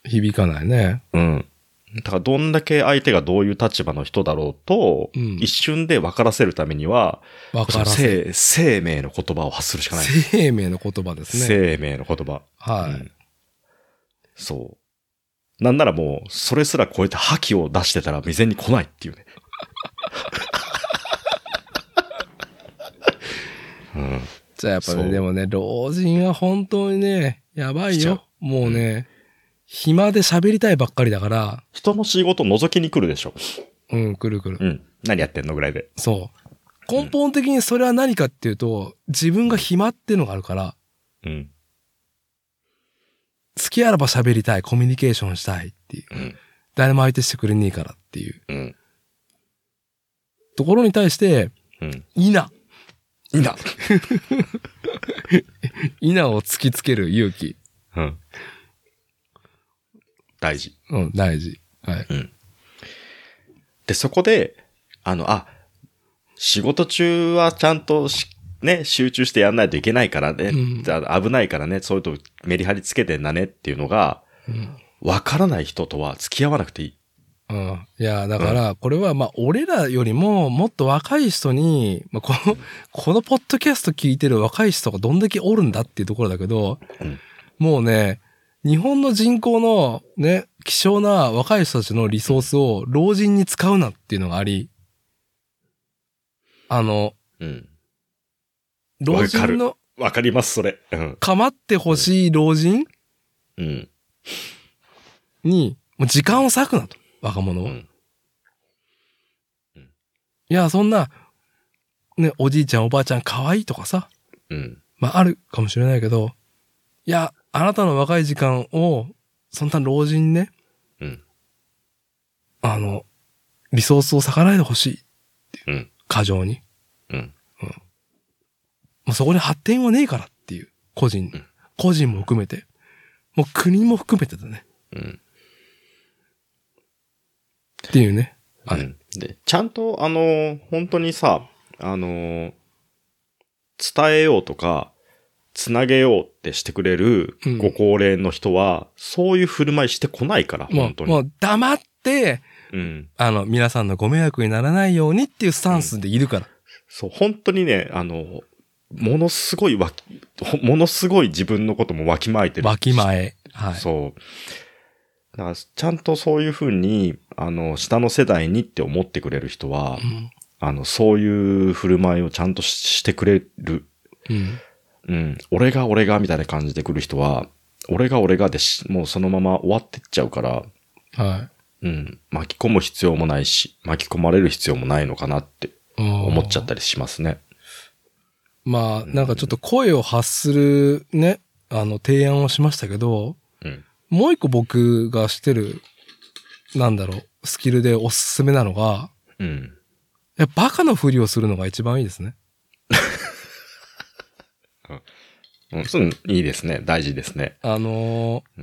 Speaker 1: 響かないね。
Speaker 2: うん。だからどんだけ相手がどういう立場の人だろうと、
Speaker 1: うん
Speaker 2: 一瞬で分からせるためには、
Speaker 1: わからせ。
Speaker 2: 生生命の言葉を発するしかない。
Speaker 1: 生命の言葉ですね。
Speaker 2: 生命の言葉。
Speaker 1: は
Speaker 2: うんそう。なんならもう、それすら超えて覇気を出してたら未然に来ないっていう ね。うん。
Speaker 1: い。じゃあやっぱ
Speaker 2: そ
Speaker 1: ね、
Speaker 2: う
Speaker 1: でもね、老人は本当にね、やば
Speaker 2: し
Speaker 1: い
Speaker 2: ちゃ
Speaker 1: よ。もうね、暇で喋りたいばっかりだから、
Speaker 2: 人の仕事を覗きに来るでしょ。
Speaker 1: うん、くるくる。
Speaker 2: うん。何やってんのぐらいで。
Speaker 1: そう。根本的にそれは何かっていうと、自分が暇っていうのがあるから、
Speaker 2: うん。
Speaker 1: 好きあらば喋りたい、コミュニケーションしたいっていう。
Speaker 2: うん。
Speaker 1: 誰も相手してくれねえからっていう
Speaker 2: うん。
Speaker 1: ところに対して、
Speaker 2: うん。
Speaker 1: いな、
Speaker 2: いいな。
Speaker 1: いなを突きつける勇気。
Speaker 2: うん。大事。
Speaker 1: うん、大事。はい。
Speaker 2: で、そこで、あの、あ、仕事中はちゃんとしね、集中してやんないといけないからね、
Speaker 1: うん
Speaker 2: じゃあ危ないからね、そういうとこメリハリつけてんだねっていうのが、
Speaker 1: うん。
Speaker 2: わからない人とは付き合わなくていい。
Speaker 1: うん、いや、だから、これは、まあ、俺らよりも、もっと若い人に、まあ、この、このポッドキャスト聞いてる若い人がどんだけおるんだっていうところだけど、
Speaker 2: うん
Speaker 1: もうね、日本の人口のね、希少な若い人たちのリソースを老人に使うなっていうのがあり、あの、
Speaker 2: うん。
Speaker 1: 老人の、
Speaker 2: わかります、それ。うん。
Speaker 1: 構ってほしい老人
Speaker 2: うん。
Speaker 1: に、もう時間を割くなと、若者
Speaker 2: う
Speaker 1: は。
Speaker 2: ん。
Speaker 1: いや、そんな、ね、おじいちゃんおばあちゃん可愛いとかさ、
Speaker 2: うん。
Speaker 1: まああるかもしれないけど、いや、あなたの若い時間を、そんな老人にね、
Speaker 2: うん。
Speaker 1: あの、リソースを割かないでほしい。
Speaker 2: うん。
Speaker 1: 過剰に。
Speaker 2: うん。
Speaker 1: もうそこに発展はねえからっていう。個人、
Speaker 2: うん
Speaker 1: 個人も含めて。もう国も含めてだね。
Speaker 2: うん。
Speaker 1: っていうね。
Speaker 2: う
Speaker 1: はい
Speaker 2: んで、ちゃんと、あの、本当にさ、あの、伝えようとか、つなげようってしてくれる
Speaker 1: うん
Speaker 2: ご高齢の人は、そういう振る舞いしてこないから、
Speaker 1: も
Speaker 2: 本当
Speaker 1: う、
Speaker 2: に。
Speaker 1: もう黙って、
Speaker 2: うん。
Speaker 1: あの、皆さんのご迷惑にならないようにっていうスタンスでいるから。
Speaker 2: そう、本当にね、あの、ものすごいわき、ほものすごい自分のこともわきまえてる。
Speaker 1: わきまえ。はい。
Speaker 2: そう。だから、ちゃんとそういうふうに、あの、下の世代にって思ってくれる人は
Speaker 1: う、ん
Speaker 2: あの、そういう振る舞いをちゃんとししてくれる。
Speaker 1: うん。
Speaker 2: うん。俺が俺がみたいな感じで来る人は、俺が俺がでし、もうそのまま終わってっちゃうから、
Speaker 1: は
Speaker 2: うん。巻き込む必要もないし、巻き込まれる必要もないのかなって
Speaker 1: い。
Speaker 2: 思っちゃ
Speaker 1: た
Speaker 2: ったりしますね。
Speaker 1: まあ、なんかちょっと声を発するね、あの、提案をしましたけど、
Speaker 2: うん。
Speaker 1: もう一個僕がしてる、なんだろう、スキルでおすすめなのが、
Speaker 2: うん。
Speaker 1: いやバカのふりをするのが一番いいですね。
Speaker 2: うん、そういいですね。大事ですね。
Speaker 1: あのー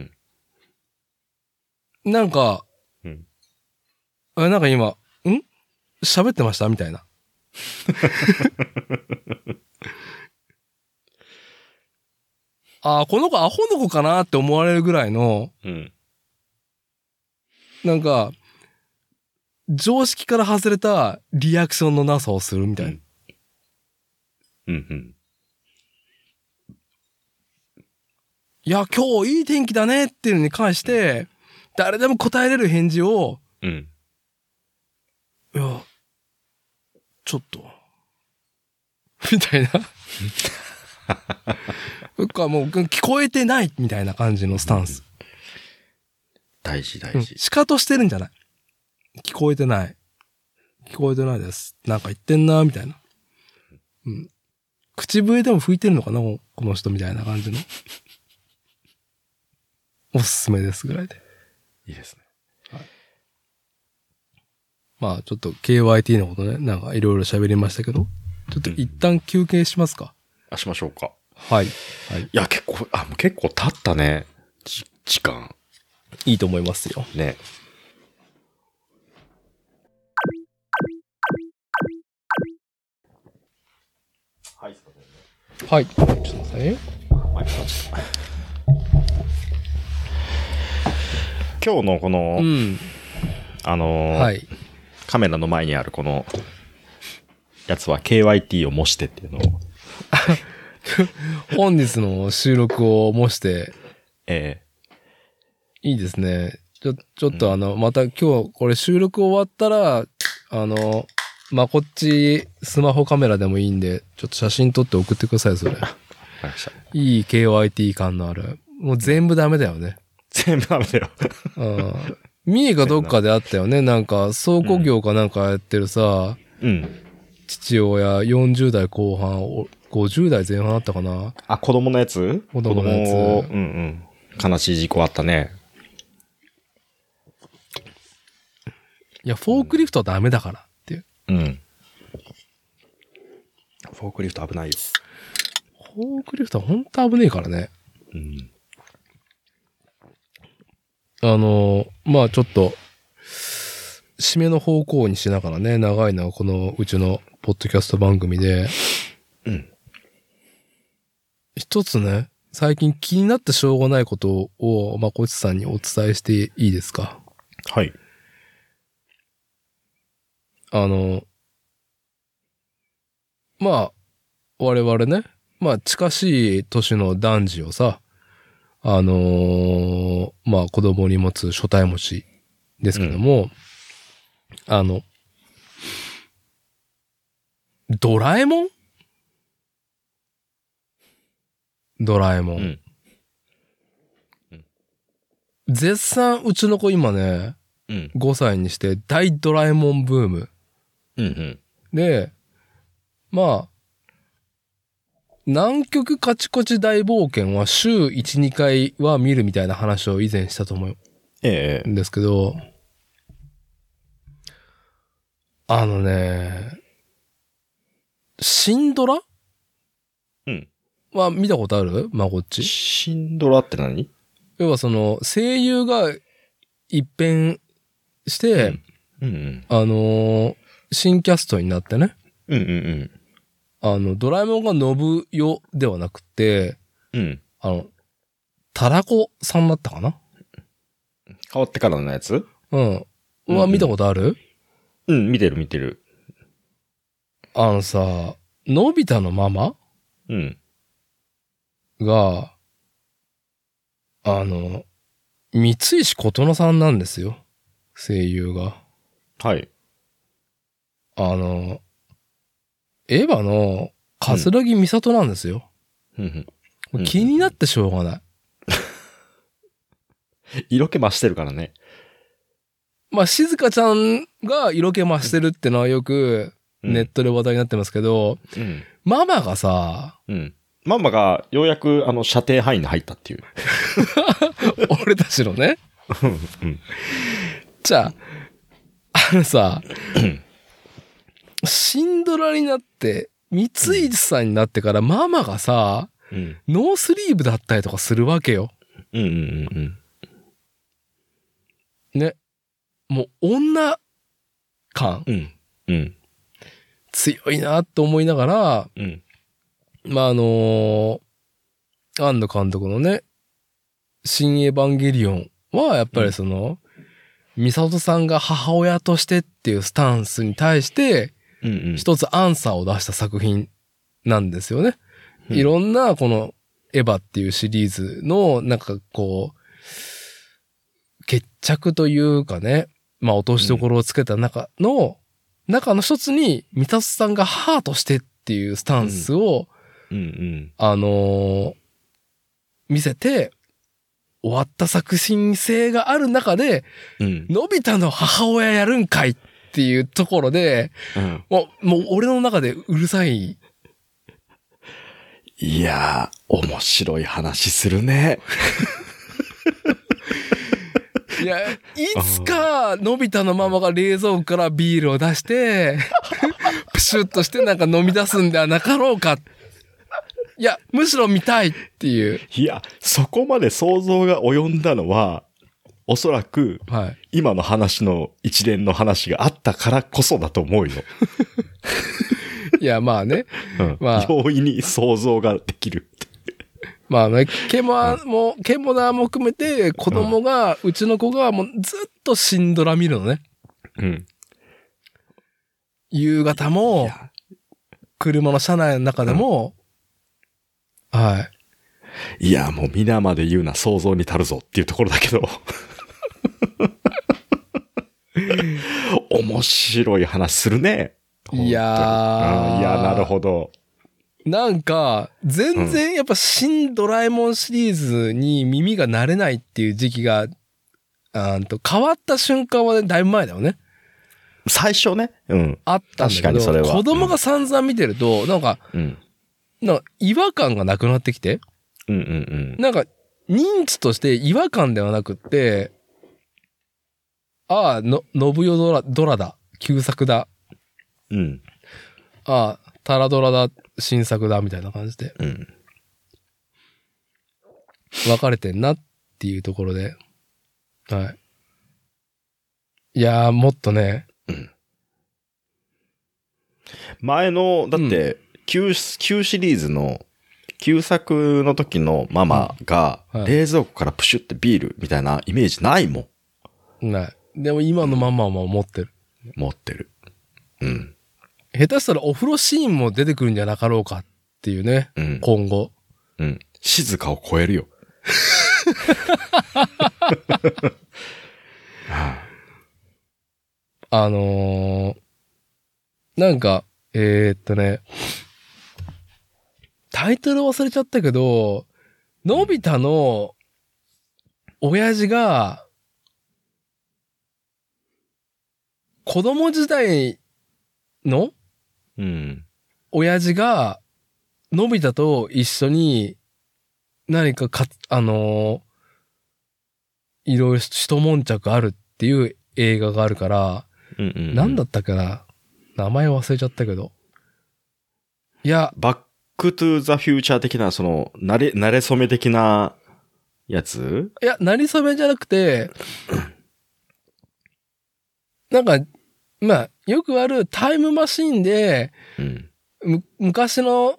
Speaker 2: うん
Speaker 1: なんか、
Speaker 2: うん
Speaker 1: あれなんか今、ん喋ってましたみたい な。ああ、この子アホの子かなって思われるぐらいの、
Speaker 2: うん。
Speaker 1: なんか、常識から外れたリアクションのなさをするみたいな。
Speaker 2: うん、うん。
Speaker 1: いや、今日いい天気だねっていうのに関して、誰でも答えれる返事を、
Speaker 2: うん。
Speaker 1: いや、ちょっと、 みたい な。そっか、もう聞こえてないみたいな感じのスタンス。
Speaker 2: 大事、大
Speaker 1: うん、
Speaker 2: 事。
Speaker 1: しかとしてるんじゃない。聞こえてない。聞こえてないです。なんか言ってんな、みたいな。うん。口笛でも吹いてるのかな、ここの人みたいな感 じの。おすすめですぐらいで。
Speaker 2: いいですね。
Speaker 1: まあちょっと KYT のことね、なんかいろいろ喋りましたけど、ちょっと一旦休憩しますか。
Speaker 2: あ、しましょうか。
Speaker 1: はい。
Speaker 2: いや、結構、あ、もう結構経ったね。じ時間。
Speaker 1: いいと思いますよ。
Speaker 2: ね。はい、すいません。
Speaker 1: はい。ちょっと待ってくださいよ
Speaker 2: 今日のこの、
Speaker 1: うん。
Speaker 2: あのー
Speaker 1: はい。
Speaker 2: カメラの前にあるこのやつは KYT を模してっていうのを、
Speaker 1: 本日の収録を模して、
Speaker 2: え
Speaker 1: いいですね。ちょ、ちょっとあの、また今日これ収録終わったら、あの、まあ、こっちスマホカメラでもいいんで、ちょっと写真撮って送ってください、それ。
Speaker 2: ー、わかりました。
Speaker 1: いい KYT 感のある。もう全部ダメだよね。
Speaker 2: 全部ダメだよ。
Speaker 1: うん三重かどっかであったよね。なんか、倉庫業かなんかやってるさ、
Speaker 2: うん。
Speaker 1: 父親40代後半、お50代前半あったかな。
Speaker 2: あ、子供のやつ
Speaker 1: 子供のやつ
Speaker 2: 子供をうんうん。悲しい事故あったね。
Speaker 1: いや、フォークリフトはダメだからっていう。
Speaker 2: うん。フォークリフト危ないよ。
Speaker 1: フォークリフトはほんと危ねえからね。
Speaker 2: うん。
Speaker 1: あの、まあちょっと、締めの方向にしながらね、長いのはこのうちのポッドキャスト番組で、
Speaker 2: うん。
Speaker 1: 一つね、最近気になってしょうがないことを、まこちさんにお伝えしていいですか
Speaker 2: はい。
Speaker 1: あの、まあ、我々ね、まあ近しい年の男児をさ、あのーまあ子供に持つ初対持ちですけども、あの、ドラえもんドラえも。
Speaker 2: うんん。
Speaker 1: 絶賛うちの子今ね、
Speaker 2: うん。
Speaker 1: 5歳にして大ドラえもんブーム。
Speaker 2: うんうん。
Speaker 1: で、まあ、南極カチコチ大冒険は週1、2回は見るみたいな話を以前したと思
Speaker 2: え
Speaker 1: うんですけど、あのね、シンドラ
Speaker 2: うん
Speaker 1: は見たことあるまあこっ
Speaker 2: え
Speaker 1: ち。
Speaker 2: シンドラって何
Speaker 1: 要はその、声優が一変して、
Speaker 2: うん
Speaker 1: あのー新キャストになってね。
Speaker 2: うん。うんうん
Speaker 1: あの、ドラえもんが信代ではなくて、
Speaker 2: うん。うん。
Speaker 1: あの、タラコさんだったかな
Speaker 2: 変わってからのやつ
Speaker 1: うん。う
Speaker 2: うんう
Speaker 1: わ、
Speaker 2: ん
Speaker 1: 見たことある、
Speaker 2: うん、見てる見てる。
Speaker 1: あのさ、のび太のママ
Speaker 2: うん。
Speaker 1: が、あの、三石琴乃さんなんですよ。声優が。
Speaker 2: はい。
Speaker 1: あの、エヴァの、葛城美里なんですよ。
Speaker 2: うんうんうん
Speaker 1: 気になってしょうがない。
Speaker 2: 色気増してるからね。
Speaker 1: まあ、静香ちゃんが色気増してるってのはよく、
Speaker 2: うん
Speaker 1: ネットで話題になってますけど、
Speaker 2: うん。
Speaker 1: ママがさ、
Speaker 2: うん。ママがようやくあの射程範囲に入ったっていう。
Speaker 1: 俺たちのね、
Speaker 2: うん。
Speaker 1: じゃあ、あのさ
Speaker 2: ん、
Speaker 1: シンドラになって、三井さんになってからママがさ、
Speaker 2: うん。
Speaker 1: ノースリーブだったりとかするわけよ。
Speaker 2: うんうんうんうん。
Speaker 1: もう女感
Speaker 2: うん。うん。
Speaker 1: 強いなと思いながら、
Speaker 2: うん。
Speaker 1: まあ、あのー、庵野監督のね、新エヴァンゲリオンは、やっぱりその、ミサトさんが母親としてっていうスタンスに対して、
Speaker 2: うんうん。
Speaker 1: 一つアンサーを出した作品なんですよね。
Speaker 2: うん
Speaker 1: いろんな、この、エヴァっていうシリーズの、なんかこう、決着というかね、まあ落としどころをつけた中の、中の一つに、ミタスさんが母としてっていうスタンスを、
Speaker 2: うんうん。
Speaker 1: あのー見せて、終わった作品性がある中で、
Speaker 2: うん。
Speaker 1: のび太の母親やるんかいっていうところで、
Speaker 2: うん。
Speaker 1: もう、もう俺の中でうるさい。
Speaker 2: いやー、面白い話するね。
Speaker 1: いや、いつか、のび太のママが冷蔵庫からビールを出して、プシュッとしてなんか飲み出すんではなかろうか。いや、むしろ見たいっていう。
Speaker 2: いや、そこまで想像が及んだのは、おそらく、
Speaker 1: はい。
Speaker 2: 今の話の一連の話があったからこそだと思うよ。
Speaker 1: いや、まあね。
Speaker 2: うん
Speaker 1: まあ
Speaker 2: 容易に想像ができる。
Speaker 1: まあね、ケモアも、ケモナーも含めて、子供が、うちの子がもうずっとシンドラ見るのね。
Speaker 2: うん。
Speaker 1: 夕方も、
Speaker 2: や
Speaker 1: 車の車内の中でも、はい。
Speaker 2: いや、もう皆まで言うな、想像に足るぞっていうところだけど。面白い話するね。
Speaker 1: いやー
Speaker 2: 本当にうんいや、なるほど。
Speaker 1: なんか、全然やっぱ新ドラえもんシリーズに耳が慣れないっていう時期が、あーんと変わった瞬間はね、だいぶ前だよね。
Speaker 2: 最初ね。うん。
Speaker 1: あったんだけど、
Speaker 2: 確かにそれは
Speaker 1: 子供が散々見てると、なんか、
Speaker 2: うん。
Speaker 1: なんか違和感がなくなってきて、
Speaker 2: うんうんうん。
Speaker 1: なんか認知として違和感ではなくって、ああ、の、信代ドラ、ドラだ、旧作だ、
Speaker 2: うん。
Speaker 1: ああ、タラドラだ、新作だ、みたいな感じで
Speaker 2: うん。
Speaker 1: 分かれてんなっていうところで。はい。いやー、もっとね、
Speaker 2: 前の、だって、旧、旧シリーズの、旧作の時のママが
Speaker 1: うんは、い
Speaker 2: 冷蔵庫からプシュってビールみたいなイメージないもん。
Speaker 1: ない。でも今のまんまはもう持ってる。
Speaker 2: 持ってる。うん。
Speaker 1: 下手したらお風呂シーンも出てくるんじゃなかろうかっていうね、
Speaker 2: うん。
Speaker 1: 今後。
Speaker 2: うん。静かを超えるよ。
Speaker 1: あのー、なんか、えー、っとね、タイトル忘れちゃったけど、のび太の親父が、子供時代の
Speaker 2: うん。
Speaker 1: 親父が、のび太と一緒に、何かか、あのーいろいろ一悶着あるっていう映画があるから、
Speaker 2: うんうん
Speaker 1: なんだったかな名前忘れちゃったけど。いや、
Speaker 2: バックトゥーザフューチャー的な、その、慣れ、慣れ染め的なやつ
Speaker 1: いや、なりそめじゃなくて、なんか、まあ、よくあるタイムマシーンで、
Speaker 2: うん。
Speaker 1: む昔の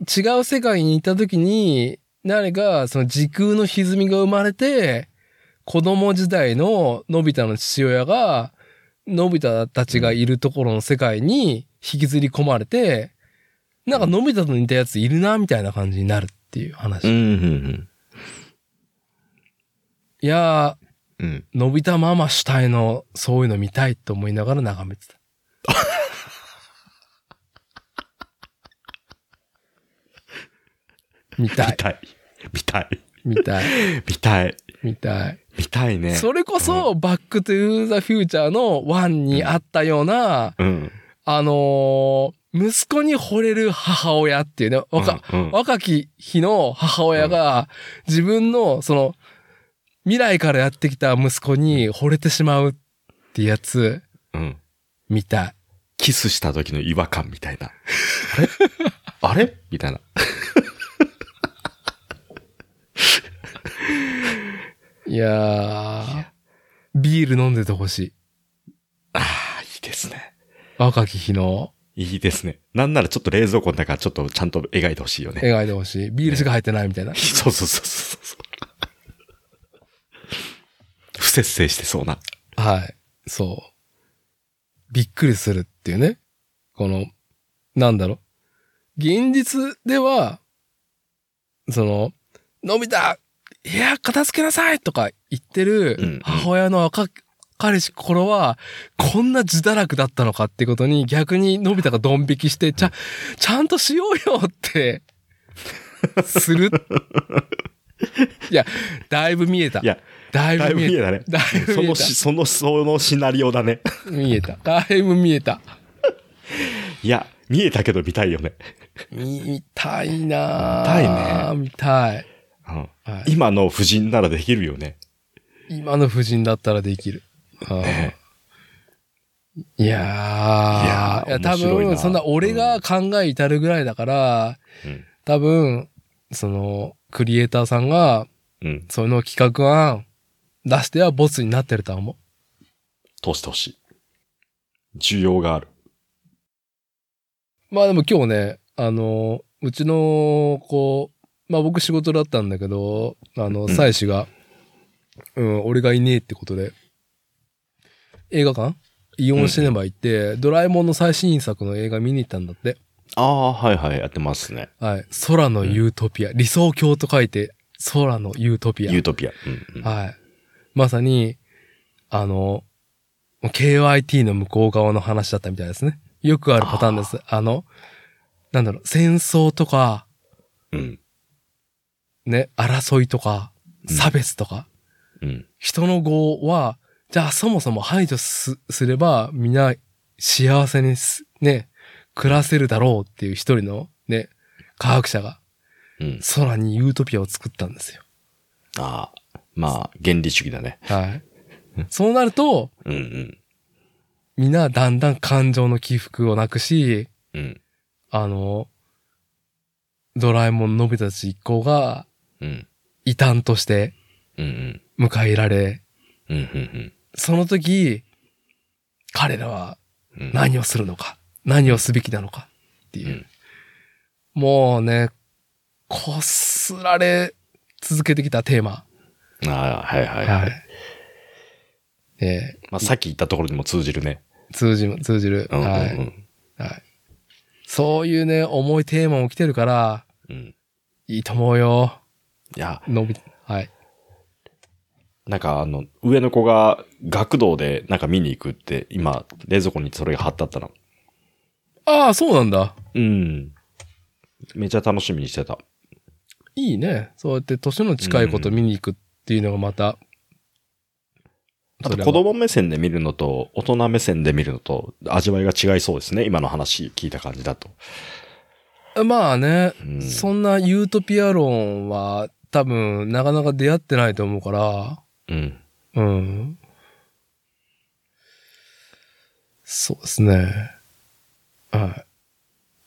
Speaker 1: 違う世界に行った時に、何かその時空の歪みが生まれて、子供時代ののび太の父親が、のび太たちがいるところの世界に引きずり込まれて、なんかのび太と似たやついるな、みたいな感じになるっていう話。
Speaker 2: うん、う
Speaker 1: い
Speaker 2: ん、
Speaker 1: や
Speaker 2: うん。うん。
Speaker 1: ー、のび太ママ主体の そういうの見たいと思いながら眺めてた。見た
Speaker 2: 見
Speaker 1: い。
Speaker 2: たい。見たい。
Speaker 1: 見たい。
Speaker 2: 見たい。
Speaker 1: 見たい。
Speaker 2: 見たいね。
Speaker 1: それこそ、バックトゥーザフューチャーのワンにあったような、
Speaker 2: うん。
Speaker 1: あのー息子に惚れる母親っていうね、若、
Speaker 2: うんうん
Speaker 1: 若き日の母親が自分のその未来からやってきた息子に惚れてしまうってやつ
Speaker 2: うん。
Speaker 1: みたい。
Speaker 2: キスした時の違和感みたいな。 あれあれみたいな。
Speaker 1: いやー、ビール飲んでてほしい。
Speaker 2: ああ、いいですね。
Speaker 1: 若き日の
Speaker 2: いいですね。なんならちょっと冷蔵庫の中ちょっとちゃんと描いてほしいよね。
Speaker 1: 描いてほしい。ビールしか入ってないみたいな。
Speaker 2: そうそうそうそうそう。不節制してそうな。
Speaker 1: はい。そう。びっくりするっていうね。この、なんだろう。現実では、その、のび太部屋片付けなさいとか言って
Speaker 2: うんうん
Speaker 1: る母親の赤、彼氏頃は、こんな自堕落だったのかってことに逆にのび太がドン引きして、ちゃ、ちゃんとしようよって、す る。いや、だいぶ見えた。
Speaker 2: いや、
Speaker 1: だい
Speaker 2: だい
Speaker 1: ぶ
Speaker 2: ぶ
Speaker 1: 見
Speaker 2: 見
Speaker 1: え
Speaker 2: え
Speaker 1: た。
Speaker 2: たね。
Speaker 1: だいぶ
Speaker 2: そ
Speaker 1: 見え
Speaker 2: の
Speaker 1: た
Speaker 2: し、その、そのシナリオだね。
Speaker 1: 見えた。だいぶ見えた。
Speaker 2: いや、見えたけど見たいよね。
Speaker 1: 見見たいなぁ見たい。
Speaker 2: うん
Speaker 1: はい
Speaker 2: 今の夫人ならできるよね。
Speaker 1: 今の夫人だったらできる。うん
Speaker 2: ね
Speaker 1: いやー
Speaker 2: いやー
Speaker 1: いや多
Speaker 2: 面白いな
Speaker 1: 分、そんな俺が考え至るぐらいだから、
Speaker 2: うん。
Speaker 1: 多分、その、クリエイターさんが、
Speaker 2: うん。
Speaker 1: その企画案出してはボツになってるとは思
Speaker 2: 通してほしい。需要がある。
Speaker 1: う。まあでも今日ね、あの、うちの、こう、まあ僕仕事だったんだけど、あの、
Speaker 2: ん
Speaker 1: 妻子が、うん、俺がいねえってことで、映画館イオンシネマ行って、ドラえもんの最新作の映画見に行ったんだって。
Speaker 2: ああ、はいはい、やってますね。
Speaker 1: はい。空のユートピア。理想郷と書いて、空のユートピア。
Speaker 2: ユートピア。うんうん
Speaker 1: はい。まさに、あの、KYT の向こう側の話だったみたいですね。よくあるパターンです。あの、なんだろう、戦争とか、
Speaker 2: うん。
Speaker 1: ね、争いとか、
Speaker 2: うん
Speaker 1: 差別とか、
Speaker 2: うん。
Speaker 1: 人の業は、じゃあそもそも排除すすれば、みんな幸せにすね、暮らせるだろうっていう一人のね、科学者が
Speaker 2: うん。
Speaker 1: 空にユートピアを作ったんですよ。
Speaker 2: ああ、まあ、原理主義だね。
Speaker 1: はい。そうなると、
Speaker 2: うんうん。
Speaker 1: みんなだんだん感情の起伏をなくし、
Speaker 2: うん。
Speaker 1: あの、ドラえもんのび太たち一行が
Speaker 2: うん。
Speaker 1: 異端として
Speaker 2: うんう
Speaker 1: 迎
Speaker 2: ん。
Speaker 1: え入れられ、
Speaker 2: うんうん
Speaker 1: その時、彼らは
Speaker 2: うんうん。
Speaker 1: 何をするのか、何をすべきなのかっていう。もうね、こすられ続けてきたテーマ。
Speaker 2: ああ、はいはい
Speaker 1: は
Speaker 2: はいい。。
Speaker 1: え
Speaker 2: まあ、さっき言ったところにも通じるね。
Speaker 1: ー通じる、通じる。
Speaker 2: うんうんう
Speaker 1: はい。
Speaker 2: ん。
Speaker 1: はい。そういうね、重いテーマも来てるから、
Speaker 2: うん。
Speaker 1: いいと思うよ。
Speaker 2: いや、
Speaker 1: のび、はい。
Speaker 2: なんかあの、上の子が学童でなんか見に行くって、今、冷蔵庫にそれが貼ってあったの。
Speaker 1: ああ、そうなんだ。
Speaker 2: うん。めちゃ楽しみにしてた。
Speaker 1: いいね。そうやって年の近いこと見に行くっていうのがまた。
Speaker 2: あ
Speaker 1: そ
Speaker 2: と
Speaker 1: れは
Speaker 2: 子供目線で見るのと、大人目線で見るのと、味わいが違いそうですね。今の話聞いた感じだと。
Speaker 1: まあね、
Speaker 2: うん
Speaker 1: そんなユートピア論は多分なかなか出会ってないと思うから、
Speaker 2: うん。
Speaker 1: うん。そうですね。はい。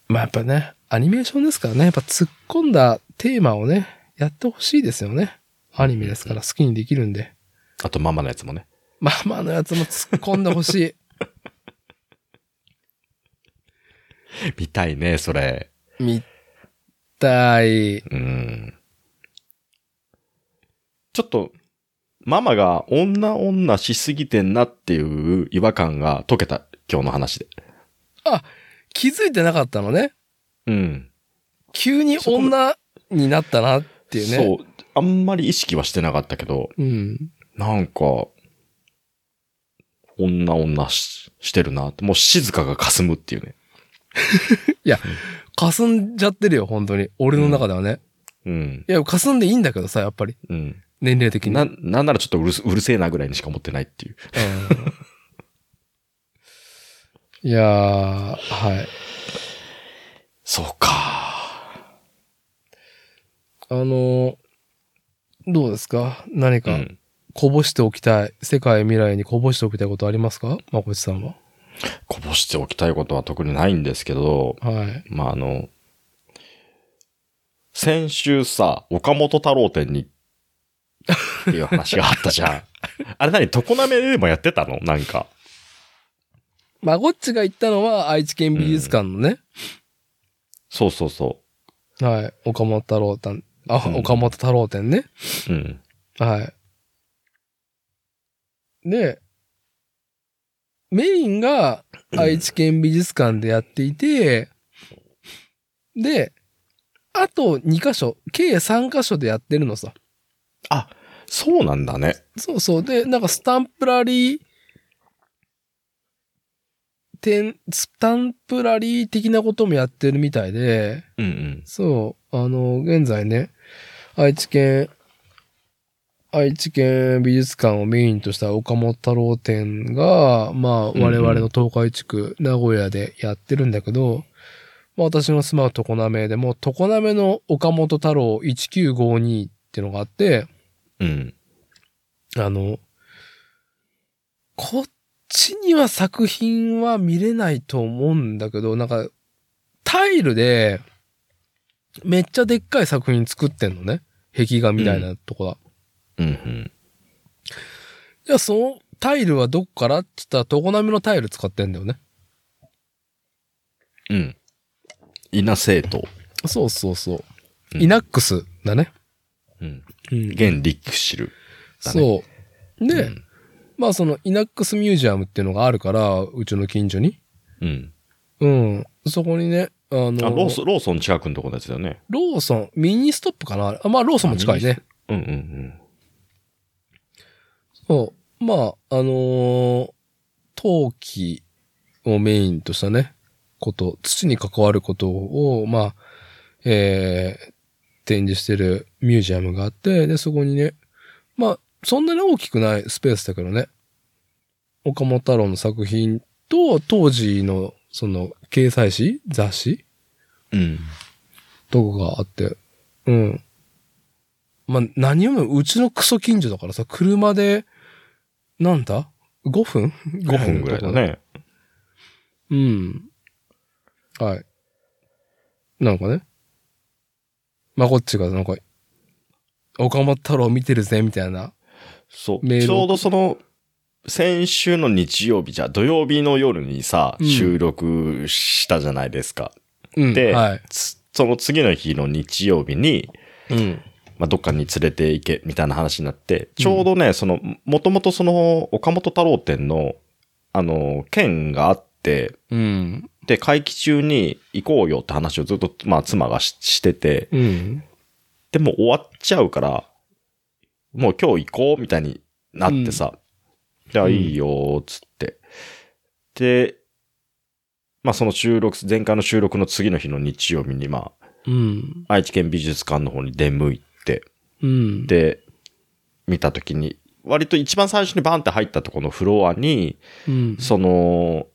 Speaker 1: まあやっぱね、アニメーションですからね、やっぱ突っ込んだテーマをね、やってほしいですよね。アニメですから好きにできるんで。
Speaker 2: あとママのやつもね。
Speaker 1: ママのやつも突っ込んでほしい。
Speaker 2: 見たいね、それ。
Speaker 1: 見たい。
Speaker 2: うん。ちょっと、ママが女女しすぎてんなっていう違和感が解けた、今日の話で。
Speaker 1: 気づいてなかったのね。
Speaker 2: うん。
Speaker 1: 急に女になったなっていうね。
Speaker 2: そう。あんまり意識はしてなかったけど、
Speaker 1: う。うん。
Speaker 2: なんか、女女ししてるなって。もう静かが霞むっていうね。
Speaker 1: 霞んじゃってるよ、本当に。俺の中ではね。
Speaker 2: うん。
Speaker 1: いや、霞んでいいんだけどさ、やっぱり。
Speaker 2: うん。
Speaker 1: 年齢的に。
Speaker 2: な、なんならちょっとうるすうるせえなぐらいにしか思ってないってい
Speaker 1: う
Speaker 2: う。
Speaker 1: んいやー、はい。
Speaker 2: そうか。
Speaker 1: あのーどうですか何
Speaker 2: う
Speaker 1: か
Speaker 2: ん。
Speaker 1: こぼしておきたい、世界未来にこぼしておきたいことありますかまこちさんは。
Speaker 2: こぼしておきたいことは特にないんですけど、
Speaker 1: はい。
Speaker 2: まあ、あの、先週さ、岡本太郎展に、っていう話があったじゃん。 あれ何常滑でもやってたのなんか。
Speaker 1: まこっちが行ったのは愛知県美術館のね、
Speaker 2: そうそうそ
Speaker 1: はい。岡本太郎展、あ、
Speaker 2: うん
Speaker 1: 岡本太郎展ね。
Speaker 2: う。うん。
Speaker 1: はい。で、メインが愛知県美術館でやっていて、で、あと2箇所、計3箇所でやってるのさ。
Speaker 2: そうなんだね。
Speaker 1: そうそう。で、なんかスタンプラリー、点、スタンプラリー的なこともやってるみたいで、
Speaker 2: うんうん。
Speaker 1: そう、あの、現在ね、愛知県、愛知県美術館をメインとした岡本太郎展が、まあ、
Speaker 2: うん
Speaker 1: 我々の東海地区、名古屋でやってるんだけど、まあ、私の住まう常滑でも、常滑の岡本太郎1952っていうのがあって、
Speaker 2: うん。
Speaker 1: あの、こっちには作品は見れないと思うんだけど、なんか、タイルで、めっちゃでっかい作品作ってんのね。壁画みたいなとこだ。
Speaker 2: うんうん。
Speaker 1: じゃあそのタイルはどっからって言ったら、常滑のタイル使ってんだよね。
Speaker 2: うん。稲生徒。
Speaker 1: そうそうそう。
Speaker 2: うん
Speaker 1: イナックスだね。
Speaker 2: うん。
Speaker 1: うん
Speaker 2: 現リックシル。だね
Speaker 1: そう。で、
Speaker 2: うん
Speaker 1: まあそのイナックスミュージアムっていうのがあるから、うちの近所に。
Speaker 2: うん。
Speaker 1: うん。そこにね、あの
Speaker 2: あ、ローソン、ローソン近くのとこのやつだよね。
Speaker 1: ローソン、ミニストップかなあれあ、まあ、ローソンも近いね。
Speaker 2: うんうん
Speaker 1: そう。まあ、あのー陶器をメインとしたね、こと、土に関わることを、まあ、えー、展示してるミュージアムがあって、で、そこにね、まあ、そんなに大きくないスペースだけどね、岡本太郎の作品と、当時の、その、掲載誌雑誌
Speaker 2: うん。うん。
Speaker 1: とこがあって、うん。まあ、何よりもうちのクソ近所だからさ、車で、なんだ ?5 分 ?5
Speaker 2: 5分ぐらいだ。ね。
Speaker 1: うん。はい。なんかね。まあ、こっちがなんか、岡本太郎見てるぜ、みたいな。
Speaker 2: そう。
Speaker 1: メールを
Speaker 2: ちょうどその、先週の日曜日じゃ、土曜日の夜にさ、
Speaker 1: うん
Speaker 2: 収録したじゃないですか。
Speaker 1: うん。
Speaker 2: で、
Speaker 1: はい。
Speaker 2: つその次の日の日曜日に、
Speaker 1: うん。
Speaker 2: まあ、どっかに連れて行け、みたいな話になって、ちょうどね、その、もともとその、岡本太郎店の、あの、券があって、
Speaker 1: うん。
Speaker 2: で、会期中に行こうよって話をずっと、まあ、妻がししてて、
Speaker 1: うん。
Speaker 2: でも終わっちゃうから、もう今日行こうみたいになってさ、じゃあいいよーっつって。で、まあその収録、前回の収録の次の日の日曜日に、ま
Speaker 1: うん。
Speaker 2: あ愛知県美術館の方に出向いて、
Speaker 1: うん。、
Speaker 2: で、見たときに、割と一番最初にバンって入ったとこのフロアに、
Speaker 1: うん。
Speaker 2: その、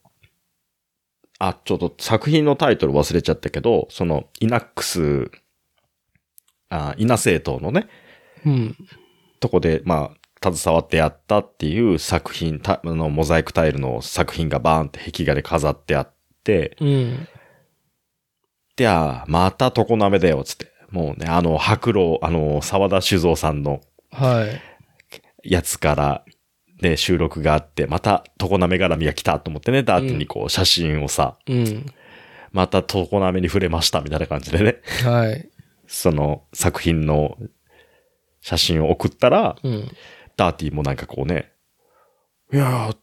Speaker 2: あ、ちょっと作品のタイトル忘れちゃったけど、その、イナックス、あ、イナ政党のね、
Speaker 1: うん。
Speaker 2: とこで、まあ、携わってやったっていう作品、たあの、モザイクタイルの作品がバーンって壁画で飾ってあって、
Speaker 1: うん。
Speaker 2: で、あーまた常滑だよ、つって。もうね、あの、白老、あの、沢田酒造さんの
Speaker 1: はい。
Speaker 2: やつから、で、収録があって、また常滑絡みが来たと思ってね、ダーティにこう、写真をさ、
Speaker 1: うん。
Speaker 2: また常滑に触れました、みたいな感じでね、
Speaker 1: はい。
Speaker 2: その作品の写真を送ったら、
Speaker 1: うん。
Speaker 2: ダーティもなんかこうね、いやー、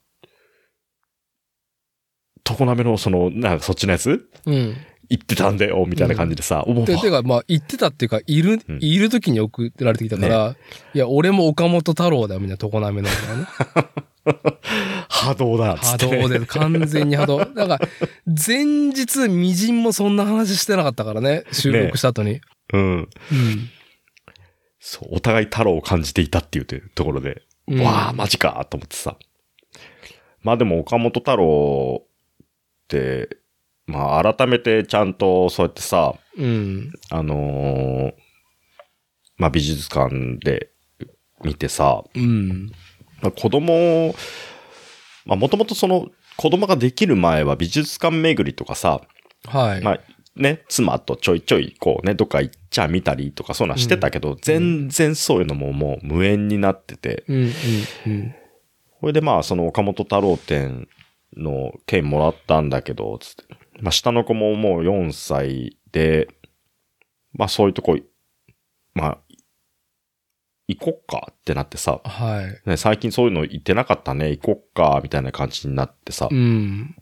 Speaker 2: 常滑のその、なんかそっちのやつ
Speaker 1: うん。
Speaker 2: 行ってたんだよ、みたいな感じでさ、おも
Speaker 1: て、てか、まあ、言ってたっていうか、いる、
Speaker 2: うん
Speaker 1: いる時に送られてきたから、いや、俺も岡本太郎だよ、みんな、常滑の。
Speaker 2: 波動だ、つ
Speaker 1: 波
Speaker 2: ってね、
Speaker 1: 動で、完全に波動。だから、前日、微塵もそんな話してなかったからね、収録した後に。
Speaker 2: うん。
Speaker 1: うん。
Speaker 2: そう、お互い太郎を感じていたっていうところで、
Speaker 1: うん
Speaker 2: わあ、マジかと思ってさ。まあでも岡本太郎って、まあ改めてちゃんとそうやってさ、
Speaker 1: うん。
Speaker 2: あのーまあ美術館で見てさ、
Speaker 1: うん。
Speaker 2: まあ子供を、まあもともとその子供ができる前は美術館巡りとかさ、
Speaker 1: はい。
Speaker 2: まあね、妻とちょいちょいこうね、どっか行っちゃ見たりとかそういうのはしてたけど、全然そういうのももう無縁になってて、
Speaker 1: うんうんうん。
Speaker 2: これでまあその岡本太郎展の券もらったんだけど、つって。まあ下の子ももう4歳で、まあそういうとこ、まあ、行こっかってなってさ、
Speaker 1: はい。
Speaker 2: ね、最近そういうの行ってなかったね、行こっか、みたいな感じになってさ
Speaker 1: う、ん。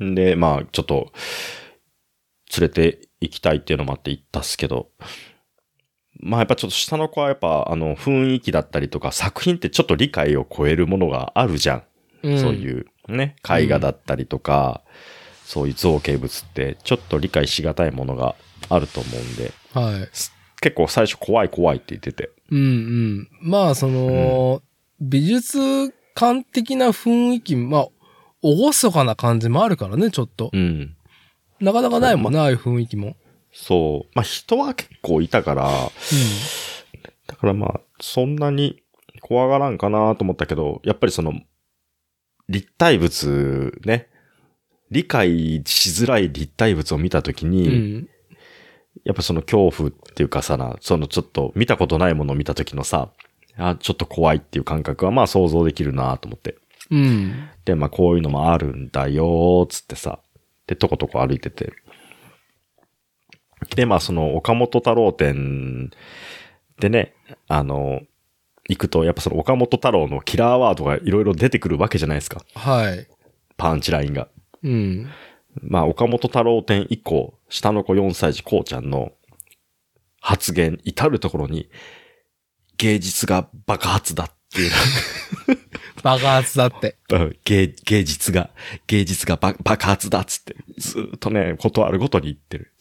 Speaker 2: んで、まあ、ちょっと、連れて行きたいっていうのもあって行ったっすけど、まあやっぱちょっと下の子はやっぱあの雰囲気だったりとか作品ってちょっと理解を超えるものがあるじゃん。
Speaker 1: うん、
Speaker 2: そういうね、絵画だったりとか、そういう造形物ってちょっと理解しがたいものがあると思うんで、
Speaker 1: はい。
Speaker 2: 結構最初怖い怖いって言ってて。
Speaker 1: うんうん。まあ、その、美術館的な雰囲気、まあ、おごそかな感じもあるからね、ちょっと。
Speaker 2: うん。
Speaker 1: なかなかないもんね、ああいう雰囲気も。
Speaker 2: そう。まあ人は結構いたから、だからまあ、そんなに怖がらんかなと思ったけど、やっぱりその、立体物ね、理解しづらい立体物を見たとき
Speaker 1: う
Speaker 2: に、
Speaker 1: ん。うん。
Speaker 2: やっぱその恐怖っていうかさな、そのちょっと見たことないものを見たときのさ、あ、ちょっと怖いっていう感覚はまあ想像できるなと思って。
Speaker 1: うん。
Speaker 2: で、まあこういうのもあるんだよーつってさ、で、とことこ歩いてて。で、まあその岡本太郎展でね、あの、行くと、やっぱその岡本太郎のキラーワードがいろいろ出てくるわけじゃないですか。
Speaker 1: はい。
Speaker 2: パンチラインが。
Speaker 1: うん。
Speaker 2: まあ岡本太郎展以降、下の子4歳児こうちゃんの発言、至るところに、芸術が爆発だっていう。
Speaker 1: 爆発だって。
Speaker 2: うん芸、芸術が、芸術がば爆発だっつって、ずーっとね、ことあるごとに言ってる。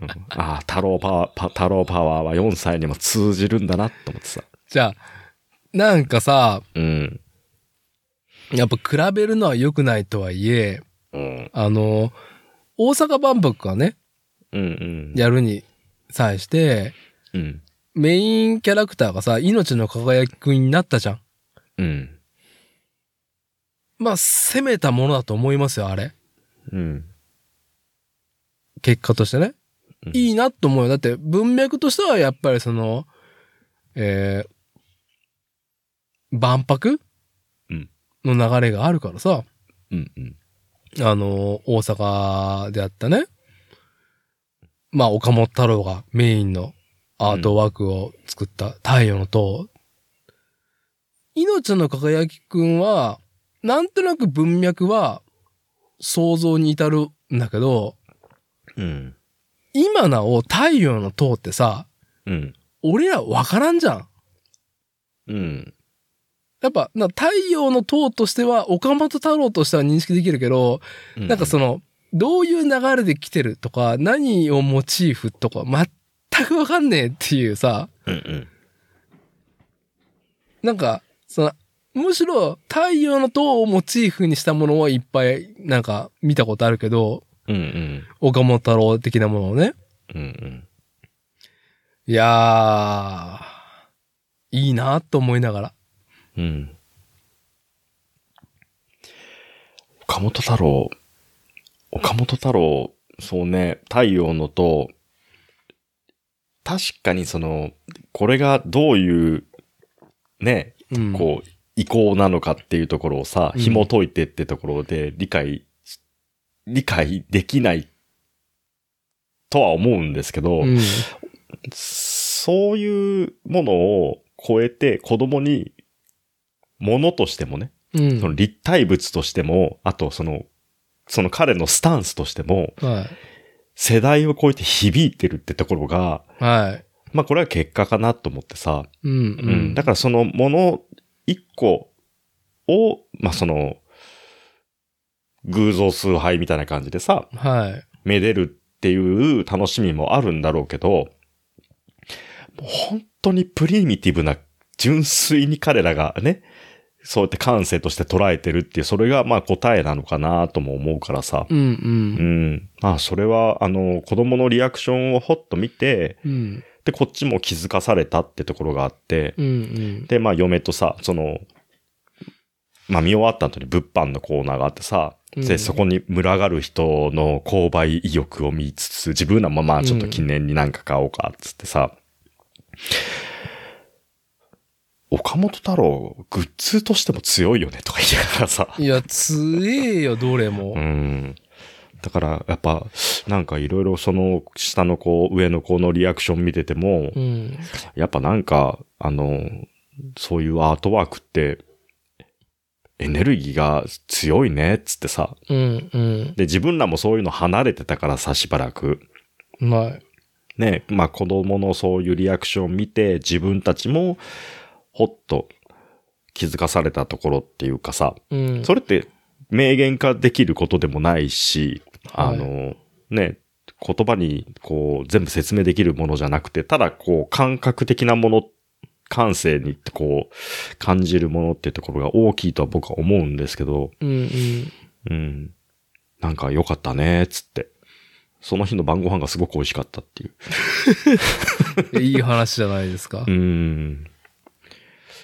Speaker 2: うんああ、太郎パワー、パ太郎パワーは4歳にも通じるんだなと思ってさ。
Speaker 1: じゃあ、なんかさ、
Speaker 2: うん。
Speaker 1: やっぱ比べるのは良くないとはいえ、
Speaker 2: うん。
Speaker 1: あの、大阪万博がね、
Speaker 2: うんうん。
Speaker 1: やるに際して、
Speaker 2: うん。
Speaker 1: メインキャラクターがさ、命の輝き君になったじゃん。
Speaker 2: うん。
Speaker 1: まあ、攻めたものだと思いますよ、あれ。
Speaker 2: うん。
Speaker 1: 結果としてね
Speaker 2: うん。
Speaker 1: いいなと思うよ。だって、文脈としてはやっぱりその、えー、万博
Speaker 2: うん
Speaker 1: の流れがあるからさ、
Speaker 2: うん。うん。
Speaker 1: あの、大阪であったね。まあ、岡本太郎がメインのアートワークを作った太陽の塔。命の輝きくんは、なんとなく文脈は想像に至るんだけど、
Speaker 2: うん。
Speaker 1: 今なお太陽の塔ってさ、
Speaker 2: うん。
Speaker 1: 俺らわからんじゃん。
Speaker 2: うん。
Speaker 1: やっぱ、な太陽の塔としては、岡本太郎としては認識できるけど、なんかその、どういう流れで来てるとか、何をモチーフとか、全くわかんねえっていうさ、
Speaker 2: うんうん。
Speaker 1: なんか、その、むしろ太陽の塔をモチーフにしたものはいっぱい、なんか見たことあるけど、
Speaker 2: うんうん。
Speaker 1: 岡本太郎的なものをね。
Speaker 2: うんうん。
Speaker 1: いやー、いいなと思いながら。
Speaker 2: うん。岡本太郎、岡本太郎、そうね、太陽のと、確かにその、これがどういう、ね、
Speaker 1: うん。
Speaker 2: こう、意向なのかっていうところをさ、
Speaker 1: うん
Speaker 2: 紐解いてってところで理解、理解できないとは思うんですけど、
Speaker 1: うん。
Speaker 2: そういうものを超えて子供に、ものとしてもね、
Speaker 1: うん。
Speaker 2: その立体物としても、あとその、その彼のスタンスとしても、
Speaker 1: は
Speaker 2: 世代を超えて響いてるってところが、
Speaker 1: い。はい。
Speaker 2: まあこれは結果かなと思ってさ、
Speaker 1: うん。
Speaker 2: う、
Speaker 1: うんん。
Speaker 2: だからそのもの一個を、まあその、偶像崇拝みたいな感じでさ、
Speaker 1: はい。
Speaker 2: めでるっていう楽しみもあるんだろうけど、本当にプリミティブな、純粋に彼らがね、そうやって感性として捉えてるっていう、それがまあ答えなのかなとも思うからさ。
Speaker 1: うん
Speaker 2: う
Speaker 1: うん。
Speaker 2: ん。まあそれは、あの、子供のリアクションをほっと見て、
Speaker 1: うん
Speaker 2: で、こっちも気づかされたってところがあって、
Speaker 1: うんうん。
Speaker 2: で、まあ嫁とさ、その、まあ見終わった後に物販のコーナーがあってさ、
Speaker 1: う
Speaker 2: で、
Speaker 1: ん
Speaker 2: そこに群がる人の購買意欲を見つつ、自分らもまあちょっと記念になんか買おうか、つってさ、岡本太郎、グッズとしても強いよね、とか言いながらさ。
Speaker 1: いや、強えよ、どれも
Speaker 2: う。ん。だから、やっぱ、なんかいろいろその、下の子、上の子のリアクション見てても、
Speaker 1: うん。
Speaker 2: やっぱなんか、あの、そういうアートワークって、エネルギーが強いね、つってさ。
Speaker 1: うんうん。
Speaker 2: で、自分らもそういうの離れてたからさ、しばらく。
Speaker 1: うまい。
Speaker 2: ね、まあ子供のそういうリアクションを見て、自分たちも、ほっと気づかされたところっていうかさ、
Speaker 1: うん。
Speaker 2: それって明言化できることでもないし、
Speaker 1: はい
Speaker 2: あの、ね、言葉にこう全部説明できるものじゃなくて、ただこう感覚的なもの、感性にこう感じるものっていうところが大きいとは僕は思うんですけど、
Speaker 1: うんうん。
Speaker 2: うん。なんか良かったね、つって。その日の晩ご飯がすごく美味しかったっていう。
Speaker 1: いい話じゃないですか
Speaker 2: う。ん。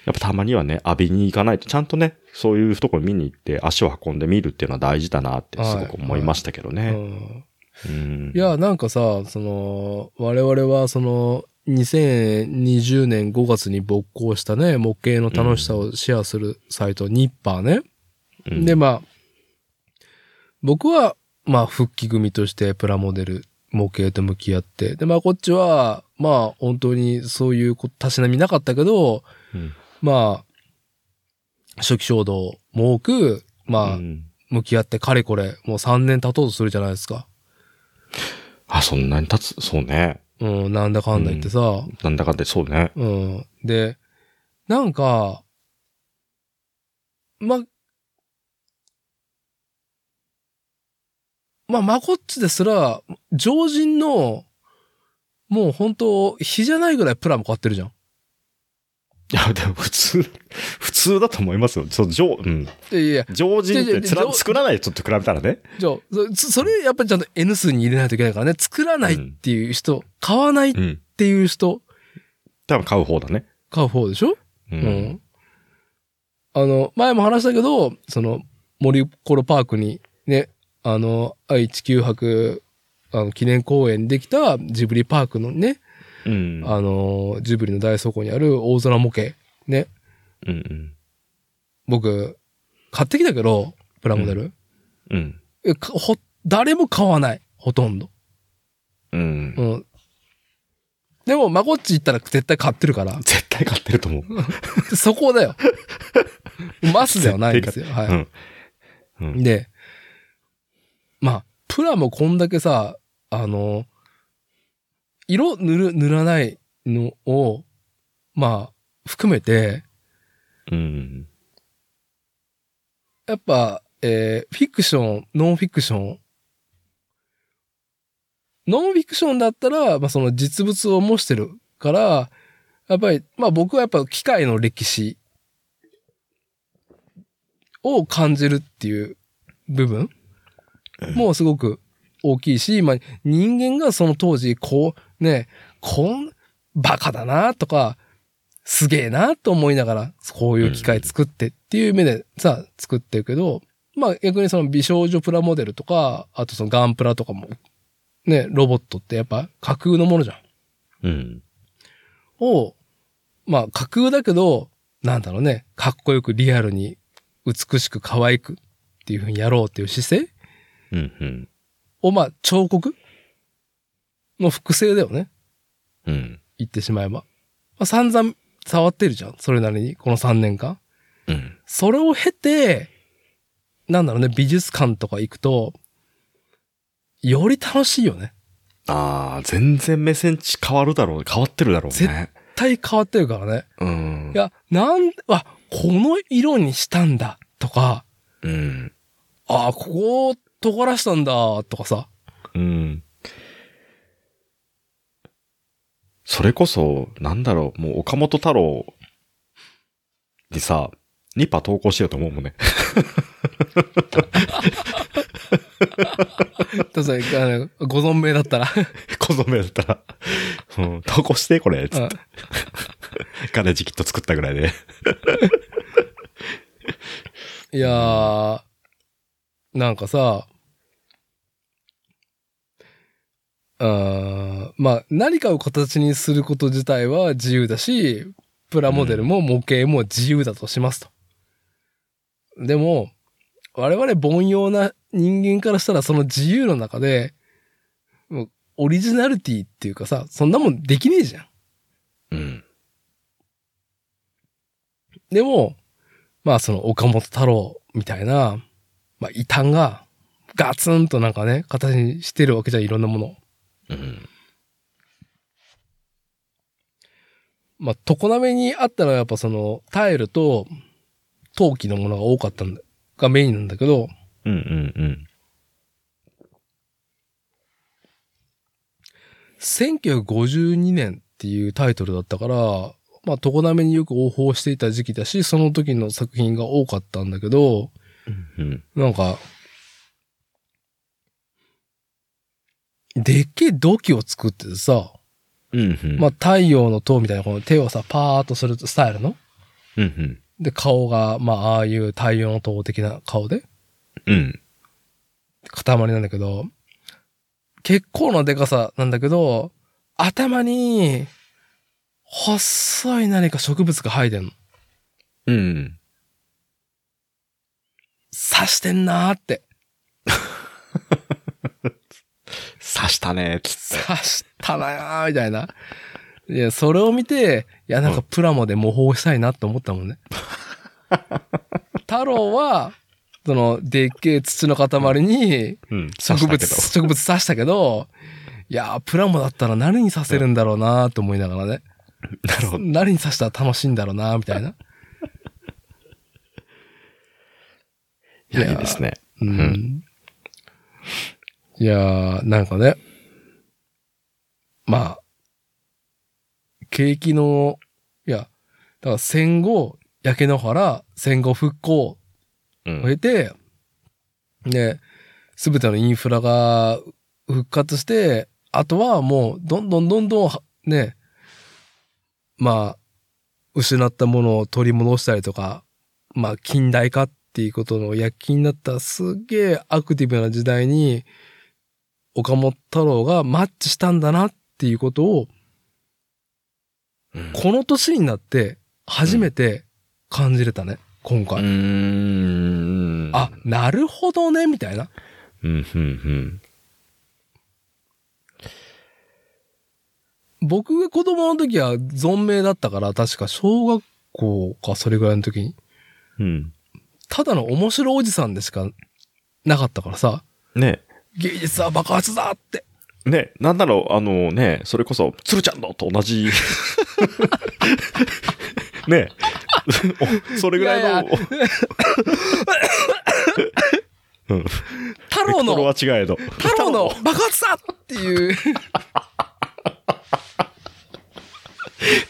Speaker 2: やっぱたまにはね、浴びに行かないと、ちゃんとね、そういうところ見に行って足を運んでみるっていうのは大事だなってすごく思いましたけど
Speaker 1: う
Speaker 2: ね。
Speaker 1: ん
Speaker 2: うん
Speaker 1: い、や、なんかさ、その、我々はその、2020年5月に勃興したね、模型の楽しさをシェアするサイト、ニッパーね。
Speaker 2: うん
Speaker 1: で、、まあ、僕は、まあ、復帰組としてプラモデル、模型と向き合って。で、まあ、こっちは、まあ、本当にそういうこたしなみなかったけど、
Speaker 2: うん
Speaker 1: まあ、初期衝動も多く、まあ、
Speaker 2: うん
Speaker 1: 向き合ってかれこれ、もう3年経とうとするじゃないですか。
Speaker 2: あ、そんなに立つ、そうね。
Speaker 1: うん、なんだかんだ言ってさ、
Speaker 2: なんだかんだ、そうね。
Speaker 1: うん。で、なんか、ま、まあ、まこっちですら、常人の、もう本当、日じゃないぐらいプラも買ってるじゃん。
Speaker 2: いや、でも普通、普通だと思いますよ。そう、常、うん。
Speaker 1: いやいや、
Speaker 2: 常人
Speaker 1: いや
Speaker 2: っ
Speaker 1: い
Speaker 2: て
Speaker 1: や
Speaker 2: つら
Speaker 1: 常
Speaker 2: 作らない人と比べたらね。
Speaker 1: じゃあそ、それやっぱりちゃんと N 数に入れないといけないからね、作らないっていう人、買わないっ
Speaker 2: うん。
Speaker 1: ていう人、
Speaker 2: 多分買う方だね。
Speaker 1: 買う方でしょ
Speaker 2: う
Speaker 1: う。ん。あの、前も話したけど、その、森コロパークにね、あの、愛知九博、あの、記念公園にできたジブリパークのね、
Speaker 2: うん。
Speaker 1: あの、ジブリの大倉庫にある大空模型、ね、
Speaker 2: うん
Speaker 1: 僕、買ってきたけど、プラモデル。
Speaker 2: うん。うん。
Speaker 1: えかほ、誰も買わない。ほとんど。
Speaker 2: うん
Speaker 1: う。ん。でも、まこっち行ったら絶対買ってるから、
Speaker 2: 絶対買ってると思う。
Speaker 1: そこだ よ。マスではないんですよ。はい。
Speaker 2: うん。うん
Speaker 1: で、まあ、プラもこんだけさ、あの、色塗る、塗らないのを、まあ、含めて、
Speaker 2: うん。
Speaker 1: やっぱ、えーフィクション、ノンフィクション。ノンフィクションだったら、まあその実物を模してるから、やっぱり、まあ僕はやっぱ機械の歴史を感じるっていう部分もうすごく大きいし、まあ人間がその当時、こう、ね、こん、バカだなとか、すげえなと思いながら、こういう機械作ってっていう目でさ、作ってるけど、まあ逆にその美少女プラモデルとか、あとそのガンプラとかも、ね、ロボットってやっぱ架空のものじゃん。
Speaker 2: うん。
Speaker 1: を、まあ架空だけど、なんだろうね、かっこよくリアルに、美しく可愛くっていう風にやろうっていう姿勢
Speaker 2: うん。うん。
Speaker 1: を、まあ彫刻の複製だよね。
Speaker 2: うん。
Speaker 1: 言ってしまえば。まあ散々触ってるじゃん。それなりに、この3年間。
Speaker 2: うん。
Speaker 1: それを経て、なんだろうね、美術館とか行くと、より楽しいよね。
Speaker 2: ああ、全然目線値変わるだろう。変わってるだろうね
Speaker 1: ぜ。絶対変わってるからね。
Speaker 2: うん
Speaker 1: い。や、なん、あ、この色にしたんだ、とか、
Speaker 2: うん。
Speaker 1: あ、ここを尖らしたんだ、とかさ。
Speaker 2: うん。それこそ、なんだろう、もう岡本太郎にさ、ニパ投稿しようと思うもんね。
Speaker 1: たださあのご存命だったら。
Speaker 2: 小染だったら、うん、投稿して、これ、つって。ガレージキット作ったぐらいで。
Speaker 1: いやー、なんかさ、あーまあ、何かを形にすること自体は自由だし、プラモデルも模型も自由だとしますと。でも、我々凡庸な人間からしたらその自由の中で、もうオリジナリティっていうかさ、そんなもんできねえじゃん。
Speaker 2: うん。
Speaker 1: でも、まあその岡本太郎みたいな、まあ異端がガツンとなんかね、形にしてるわけじゃんいろんなものを。
Speaker 2: うん。
Speaker 1: まあ常滑にあったのはやっぱそのタイルと陶器のものが多かったんだ、がメインなんだけど、
Speaker 2: うんうんうん。
Speaker 1: 1952年っていうタイトルだったから、まあ常滑によく応報していた時期だし、その時の作品が多かったんだけど、
Speaker 2: うん。
Speaker 1: なんか、でっけえ土器を作っててさ、
Speaker 2: うんうん。
Speaker 1: まあ、太陽の塔みたいなこの手をさ、パーっとするスタイルの。
Speaker 2: うんうん。
Speaker 1: で、顔が、まあ、ああいう太陽の塔的な顔で、
Speaker 2: うん。
Speaker 1: 塊なんだけど、結構なでかさなんだけど、頭に、細い何か植物が生えてんの。
Speaker 2: うん。
Speaker 1: 刺してんなーって。
Speaker 2: 刺したね、つっ
Speaker 1: 刺したなーみたいな。いや、それを見て、いや、なんかプラモで模倣したいなって思ったもん ね。太郎は、その、でっけえ土の塊に、
Speaker 2: て。うん。
Speaker 1: 植
Speaker 2: 刺した
Speaker 1: 物、
Speaker 2: けど。
Speaker 1: 植物刺したけど、いやー、プラモだったら何に刺せるんだろうなーと思いながらね。
Speaker 2: なるほど。
Speaker 1: 何に刺したら楽しいんだろうなーみたいな。
Speaker 2: いや、いいですね。
Speaker 1: うんん。いやー、なんかね。まあ、景気の、いや、だから戦後、焼け野原、戦後復興
Speaker 2: う
Speaker 1: を
Speaker 2: ん。
Speaker 1: 経て、ね、すべてのインフラが復活して、あとはもう、どんどんどんどん、ね、まあ、失ったものを取り戻したりとか、まあ、近代化っていうことの躍起になったすっげえアクティブな時代に、岡本太郎がマッチしたんだなっていうことを、
Speaker 2: うん
Speaker 1: この年になって初めて感じれたね、今
Speaker 2: う
Speaker 1: 回。
Speaker 2: ーん。
Speaker 1: あ、なるほどね、みたいな。
Speaker 2: うん、うん、うん。
Speaker 1: 僕が子供の時は存命だったから、確か小学校かそれぐらいの時に、
Speaker 2: うん。
Speaker 1: ただの面白おじさんでしかなかったからさ、
Speaker 2: ね
Speaker 1: 芸術は爆発だって。
Speaker 2: ねなんなら、あのね、それこそ、鶴ちゃんのと同 じ。ねおそれぐらいの。
Speaker 1: いやいや
Speaker 2: うん。
Speaker 1: 太
Speaker 2: ベ
Speaker 1: 郎
Speaker 2: クトル
Speaker 1: の、
Speaker 2: は違えど。
Speaker 1: 太郎の爆発だっていう。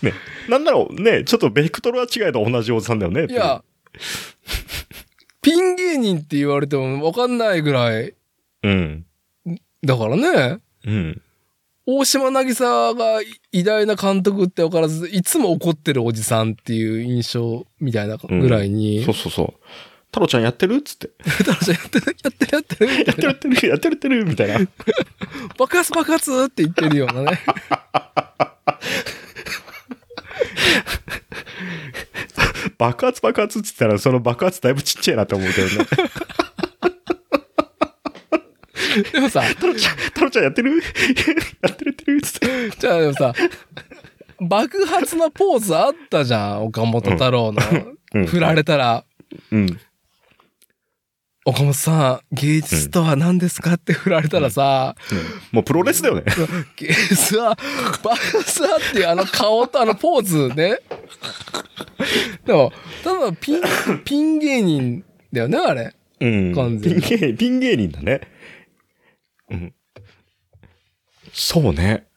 Speaker 2: ね。なんだろう、ねちょっとベクトルは違えど同じおじさんだよね。
Speaker 1: いや、ピン芸人って言われてもわかんないぐらい、
Speaker 2: うん。
Speaker 1: だからね、
Speaker 2: うん。
Speaker 1: 大島渚が偉大な監督って分からず、いつも怒ってるおじさんっていう印象みたいなぐらいに、
Speaker 2: そうそうそう。太郎ちゃんやってるっつ って。
Speaker 1: 太郎ちゃんやってる、やってる、やってる、みたいな
Speaker 2: やってるやってる、やってるやってる、みたいな。
Speaker 1: 爆発爆発って言ってるようなね。
Speaker 2: 爆発爆発っつったら、その爆発だいぶちっちゃいなって思うけど ね。
Speaker 1: でもさ、
Speaker 2: 太郎ちゃん、太郎 ちゃんやってるやってるやってるっつって。
Speaker 1: じゃあでもさ、爆発のポーズあったじゃん、岡本太郎の。
Speaker 2: うん
Speaker 1: 振られたら、
Speaker 2: うん。
Speaker 1: 岡本さん、芸術とは何ですかって振られたらさ、
Speaker 2: もうプロレスだよね。
Speaker 1: 芸術は爆発だっていうあの顔とあのポーズね。でも、ただのピン、ピン芸人だよね、あれ。
Speaker 2: うん
Speaker 1: 完
Speaker 2: ピ
Speaker 1: 全
Speaker 2: ン
Speaker 1: に
Speaker 2: 芸、ピン芸人だね。うん。そうね。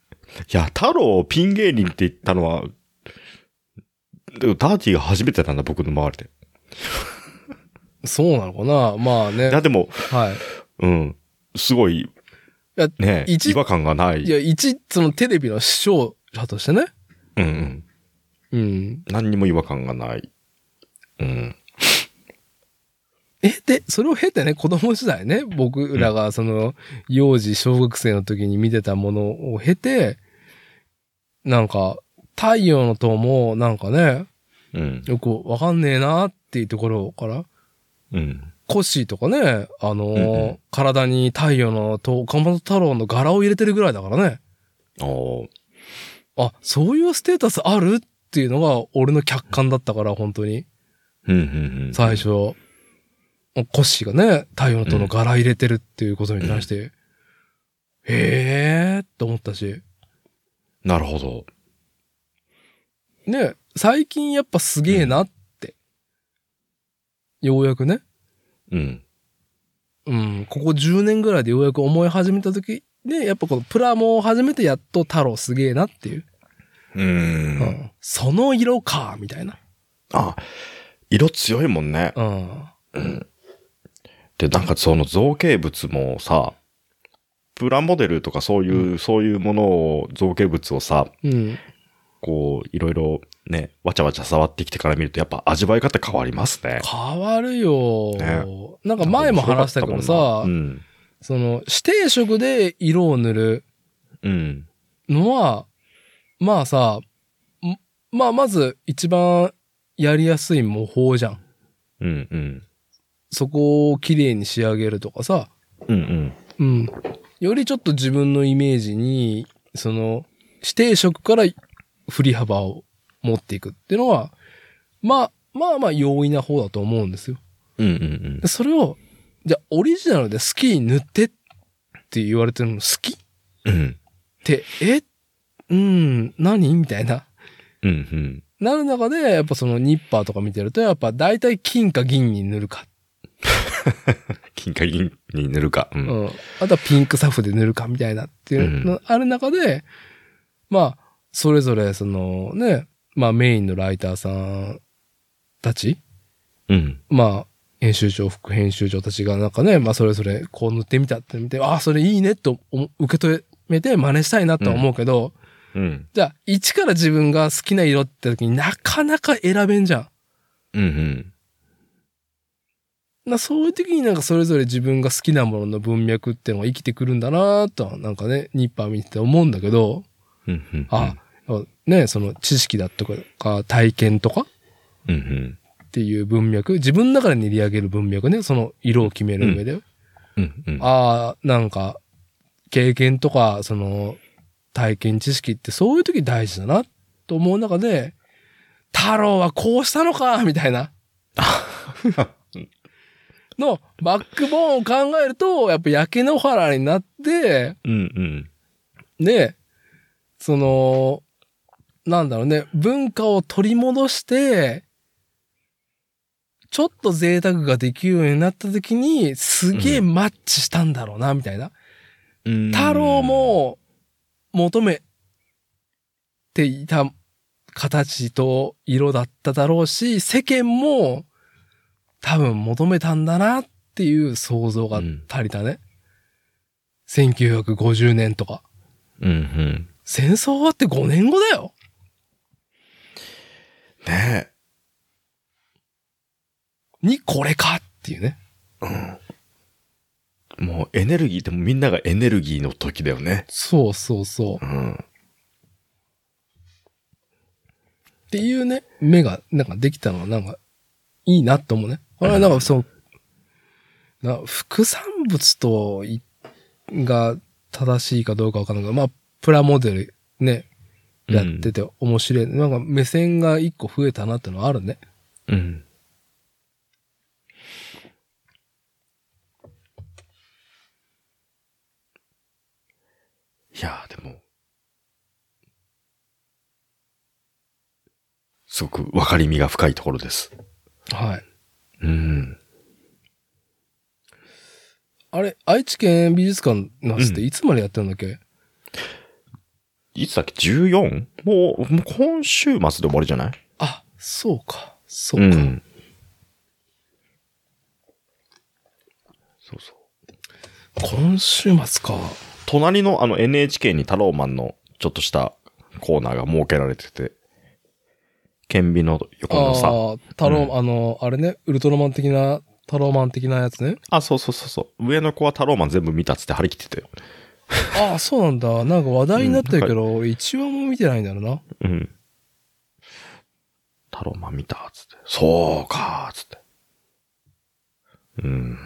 Speaker 2: いや、太郎をピン芸人って言ったのは、でもダーティーが初めてなんだ、僕の周りで。
Speaker 1: そうなのかなまあね。
Speaker 2: いや、でも、
Speaker 1: は
Speaker 2: うん。すごい
Speaker 1: や、
Speaker 2: ね、
Speaker 1: 一
Speaker 2: 違和感がない。
Speaker 1: い。いや、一、そのテレビの視聴者としてね。
Speaker 2: うんうん。
Speaker 1: うん。
Speaker 2: 何にも違和感がない。うん。
Speaker 1: え、で、それを経てね、子供時代ね、僕らがその、幼児、小学生の時に見てたものを経て、なんか、太陽の塔も、なんかね、
Speaker 2: うん。
Speaker 1: よくわかんねえなっていうところから、
Speaker 2: うん。
Speaker 1: コッシーとかね、あのー
Speaker 2: うんうん
Speaker 1: 体に太陽の塔、岡本太郎の柄を入れてるぐらいだからね、
Speaker 2: あー
Speaker 1: あ、そういうステータスあるっていうのが俺の客観だったから、本当に。
Speaker 2: うんうんうん。
Speaker 1: 最初、コッシーがね、太陽の塔の柄入れてるっていうことに対して、へえーって思ったし。
Speaker 2: なるほど。
Speaker 1: ね、最近やっぱすげえなって。ようやくね、
Speaker 2: うん。
Speaker 1: うん、ここ10年ぐらいでようやく思い始めた時で、やっぱこのプラモを始めてやっと太郎すげえなっていう。
Speaker 2: う。
Speaker 1: うんん。その色か、みたいな。
Speaker 2: あ、色強いもんね。
Speaker 1: うん。
Speaker 2: で、なんかその造形物もさ、プラモデルとかそういう、そういうものを、造形物をさ、
Speaker 1: うん。
Speaker 2: こう、いろいろね、わちゃわちゃ触ってきてから見ると、やっぱ味わい方変わりますね。
Speaker 1: 変わるよ、
Speaker 2: ね
Speaker 1: なんか前も話したけどさ、
Speaker 2: うん。
Speaker 1: その指定色で色を塗る
Speaker 2: うん。
Speaker 1: のは、まあさ、んまあまず一番やりやすい模倣じゃん。
Speaker 2: うんうん。
Speaker 1: そこを綺麗に仕上げるとかさ、
Speaker 2: うんうん。
Speaker 1: うん。よりちょっと自分のイメージに、その、指定色から振り幅を持っていくっていうのは、まあ、まあまあ容易な方だと思うんですよ。
Speaker 2: うんうんうん
Speaker 1: で。それを、じゃあオリジナルでスキー塗ってって言われてるの好きっ
Speaker 2: うん。
Speaker 1: て、えうん、何みたいな。
Speaker 2: うんうん。
Speaker 1: なる中で、やっぱそのニッパーとか見てると、やっぱ大体金か銀に塗るか。
Speaker 2: 金貨銀に塗るか。う。
Speaker 1: うんん。あとはピンクサフで塗るかみたいなっていう
Speaker 2: う
Speaker 1: のある中で、まあ、それぞれそのね、まあメインのライターさんたち
Speaker 2: うん。
Speaker 1: まあ、編集長、副編集長たちがなんかね、まあそれぞれこう塗ってみたって見て、ああ、それいいねと思受け止めて真似したいなとは思うけど、
Speaker 2: うん。
Speaker 1: じゃあ、一から自分が好きな色って時になかなか選べんじゃん。
Speaker 2: うんうん。
Speaker 1: なそういう時になんかそれぞれ自分が好きなものの文脈ってのが生きてくるんだなとは、なんかね、ニッパー見てて思うんだけど、
Speaker 2: うんうん。
Speaker 1: あ、ね、その知識だとか、体験とか
Speaker 2: うんうん。
Speaker 1: っていう文脈、自分の中で練り上げる文脈ね、その色を決める上で。
Speaker 2: うんうん。
Speaker 1: ああ、なんか、経験とか、その、体験知識ってそういう時大事だな、と思う中で、太郎はこうしたのか、みたいな。の、バックボーンを考えると、やっぱ焼け野原になって、
Speaker 2: うんうん。
Speaker 1: で、その、なんだろうね、文化を取り戻して、ちょっと贅沢ができるようになった時に、すげえマッチしたんだろうな、みたいな。
Speaker 2: うん
Speaker 1: 太郎、も求めていた形と色だっただろうし、世間も多分求めたんだなっていう想像が足りたね。1950年とか。
Speaker 2: うんうん。
Speaker 1: 戦争終わって5年後だよ。
Speaker 2: ね
Speaker 1: にこれかっていうね。
Speaker 2: え。もうエネルギーでもみんながエネルギーの時だよね。
Speaker 1: そうそうそうう。
Speaker 2: ん。
Speaker 1: っていうね、目がなんかできたのはなんかいいなと思うね。これはなんかそう、な副産物とい、が正しいかどうかわからないけど、まあ、プラモデルね、やってて面白い。なんか目線が一個増えたなってのはあるね。
Speaker 2: うん。いやーでも、すごく分かりみが深いところです。
Speaker 1: はい。
Speaker 2: うん。
Speaker 1: あれ、愛知県美術館のやつっていつまでやってるんだっけ、
Speaker 2: いつだっけ ?14? もう、もう今週末で終わりじゃない
Speaker 1: あ、そうか。そう
Speaker 2: う
Speaker 1: か。
Speaker 2: ん。そうそう。
Speaker 1: 今週末か。
Speaker 2: 隣のあの NHK にタローマンのちょっとしたコーナーが設けられてて、顕微の横のさ、
Speaker 1: ああ、タロー、
Speaker 2: う
Speaker 1: あの、あれね、ウルトラマン的な、タローマン的なやつね。
Speaker 2: あ、そうそうそうそう。上の子はタローマン全部見たっつって張り切ってたよ。
Speaker 1: ああ、そうなんだ。なんか話題になってるけど、俺一話も見てないんだろうな。
Speaker 2: うん。タローマン見たっつって。そうかーっつって。うん。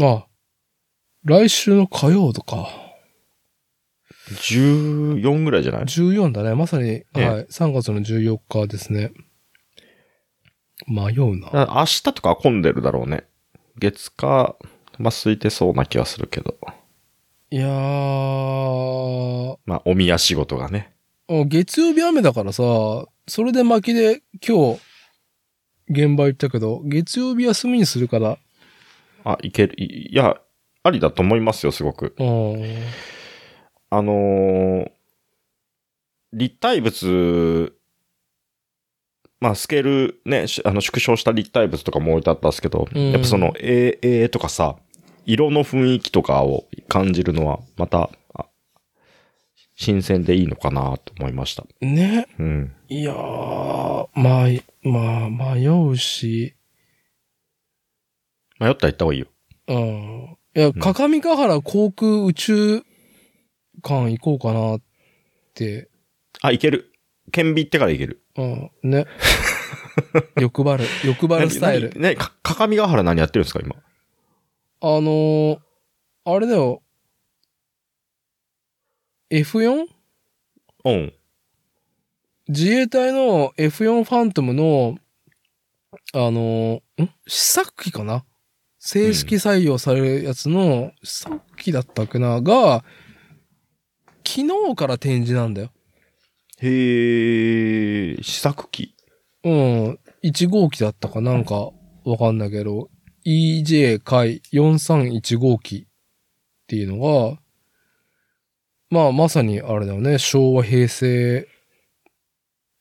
Speaker 1: ああ、来週の火曜とか。
Speaker 2: 14ぐらいじゃない
Speaker 1: 14だね。まさに、
Speaker 2: え
Speaker 1: はい。3月の14日ですね。迷うな。
Speaker 2: だから明日とかは混んでるだろうね。月火、まあ、空いてそうな気はするけど。
Speaker 1: いやー、
Speaker 2: まあ、お宮仕事がね。
Speaker 1: 月曜日雨だからさ、それで巻きで今日、現場行ったけど、月曜日休みにするから、
Speaker 2: あ、いける、いいや、ありだと思いますよ、すごく。
Speaker 1: うん。
Speaker 2: あのー立体物、まあ、スケールね、しあの、縮小した立体物とかも置いてあったんですけど、
Speaker 1: うん
Speaker 2: やっぱその、えー、えーとかさ、色の雰囲気とかを感じるのは、また、あ新鮮でいいのかなと思いました。
Speaker 1: ね。
Speaker 2: うん。
Speaker 1: いやー、まあ、まあ、迷うし、
Speaker 2: 迷ったら行った方がいいよ。
Speaker 1: うん。いや、各務原航空宇宙館行こうかなって、
Speaker 2: あ、いける。顕微ってからいける。
Speaker 1: うん、 ね。欲張る、欲張るスタイル。
Speaker 2: 何ね、か、かかみがはら何やってるんですか、今。
Speaker 1: あのー、あれだよ。F4?
Speaker 2: うん。
Speaker 1: 自衛隊の F4 ファントムの、あのー、ん試作機かな正式採用されるやつの試作機だったっけなが、昨日から展示なんだよ。
Speaker 2: へえ、試作機。
Speaker 1: うん。1号機だったかなんかわかんないけど、EJ 回431号機っていうのが、まあまさにあれだよね、昭和平成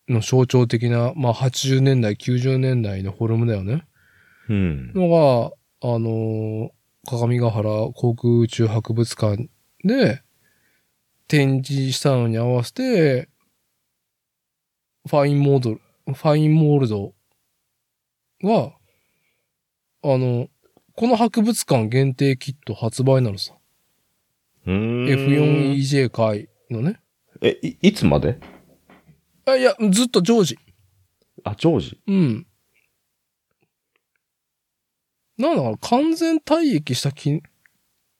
Speaker 1: の象徴的な、まあ80年代、90年代のフォルムだよね。
Speaker 2: うん。
Speaker 1: のが、あのー、鏡ヶ原航空宇宙博物館で展示したのに合わせて、ファインモードル、ファインモールドが、あの、この博物館限定キット発売なのさ。
Speaker 2: うーん。
Speaker 1: F4EJ 会のね。
Speaker 2: え、い、いつまで
Speaker 1: あいや、ずっと常時。
Speaker 2: あ、ジョージ。
Speaker 1: うん。なんだかな完全退役した機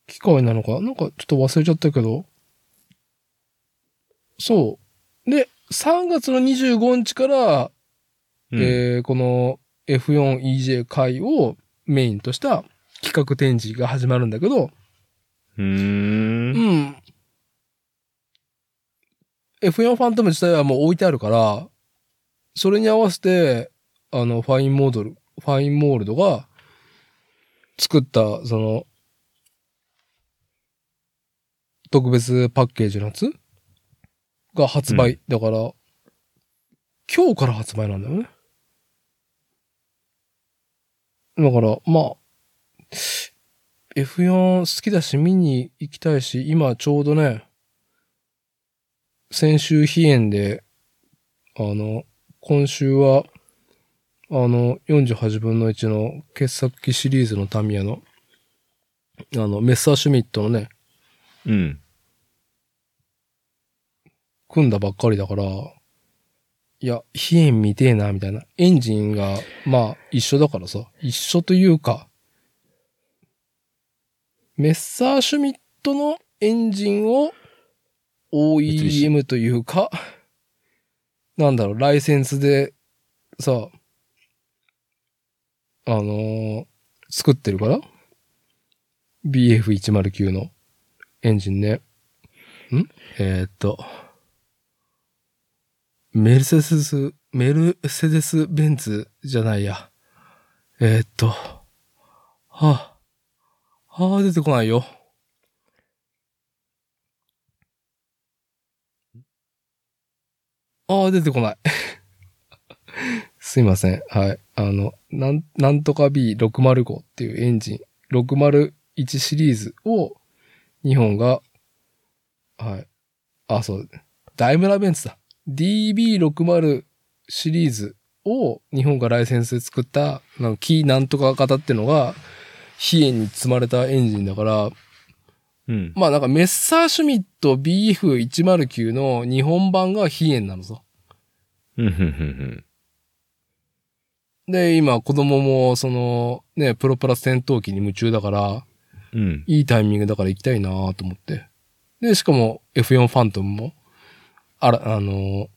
Speaker 1: 機械なのかなんかちょっと忘れちゃったけど。そう。で、3月の25日から、
Speaker 2: うん
Speaker 1: えーこの F4EJ 会をメインとした企画展示が始まるんだけど、
Speaker 2: うーん。
Speaker 1: うん。F4 ファントム自体はもう置いてあるから、それに合わせて、あの、ファインモードル、ファインモールドが作った、その、特別パッケージのやつが発売。だから、今日から発売なんだよね。だから、まあ、F4 好きだし見に行きたいし、今ちょうどね、先週飛燕で、あの、今週は、あの、48分の1の傑作機シリーズのタミヤの、あの、メッサーシュミットのね、
Speaker 2: うん。
Speaker 1: 組んだばっかりだから、いや、飛燕見てえな、みたいな。エンジンが、まあ、一緒だからさ、一緒というか、メッサーシュミットのエンジンを OEM というか、なんだろう、ライセンスで、さ、あのー作ってるから ?BF109 のエンジンね。んえーっと、メルセデス、メルセデス・ベンツじゃないや。えーっと、はあ、はあ、出てこないよ。ああ、出てこない。 すいません。はい。あの、なん、なんとか B605 っていうエンジン、601シリーズを、日本が、はい。あ、そう。ダイムラベンツだ。DB60 シリーズを日本がライセンスで作った、なんか、キーなんとか型ってのが、飛燕に積まれたエンジンだから、
Speaker 2: うん。
Speaker 1: まあなんかメッサーシュミット BF109 の日本版が飛燕なのさ。
Speaker 2: うん、うん、うん。
Speaker 1: で、今子供もそのね、プロプラス戦闘機に夢中だから、
Speaker 2: うん。
Speaker 1: いいタイミングだから行きたいなと思って。で、しかも F4 ファントムも、あら、あのー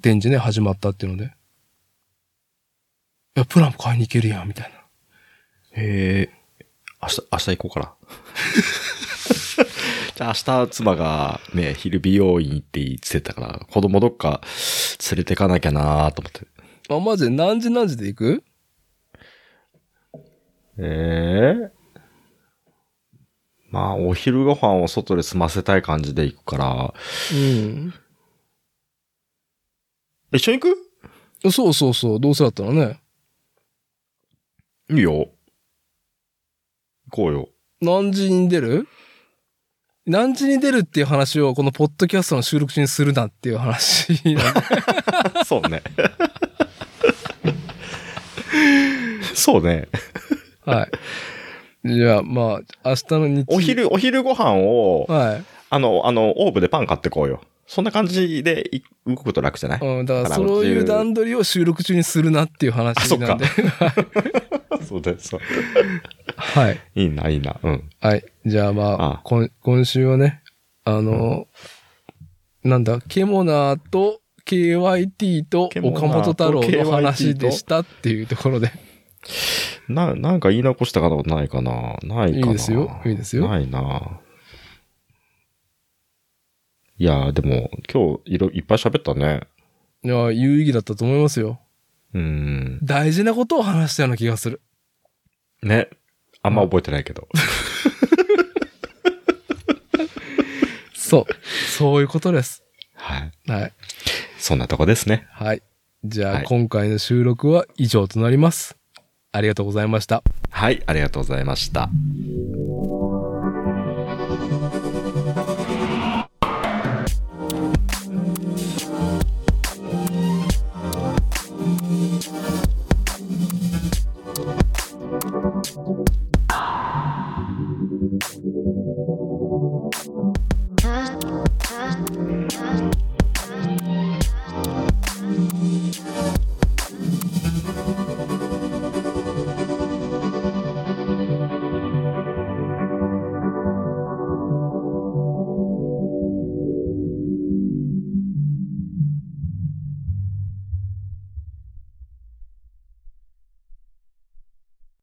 Speaker 1: 展示ね、始まったっていうので。いや、プラン買いに行けるやん、みたいな。
Speaker 2: へえ。明日、明日 行こうかな。じゃあ明日、妻がね、昼美容院行っていいって言ってたから、子供どっか連れてかなきゃなーと思って。
Speaker 1: あ、マジで何時何時で行く
Speaker 2: ええまあ、お昼ご飯を外で済ませたい感じで行くから、
Speaker 1: うん。
Speaker 2: 一緒に行
Speaker 1: そうそうそう、どうせだったらね。
Speaker 2: くいいよ。行こうよ。
Speaker 1: 何時に出る何時に出るっていう話をこのポッドキャストの収録中にするなっていう話 なんだ
Speaker 2: そうね。そうね。
Speaker 1: はい。じゃあまあ、明日の日
Speaker 2: お昼、お昼ご飯を、
Speaker 1: はい。
Speaker 2: あの、あの、オーブでパン買ってこうよ。そんな感じでい動くこと楽じゃない
Speaker 1: うん、だから
Speaker 2: から
Speaker 1: そういう
Speaker 2: 自由
Speaker 1: 段取りを収録中にするなっていう
Speaker 2: あ
Speaker 1: 話
Speaker 2: そっ
Speaker 1: な
Speaker 2: か
Speaker 1: んで。
Speaker 2: そうだよ、そう。
Speaker 1: はい。
Speaker 2: いいな、いいな。うん。
Speaker 1: はい。じゃあまあ、
Speaker 2: ああ
Speaker 1: 今今週はね、あの、なんだ、ケモナーと KYT と
Speaker 2: ケモナー
Speaker 1: 岡
Speaker 2: と
Speaker 1: 本太郎
Speaker 2: KYT
Speaker 1: の
Speaker 2: と
Speaker 1: 話でしたっていうところで。
Speaker 2: な、なんか言い残したことないかなないかない
Speaker 1: いですよいいですよ
Speaker 2: ないないやーでも、今日、いろ、いっぱい喋ったね。
Speaker 1: いや、有意義だったと思いますよ。
Speaker 2: うん。
Speaker 1: 大事なことを話したような気がする。
Speaker 2: ね。あんま覚えてな いけど。
Speaker 1: そう。そういうことです。
Speaker 2: はい。
Speaker 1: はい。
Speaker 2: そんなとこですね。
Speaker 1: はい。じゃあ、
Speaker 2: はい
Speaker 1: 今回の収録は以上となります。ありがとうございました。
Speaker 2: はい、ありがとうございました。